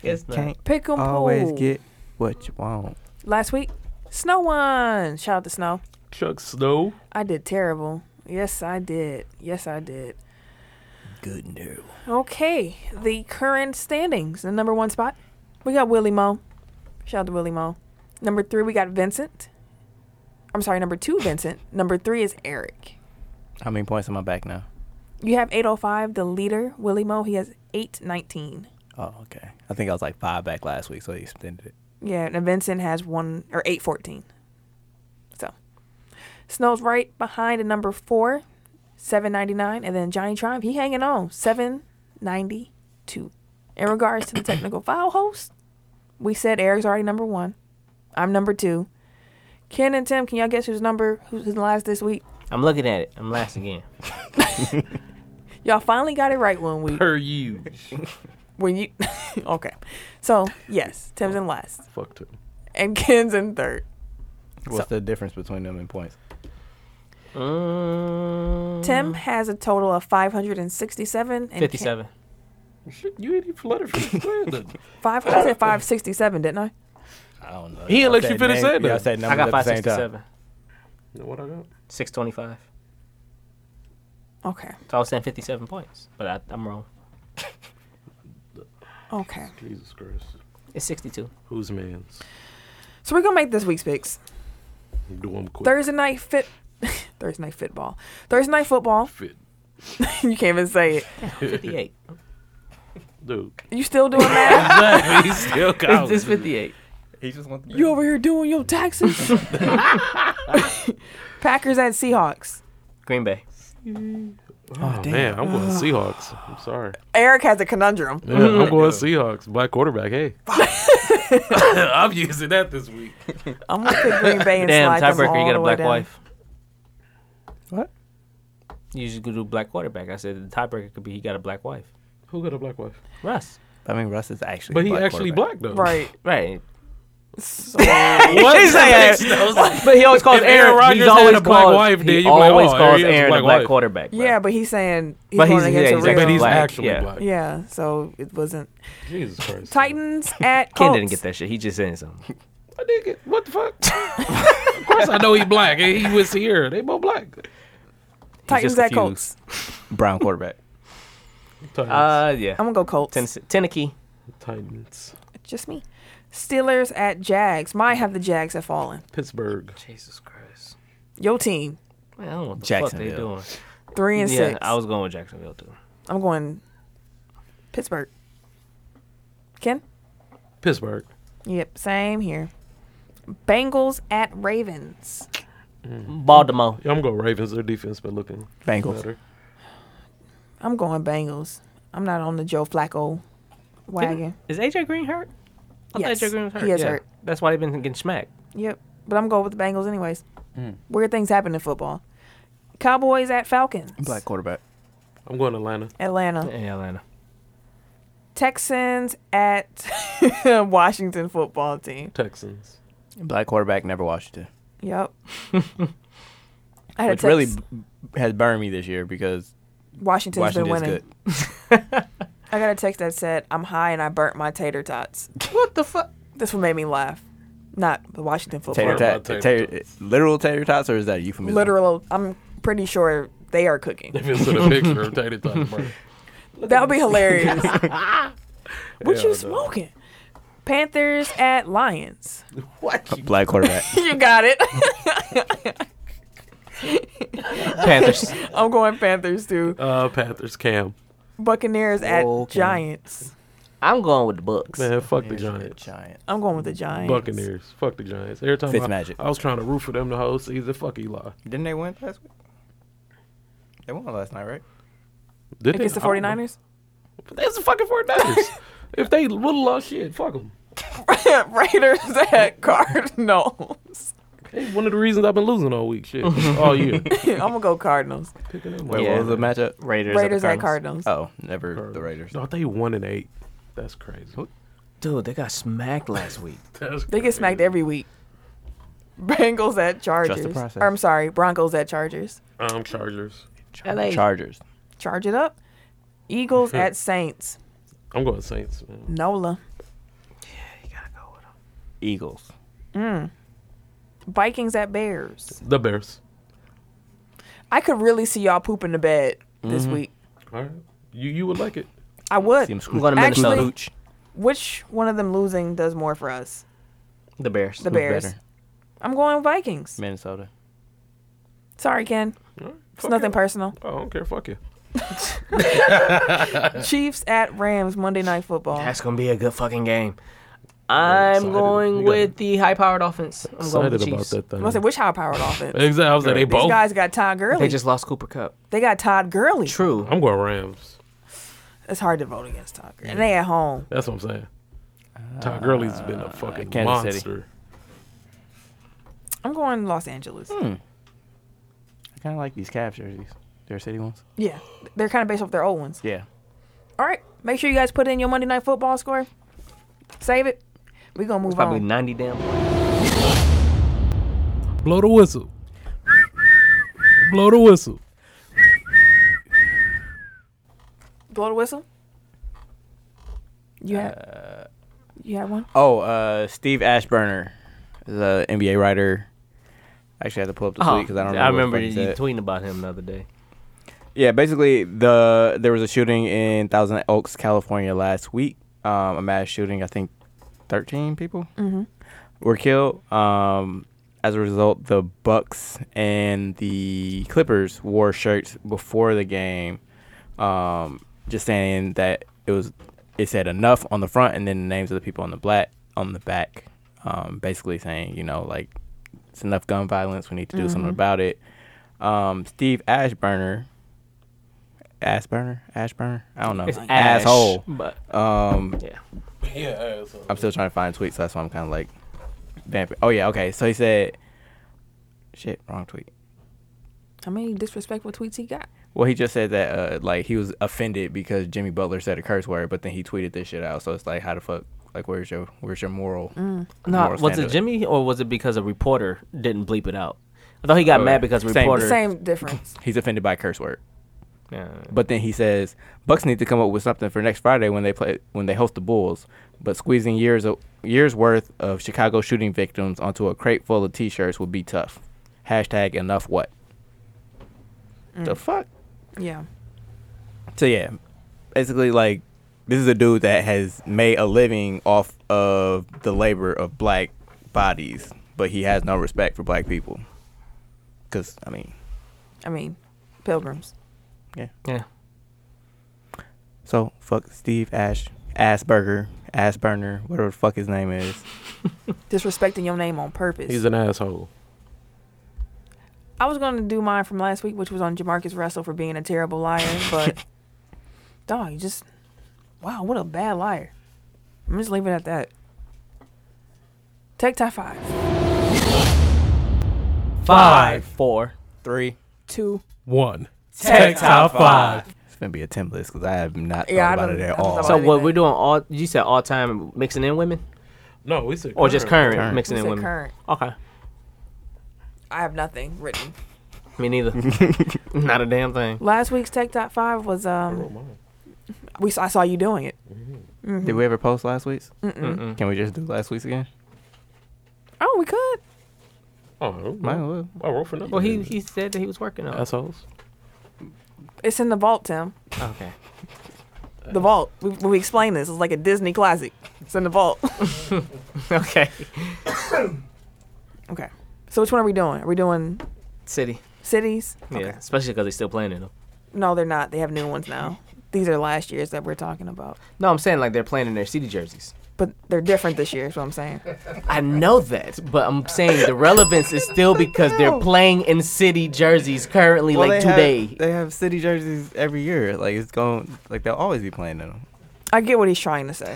S1: Yes,
S4: Can't
S3: Pick 'em
S4: always
S3: pool.
S4: get what you want.
S3: Last week, Snow won. Shout out to Snow.
S2: Chuck Snow.
S3: I did terrible. Yes, I did. Yes, I did.
S4: Good news.
S3: Okay, the current standings. The number one spot, we got Willie Mo. Shout out to Willie Mo. Number three, we got Vincent. I'm sorry, number two, Vincent. Number three is Eric.
S4: How many points am I back now?
S3: You have 805, the leader, Willie Mo. He has 819.
S4: Oh, okay. I think I was like five back last week, so he extended it.
S3: Yeah, and Vincent has one or eight fourteen. So Snow's right behind at number four, seven ninety nine, and then Johnny Triumph, he hanging on, seven ninety two. In regards to the technical file host, we said Eric's already number one. I'm number two. Ken and Tim, can y'all guess who's number who's who's last this week?
S1: I'm looking at it. I'm last again.
S3: Y'all finally got it right one
S2: <laughs>
S3: week.
S2: Per you.
S3: When you <laughs> Okay. So yes, Tim's in last.
S2: Fuck him.
S3: And Ken's in third.
S4: What's the difference between them in points?
S1: Mm,
S3: Tim has a total of five hundred and sixty seven and Ken-
S1: fifty-seven.
S2: Shit, you ain't even fluttered from <laughs> the
S3: Five. I said five sixty seven, didn't I?
S4: I don't know.
S2: He ain't let you finish that, though.
S4: I said
S1: I
S4: numbers
S1: got
S4: at the same time.
S1: five-sixty-seven.
S2: What I got?
S1: Six twenty-five.
S3: Okay.
S1: So I was saying fifty-seven points, but I, I'm wrong.
S3: Okay.
S2: Jesus Christ.
S1: It's sixty-two.
S2: Who's man's?
S3: So we're gonna make this week's picks.
S2: Do them quick.
S3: Thursday night fit. <laughs> Thursday night football. Thursday night football. <laughs>
S2: Fit.
S3: you can't even say it.
S2: <laughs>
S1: Fifty-eight.
S2: Dude.
S3: You still doing that?
S2: He's still
S1: it's,
S2: counting.
S1: it's fifty-eight.
S4: He just wants
S3: <laughs> you over here doing your <laughs> taxes? Packers at Seahawks.
S1: Green Bay.
S2: Oh, man, I'm going Seahawks. I'm <laughs> sorry.
S3: Eric has a conundrum.
S2: Yeah, I'm going Seahawks. Black quarterback. Hey, <laughs> I'm using that this week.
S3: I'm gonna pick Green Bay
S1: <laughs>
S3: and
S1: Damn,
S3: slide them
S1: tiebreaker,
S3: all
S1: you got
S3: the
S1: a
S3: way
S1: black
S3: down.
S1: wife. What? You usually could do black quarterback. I said the tiebreaker could be he got a black wife.
S2: Who got a black wife?
S1: Russ.
S4: I mean, Russ is actually.
S2: But he
S4: black
S2: actually
S4: quarterback.
S2: black though.
S3: Right.
S1: Right. <laughs>
S2: What?
S1: He's
S2: <laughs>
S1: saying- but he always calls
S2: If Aaron
S1: Aaron.
S2: Rodgers
S1: He's
S2: had
S1: always
S2: a black
S1: called.
S2: wife, then
S1: he
S2: you'd be like,
S1: always
S2: oh,
S1: calls
S2: Arians
S1: Aaron
S2: black
S1: a black
S2: wife.
S1: quarterback. bro.
S3: Yeah, but he's saying he's
S1: But
S3: going
S1: he's-
S3: against
S1: yeah,
S3: a
S1: he's
S3: real.
S2: but he's
S1: Black,
S2: actually
S1: yeah.
S2: black.
S3: <laughs> yeah, so it wasn't.
S2: Jesus Christ.
S3: Titans at
S1: Ken
S3: Colts.
S1: didn't get that shit. He just saying something.
S2: I dig it. What the fuck? of course I know he black. and He was here. They both black.
S3: Titans
S1: just
S3: at Colts.
S1: confused.
S4: Brown quarterback.
S2: Titans.
S1: Uh, yeah.
S3: I'm gonna go Colts.
S1: Tennessee, Tennessee.
S2: Titans.
S3: Just me. Steelers at Jags. Mine have the Jags have fallen.
S2: Pittsburgh.
S1: Jesus Christ.
S3: Your team
S1: Man, I don't know what the fuck they
S4: Jacksonville.
S1: doing.
S3: three and
S1: Yeah,
S3: six.
S1: I was going with Jacksonville too.
S3: I'm going Pittsburgh. Ken.
S2: Pittsburgh.
S3: Yep. Same here. Bengals at Ravens.
S1: Baltimore.
S2: Yeah, I'm going Ravens. Their defense been looking
S4: Bengals.
S2: better.
S3: I'm going Bengals. I'm not on the Joe Flacco wagon.
S1: Is AJ Green hurt? I
S3: Yes.
S1: thought AJ Green was hurt.
S3: He is
S1: yeah.
S3: hurt.
S1: That's why they've been getting smacked.
S3: Yep. But I'm going with the Bengals anyways.
S1: Mm.
S3: Weird things happen in football. Cowboys at Falcons.
S4: Black quarterback.
S2: I'm going Atlanta.
S3: Atlanta.
S1: In Atlanta.
S3: Texans at <laughs> Washington football team. <laughs>
S2: Texans.
S4: Black quarterback never Washington,
S3: Yep. I had
S4: which
S3: a
S4: really
S3: really
S4: b- has burned me this year because
S3: Washington's
S4: Washington
S3: been
S4: is
S3: winning.
S4: good.
S3: I got a text that said, I'm high and I burnt my tater tots.
S1: What the fuck?
S3: That's what made me laugh. Not the Washington football.
S4: Tater
S2: What about
S4: tot,
S2: tater
S4: tater, literal tater tots, or is that a euphemism?
S3: Literal. I'm pretty sure they are cooking.
S2: <laughs> If it's in a picture of Tater Tots, bro.
S3: That would be hilarious. <laughs> what
S2: Hell no.
S3: you smoking? Panthers at Lions. <laughs>
S4: Black quarterback.
S3: You got it.
S1: <laughs>
S3: <laughs>
S1: Panthers.
S3: I'm going Panthers too.
S2: Uh, Panthers. Cam.
S3: Buccaneers at
S4: Okay.
S3: Giants.
S1: I'm going with the Bucks.
S2: Man, fuck the Giants.
S4: Giant.
S3: I'm going with the Giants.
S2: Buccaneers. Fuck the Giants. Every time
S4: Fitz
S2: I,
S4: Magic.
S2: I was trying to root for them the whole season. Fuck Eli.
S4: Didn't they win last week? They won last night, right?
S2: Did
S3: Against the
S2: I don't know.
S3: 49ers?
S2: That's the fucking
S3: <laughs>
S2: 49ers. if they would have lost shit, fuck them.
S3: Raiders at Cardinals.
S2: Hey, one of the reasons I've been losing all week, shit,
S4: <laughs>
S2: all year.
S3: <laughs> I'm going to go Cardinals.
S2: Picking them
S4: Wait,
S1: Yeah.
S4: what was the matchup?
S1: Raiders.
S3: Raiders
S1: at
S3: at
S1: the
S3: Cardinals.
S4: Oh, never the Raiders.
S2: No, they one and eight. That's crazy.
S1: Dude, they got smacked last week.
S2: That's
S3: They get smacked every week. Bengals at Chargers.
S4: process.
S3: Or, I'm sorry, Broncos at Chargers.
S2: um Chargers.
S1: LA.
S4: Chargers.
S3: Charge it up. Eagles at Saints.
S2: I'm going Saints. Man.
S3: NOLA.
S4: Eagles.
S3: Vikings at Bears.
S2: The Bears.
S3: I could really see y'all pooping the bed this week.
S2: All right, you you would like it.
S3: I would.
S4: Seems
S1: <laughs> I'm going to
S3: Actually-
S1: Minnesota.
S4: Cooch.
S3: Which one of them losing does more for us?
S1: The Bears.
S3: The Bears.
S4: better?
S3: I'm going Vikings.
S4: Minnesota.
S3: Sorry, Ken.
S2: All right,
S3: It's nothing personal.
S2: Oh, I don't care. Fuck you.
S3: Chiefs at Rams Monday Night Football.
S1: That's gonna be a good fucking game. I'm
S2: excited. You
S1: going
S2: got
S1: with the high-powered offense. I'm going with
S2: Excited
S1: the
S2: about
S1: Chiefs.
S2: that thing.
S3: I said, which high powered offense? These
S2: Exactly. I was like, they both.
S3: guys got Todd Gurley.
S1: They just lost Cooper Cup.
S3: They got Todd Gurley.
S1: True.
S2: I'm going Rams.
S3: It's hard to vote against Todd Gurley. And they at home.
S2: That's what I'm saying. Todd Gurley's been a fucking monster.
S4: Kansas City.
S3: I'm going Los Angeles.
S4: I kind of like these Cavs jerseys. Their city ones.
S3: Yeah. They're kind of based off their old ones.
S4: Yeah.
S3: All right. Make sure you guys put in your Monday Night Football score. Save it. We're going to move
S1: Probably
S3: on.
S1: 90 damn.
S2: Blow the whistle. Blow the whistle.
S3: Blow the whistle. You had, you had one?
S4: Oh, uh, Steve Ashburner, the NBA writer. I actually had to pull up the tweet because Oh, I don't remember.
S1: I
S4: what
S1: remember
S4: the
S1: you
S4: fuck he said.
S1: tweeting about him the other day.
S4: Yeah, basically the there was a shooting in Thousand Oaks, California last week. Um, a mass shooting. I think thirteen people were killed. Um, as a result, the Bucks and the Clippers wore shirts before the game, um, just saying that it was it said enough on the front and then the names of the people on the black on the back, um, basically saying you know like it's enough gun violence. We need to do something about it. Um, Steve Ashburner Ashburner, Ashburner. I don't know.
S1: It's Ash,
S4: asshole.
S1: but-
S4: um,
S1: Yeah.
S2: Yeah, so.
S4: I'm still trying to find tweets. So that's why I'm kind of like, vamping. Oh yeah, okay. So he said, shit, wrong tweet.
S3: How many disrespectful tweets he got?
S4: Well, he just said that uh, like he was offended because Jimmy Butler said a curse word, but then he tweeted this shit out. So it's like, how the fuck? Like, where's your where's your moral?
S1: No,
S4: moral
S1: was
S4: standard?
S1: it Jimmy or was it because a reporter didn't bleep it out? I thought he got
S4: Uh,
S1: mad because a
S4: same.
S1: reporter.
S3: Same difference.
S4: He's offended by a curse word.
S1: Yeah.
S4: But then he says Bucks need to come up with something for next Friday when they play when they host the Bulls. But squeezing years of, years worth of Chicago shooting victims onto a crate full of T-shirts would be tough. Hashtag enough what? The fuck.
S3: Yeah.
S4: So yeah, basically like this is a dude that has made a living off of the labor of black bodies, but he has no respect for black people. Cause I mean,
S3: I mean, pilgrims.
S1: Yeah.
S4: so fuck Steve Ash, Asperger, Asburner, whatever the fuck his name is.
S3: Disrespecting your name on purpose.
S2: He's an asshole.
S3: I was going to do mine from last week, which was on Jamarcus Russell for being a terrible liar, but dog, you just wow, what a bad liar. I'm just leaving it at that. Tech top five,
S1: Five, four.
S4: Three.
S3: two.
S2: One. Tech top five.
S4: It's gonna be a ten list because I have not
S3: Yeah, I
S4: thought about
S3: don't-
S4: it
S3: I
S4: at
S3: don't
S4: all.
S3: know
S1: So
S3: about
S1: what
S3: it.
S1: we're doing all? You said all time mixing in women
S2: No, we said
S1: or just current,
S4: Current.
S1: mixing
S3: We
S1: in
S3: said
S1: women?
S3: current.
S1: Okay.
S3: I have nothing written.
S1: Me neither.
S4: <laughs>
S1: Not a damn thing.
S3: Last week's Tech Top Five was um, we saw, I saw you doing it.
S4: Did we ever post last week's? Can we just do last week's again?
S3: Oh, we could.
S2: Oh,
S4: Might as
S2: well.
S4: well.
S2: I wrote for nothing.
S1: Well, he he said that he was working on. it.
S2: assholes.
S3: It's in the vault, Tim.
S1: Okay. <laughs>
S3: The vault. We, we explained this. It's like a Disney classic. It's in the vault.
S1: Okay.
S3: <laughs> okay. So which one are we doing? Are we doing
S1: City.
S3: cities?
S1: Yeah. Especially because they still playing in them.
S3: No, they're not. They have new ones now. These are last year's that we're talking about.
S1: No, I'm saying like they're playing in their city jerseys.
S3: But they're different this year, is what I'm saying.
S1: I know that, but I'm saying the relevance is still because they're playing in city jerseys currently, like today.
S4: they have city jerseys every year. Like it's going, like they'll always be playing in them.
S3: I get what he's trying to say.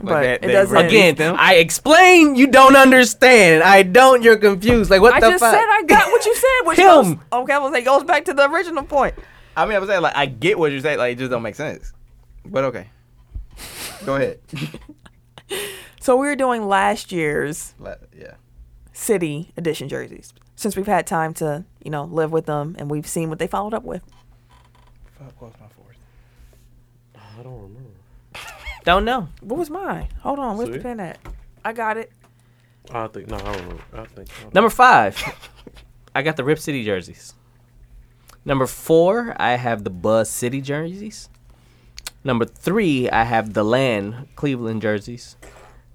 S3: But
S4: they-
S3: it
S4: they
S3: doesn't.
S4: released
S1: Again,
S4: them?
S1: I explain, you don't understand. I don't, you're confused. Like what
S3: I
S1: the
S3: just
S1: fuck?
S3: said I
S1: <laughs>
S3: got what you said, which
S1: Him.
S3: goes, okay, I was like, goes back to the original point.
S4: I mean, I was saying like I get what you're saying, like it just don't make sense. But <laughs> okay, go ahead.
S3: So we were doing last year's
S4: Let- yeah,
S3: city edition jerseys since we've had time to, you know, live with them and we've seen what they followed up with.
S4: fuck was my fourth.
S2: I don't remember.
S1: don't know.
S3: What was mine? Hold on, where's the
S2: See?
S3: pen at? I got it.
S2: I think no, I don't remember. I think I don't
S1: Number five, I got the Rip City jerseys. Number four, I have the Buzz City jerseys. Number three, I have the Land Cleveland jerseys.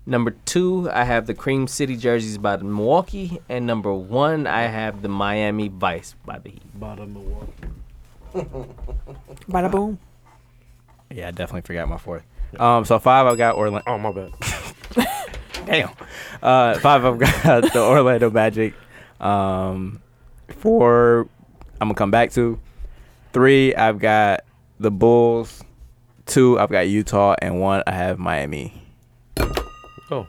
S1: Number two, I have the Cream City jerseys by the Milwaukee, and number one, I have the Miami Vice by the Heat.
S2: bottom of what?
S3: Bada boom.
S4: Yeah, I definitely forgot my fourth. Um, so five I've got Orlando.
S2: Oh my bad.
S4: Damn. Uh, five <laughs> I've got the Orlando Magic. Um, four I'm gonna come back to. Three I've got the Bulls. Two I've got Utah, and one I have Miami.
S2: Oh,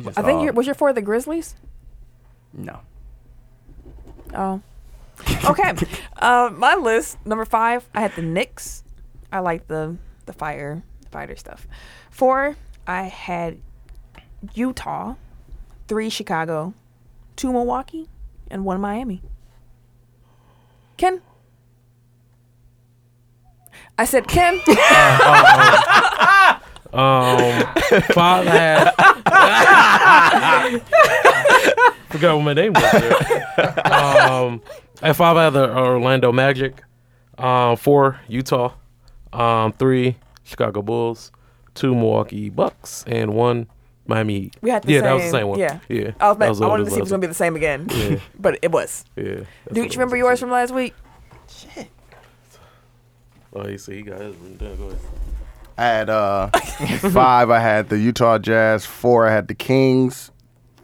S4: Just
S3: I think
S4: all-
S3: you're, was your for the Grizzlies?
S4: no.
S3: Oh.
S2: <laughs>
S3: Okay. uh, my list number five. I had the Knicks. I like the the fire fighter stuff. Four. I had Utah. Three Chicago. Two Milwaukee, and one Miami. Ken. I
S2: <laughs>
S3: said Ken.
S2: um, five <laughs> had. Forgot what my name was. There. Um, at five I had the Orlando Magic. Um, four Utah. Um, three Chicago Bulls. Two Milwaukee Bucks and one Miami. Heat.
S3: We had the
S2: yeah,
S3: same.
S2: that was the same one.
S3: Yeah.
S2: yeah.
S3: I, was
S2: That
S3: about, I
S2: the
S3: wanted
S2: other
S3: to see if it was gonna
S2: buzzer.
S3: be the same again,
S2: Yeah,
S3: <laughs> but it was.
S2: yeah. that's
S3: Do
S2: what
S3: you
S2: it
S3: remember
S2: was.
S3: yours from last week?
S2: Oh, you see, he got his written down. Go ahead.
S6: I had uh, five. I had the Utah Jazz. Four. I had the Kings.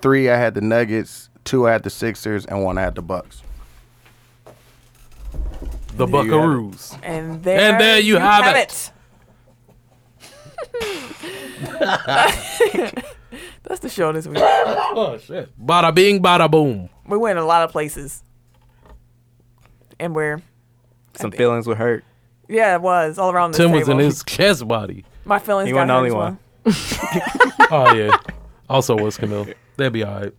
S6: Three. I had the Nuggets. Two. I had the Sixers, and one. I had the Bucks.
S2: the Buckaroos.
S3: And there,
S2: And there you have it.
S3: it. <laughs> That's the show this week.
S2: Oh shit! Bada bing, bada boom.
S3: We went a lot of places. And we're
S4: Some feelings were hurt.
S3: yeah, it was all around the
S2: Tim
S3: table.
S2: was in his chest body.
S3: My feelings
S4: He
S3: got
S4: wasn't the
S3: hurt
S4: only one.
S3: as well.
S2: Oh yeah. also was Camille. That'd be all right.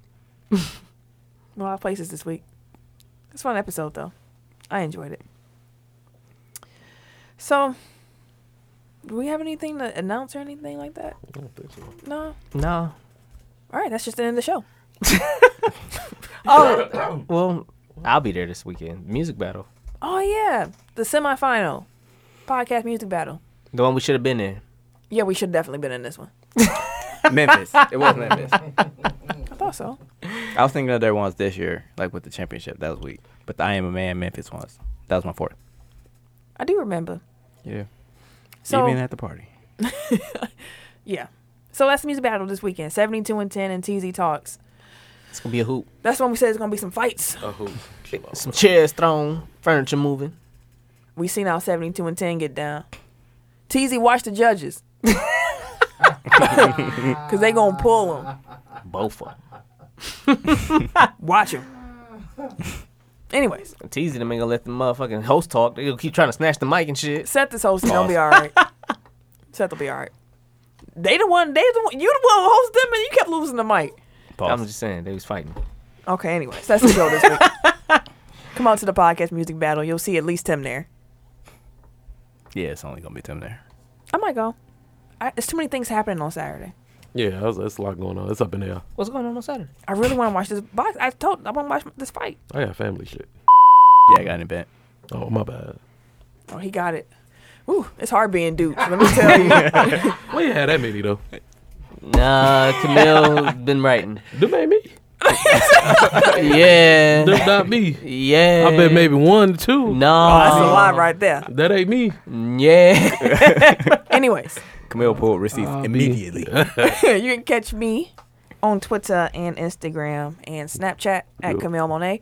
S3: a lot of places this week. It's a fun episode though. I enjoyed it. So, do we have anything to announce or anything like that? No.
S1: No.
S3: All right, that's just the end of the show.
S1: Well, I'll be there this weekend. Music battle.
S3: Oh yeah, the semifinal podcast music battle.
S1: The one we should have been in.
S3: Yeah, we should have definitely been in this one.
S4: Memphis. It
S3: <laughs>
S4: was Memphis.
S3: I thought so.
S4: I was thinking of that once this year, like with the championship. That was weak. But the I Am a Man Memphis once. That was my fourth.
S3: I do remember.
S4: Yeah.
S3: So
S4: Even at the party.
S3: yeah, so that's the music battle this weekend. Seventy-two and ten and TZ talks.
S1: It's gonna be a hoop.
S3: That's when we said it's gonna be some fights.
S1: Some chairs thrown, furniture moving.
S3: We seen our seventy-two and ten get down. TZ watch the judges, <laughs> cause they gonna pull them.
S1: Both of them.
S3: Watch them. Anyways,
S1: Teasing them ain't gonna let the motherfucking host talk. They gonna keep trying to snatch the mic and shit.
S3: Seth is hosting. They'll be all right. <laughs> Seth will be all right. They the one. They the one. You the one who host them, and you kept losing the mic.
S1: I'm just saying, they was fighting.
S3: Okay, anyways, that's the show this week. Come on to the podcast music battle. You'll see at least Tim there.
S4: Yeah, it's only gonna be Tim there.
S3: I might go. I, there's too many things happening on Saturday.
S2: Yeah, that's, that's a lot going on. It's up in there.
S1: What's going on on Saturday?
S3: I really want to watch this box. I told I want to watch this fight.
S2: I got family shit.
S4: Yeah, I got an event.
S2: Oh my bad.
S3: Oh, he got it. Ooh, it's hard being dude. Let me tell you.
S2: We had that many though.
S1: Nah, Camille been writing.
S2: Them ain't me.
S1: Yeah.
S2: Them not me.
S1: Yeah.
S2: I bet maybe one, two.
S3: That's a
S1: No.
S3: lie right there.
S2: That ain't me.
S1: Yeah.
S3: Anyways,
S4: Camille pulled receipts
S2: <laughs>
S4: immediately. <laughs>
S3: <laughs> you can catch me on Twitter and Instagram and Snapchat at Camille Monet.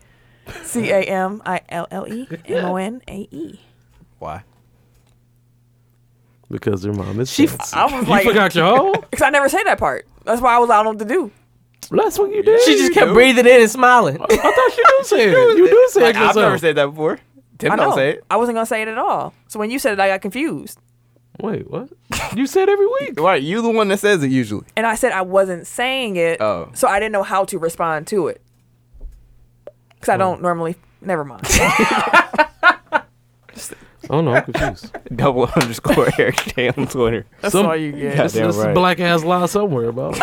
S3: C A M I L L E M O N A E.
S4: <laughs> Why?
S2: Because their mom is.
S1: She
S2: dead.
S1: f-
S3: I was
S2: you
S3: like,
S2: forgot your hole
S3: because I never say that part. That's why I was out on the do.
S2: last week. You did.
S1: she just kept breathing in and smiling.
S2: I thought you do say it. You do say
S4: Like,
S2: it.
S4: I've never
S2: yourself.
S4: said that before. Tim
S3: I
S4: don't
S3: know.
S4: say it.
S3: I wasn't gonna say it at all. So when you said it, I got confused,
S2: Wait, what? You said every
S4: <laughs>
S2: week.
S4: Why? You the one that says it usually.
S3: and I said I wasn't saying it.
S4: Oh.
S3: So I didn't know how to respond to it because I don't normally. Never mind.
S2: Oh no, I'm confused.
S4: Double <laughs> underscore Eric J on Twitter.
S3: That's
S2: Some-
S3: all you get.
S2: This,
S4: Goddamn
S2: this is
S4: right.
S2: black ass lie somewhere, bro. Go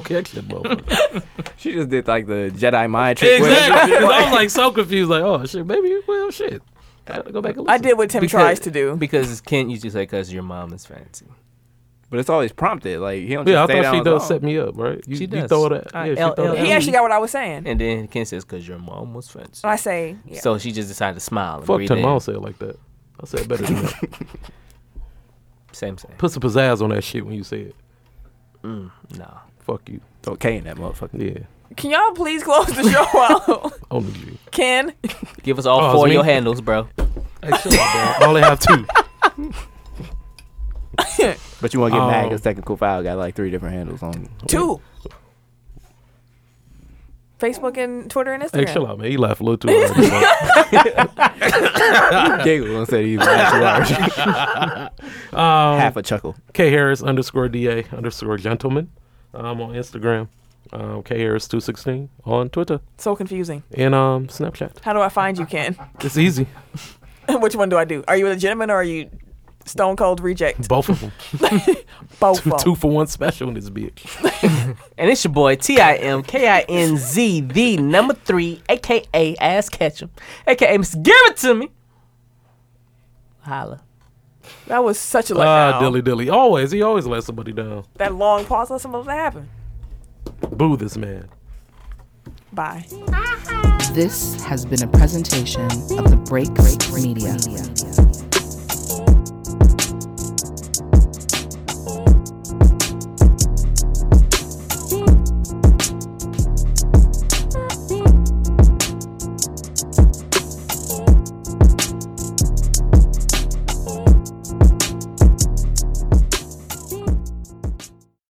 S2: catch them, motherfucker.
S4: She just did like the Jedi mind trick.
S2: Exactly. 'cause I was like so confused. Like, oh shit, maybe well shit. I gotta go back and listen.
S3: I did what Tim
S4: <laughs>
S3: tries to do.
S1: Because Kent used to say, "Cause your mom is fancy."
S4: But it's always prompted. Like he don't just
S2: Yeah, I
S4: stay
S2: thought
S4: down
S2: she
S4: on his
S2: does
S4: own.
S2: set me up, right? You,
S1: She
S2: you
S1: does.
S2: throw that.
S1: I-
S2: yeah, she
S1: L-
S2: throw
S1: L-
S2: that.
S3: he actually got what I was saying.
S1: And then Kent says, "Cause your mom was fancy."
S3: And I say, yeah.
S1: So she just decided to smile and
S2: Fuck
S1: breathe
S2: Tim. I
S1: in.
S2: don't say it like that. I say it better than that.
S1: Same, same.
S2: Put some pizzazz on that shit when you say it.
S1: No.
S2: Fuck you.
S4: Throw K in that motherfucker.
S2: Yeah,
S3: can y'all please close the
S4: <laughs>
S3: show <laughs> out?
S2: only you.
S3: Ken,
S1: Give us all
S2: Oh,
S1: four
S2: it's
S1: of
S2: me?
S1: your handles, bro.
S2: Hey, shut up, <laughs> bro. I only have two.
S4: But you won't get mad
S2: Oh.
S4: because technical file got like three different handles on.
S3: two. Facebook and Twitter and Instagram.
S2: Hey, chill out, man. He laughed a little too hard. <laughs> bro.
S4: Giggle and said he's laughed too large. Half a chuckle.
S2: K Harris underscore DA underscore gentleman. I'm on Instagram. Um, K Harris two sixteen on Twitter
S3: So confusing.
S2: and um Snapchat.
S3: How do I find you, Ken? <laughs>
S2: It's easy.
S3: Which one do I do? Are you a legitimate or are you stone cold
S2: <laughs>
S3: reject?
S2: Both of them.
S3: Both. of 'em.
S2: two for one special in this bitch.
S1: And it's your boy T I M K I N Z the number three, aka Ass Ketchum, aka Miss Give It To Me. Holla.
S3: That was such a letdown.
S2: Ah, dilly dilly. Always. He always lets somebody down.
S3: That long pause. Let something happen.
S2: Boo this man.
S3: Bye.
S7: This has been a presentation of the Break Break Media.